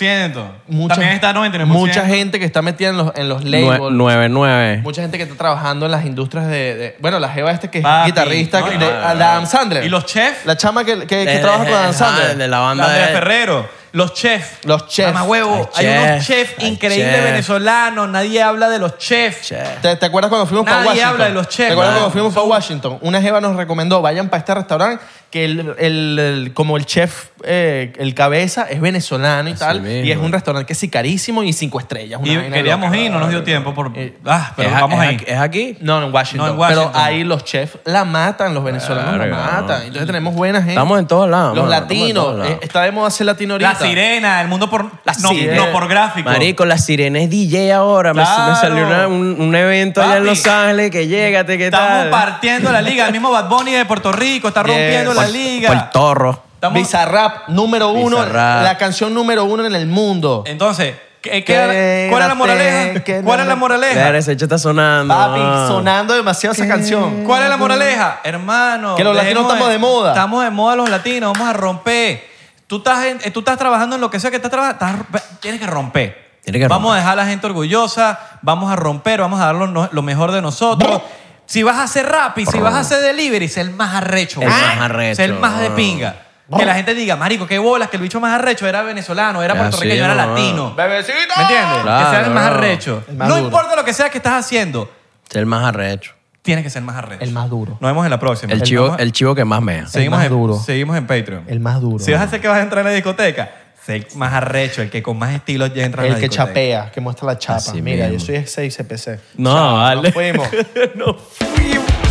Speaker 2: 99%.
Speaker 3: mucha-
Speaker 2: También está 99%.
Speaker 3: Mucha gente que está metida en los, en los labels.
Speaker 1: Nue- 99.
Speaker 3: Mucha gente que está trabajando en las industrias de. de- bueno, la Jeva este que es
Speaker 2: Papi,
Speaker 3: guitarrista,
Speaker 2: no,
Speaker 3: que-
Speaker 2: no,
Speaker 3: de
Speaker 2: no,
Speaker 3: Adam Sandler.
Speaker 2: ¿Y los Eh, ah, chefs?
Speaker 3: La chama que, que, que
Speaker 1: De-
Speaker 3: trabaja con
Speaker 1: ajá,
Speaker 3: Adam Sandler.
Speaker 1: De la
Speaker 2: Andrea
Speaker 1: banda de...
Speaker 2: Ferrero, los chefs.
Speaker 3: Los chefs.
Speaker 2: Mamá huevo, hay
Speaker 1: Hay chefs,
Speaker 2: unos chefs
Speaker 1: hay
Speaker 2: increíbles
Speaker 1: chefs.
Speaker 2: venezolanos, nadie habla de los chefs.
Speaker 1: Che.
Speaker 3: ¿Te, te acuerdas cuando fuimos para
Speaker 2: Nadie
Speaker 3: Washington?
Speaker 2: habla de los chefs,
Speaker 3: ¿Te acuerdas
Speaker 2: man.
Speaker 3: cuando fuimos para Washington? Una jeva nos recomendó, vayan para este restaurante, que el, el- el- como el chef, eh, el cabeza, es venezolano y tal. Y
Speaker 1: mismo.
Speaker 3: es un restaurante que es carísimo y cinco estrellas. una
Speaker 2: Y
Speaker 3: vaina
Speaker 2: queríamos
Speaker 3: loca. Eh,
Speaker 2: ir, no nos dio tiempo por ah, pero
Speaker 1: Es a-
Speaker 2: vamos
Speaker 1: es
Speaker 2: ahí.
Speaker 1: aquí- ¿Es aquí?
Speaker 3: No, en Washington.
Speaker 2: No, en Washington.
Speaker 3: Pero ahí los chefs la matan, los venezolanos
Speaker 1: Verga,
Speaker 3: la matan.
Speaker 1: no.
Speaker 3: Entonces tenemos buena gente.
Speaker 1: Estamos en todos lados,
Speaker 3: Los
Speaker 1: mano, estamos en
Speaker 3: latinos.
Speaker 1: todos lados.
Speaker 3: eh, está de moda ser latino ahorita.
Speaker 2: La sirena, el mundo por
Speaker 3: La
Speaker 2: no,
Speaker 3: sirena.
Speaker 2: no por gráfico.
Speaker 1: Marico, la sirena es DJ ahora. Me- Me,
Speaker 2: Claro.
Speaker 1: salió una- un, un evento allá en
Speaker 2: Papi.
Speaker 1: Los Ángeles que llégate, ¿qué
Speaker 2: Estamos
Speaker 1: tal?
Speaker 2: partiendo la liga, el mismo Bad Bunny de Puerto Rico está
Speaker 3: Yes.
Speaker 2: rompiendo la
Speaker 1: Por-
Speaker 2: liga.
Speaker 1: Por el torro.
Speaker 2: Estamos-
Speaker 3: Bizarrap, número uno.
Speaker 1: Bizarrap.
Speaker 3: La canción número uno en el mundo.
Speaker 2: Entonces, ¿qué- qué-
Speaker 3: Quédate,
Speaker 2: ¿cuál es la moraleja?
Speaker 3: que
Speaker 2: ¿Cuál es la
Speaker 3: no-
Speaker 2: moraleja?
Speaker 1: Claro, ese hecho está sonando.
Speaker 3: Papi,
Speaker 1: ah.
Speaker 3: sonando demasiado esa canción.
Speaker 2: ¿Cuál es la moraleja? Hermano.
Speaker 3: Que los
Speaker 2: dejemos
Speaker 3: latinos estamos de moda.
Speaker 2: Estamos de moda los latinos, vamos a romper. Tú estás, en- eh, tú estás trabajando en lo que sea que estás trabajando, estás- tienes que romper.
Speaker 1: Tienes que
Speaker 2: vamos
Speaker 1: romper.
Speaker 2: a dejar a la gente orgullosa, vamos a romper, vamos a dar lo, no- lo mejor de nosotros. Si vas a hacer rap y si vas a hacer delivery, sé el más arrecho.
Speaker 1: El
Speaker 2: güey.
Speaker 1: más arrecho.
Speaker 2: Sé el más de pinga. Que la gente diga, marico, qué bolas, que el bicho más arrecho era venezolano, era
Speaker 1: Es
Speaker 2: puertorriqueño,
Speaker 1: así,
Speaker 2: era
Speaker 1: mamá.
Speaker 2: latino.
Speaker 3: ¡Bebecito!
Speaker 2: ¿Me entiendes? que sea el
Speaker 1: Claro,
Speaker 2: más
Speaker 1: no.
Speaker 2: arrecho.
Speaker 3: El más
Speaker 2: no
Speaker 3: duro.
Speaker 2: importa lo que sea que estás haciendo,
Speaker 1: Es el más arrecho.
Speaker 2: tienes que ser más arrecho.
Speaker 3: El más duro.
Speaker 2: Nos vemos en la próxima.
Speaker 1: El, chivo,
Speaker 2: Vamos-
Speaker 1: el chivo que más mea.
Speaker 2: seguimos
Speaker 3: más
Speaker 2: en,
Speaker 3: duro.
Speaker 2: Seguimos en Patreon.
Speaker 3: El más duro.
Speaker 2: Si vas a hacer que vas a entrar en la discoteca, sé el más arrecho, el que con más estilo ya entra en
Speaker 3: El
Speaker 2: la
Speaker 3: que
Speaker 2: discoteca.
Speaker 3: chapea, que muestra la chapa.
Speaker 1: Así
Speaker 3: Mira,
Speaker 1: mismo.
Speaker 3: yo soy 6 CPC.
Speaker 1: No, vale.
Speaker 3: Fuimos.
Speaker 1: no fuimos.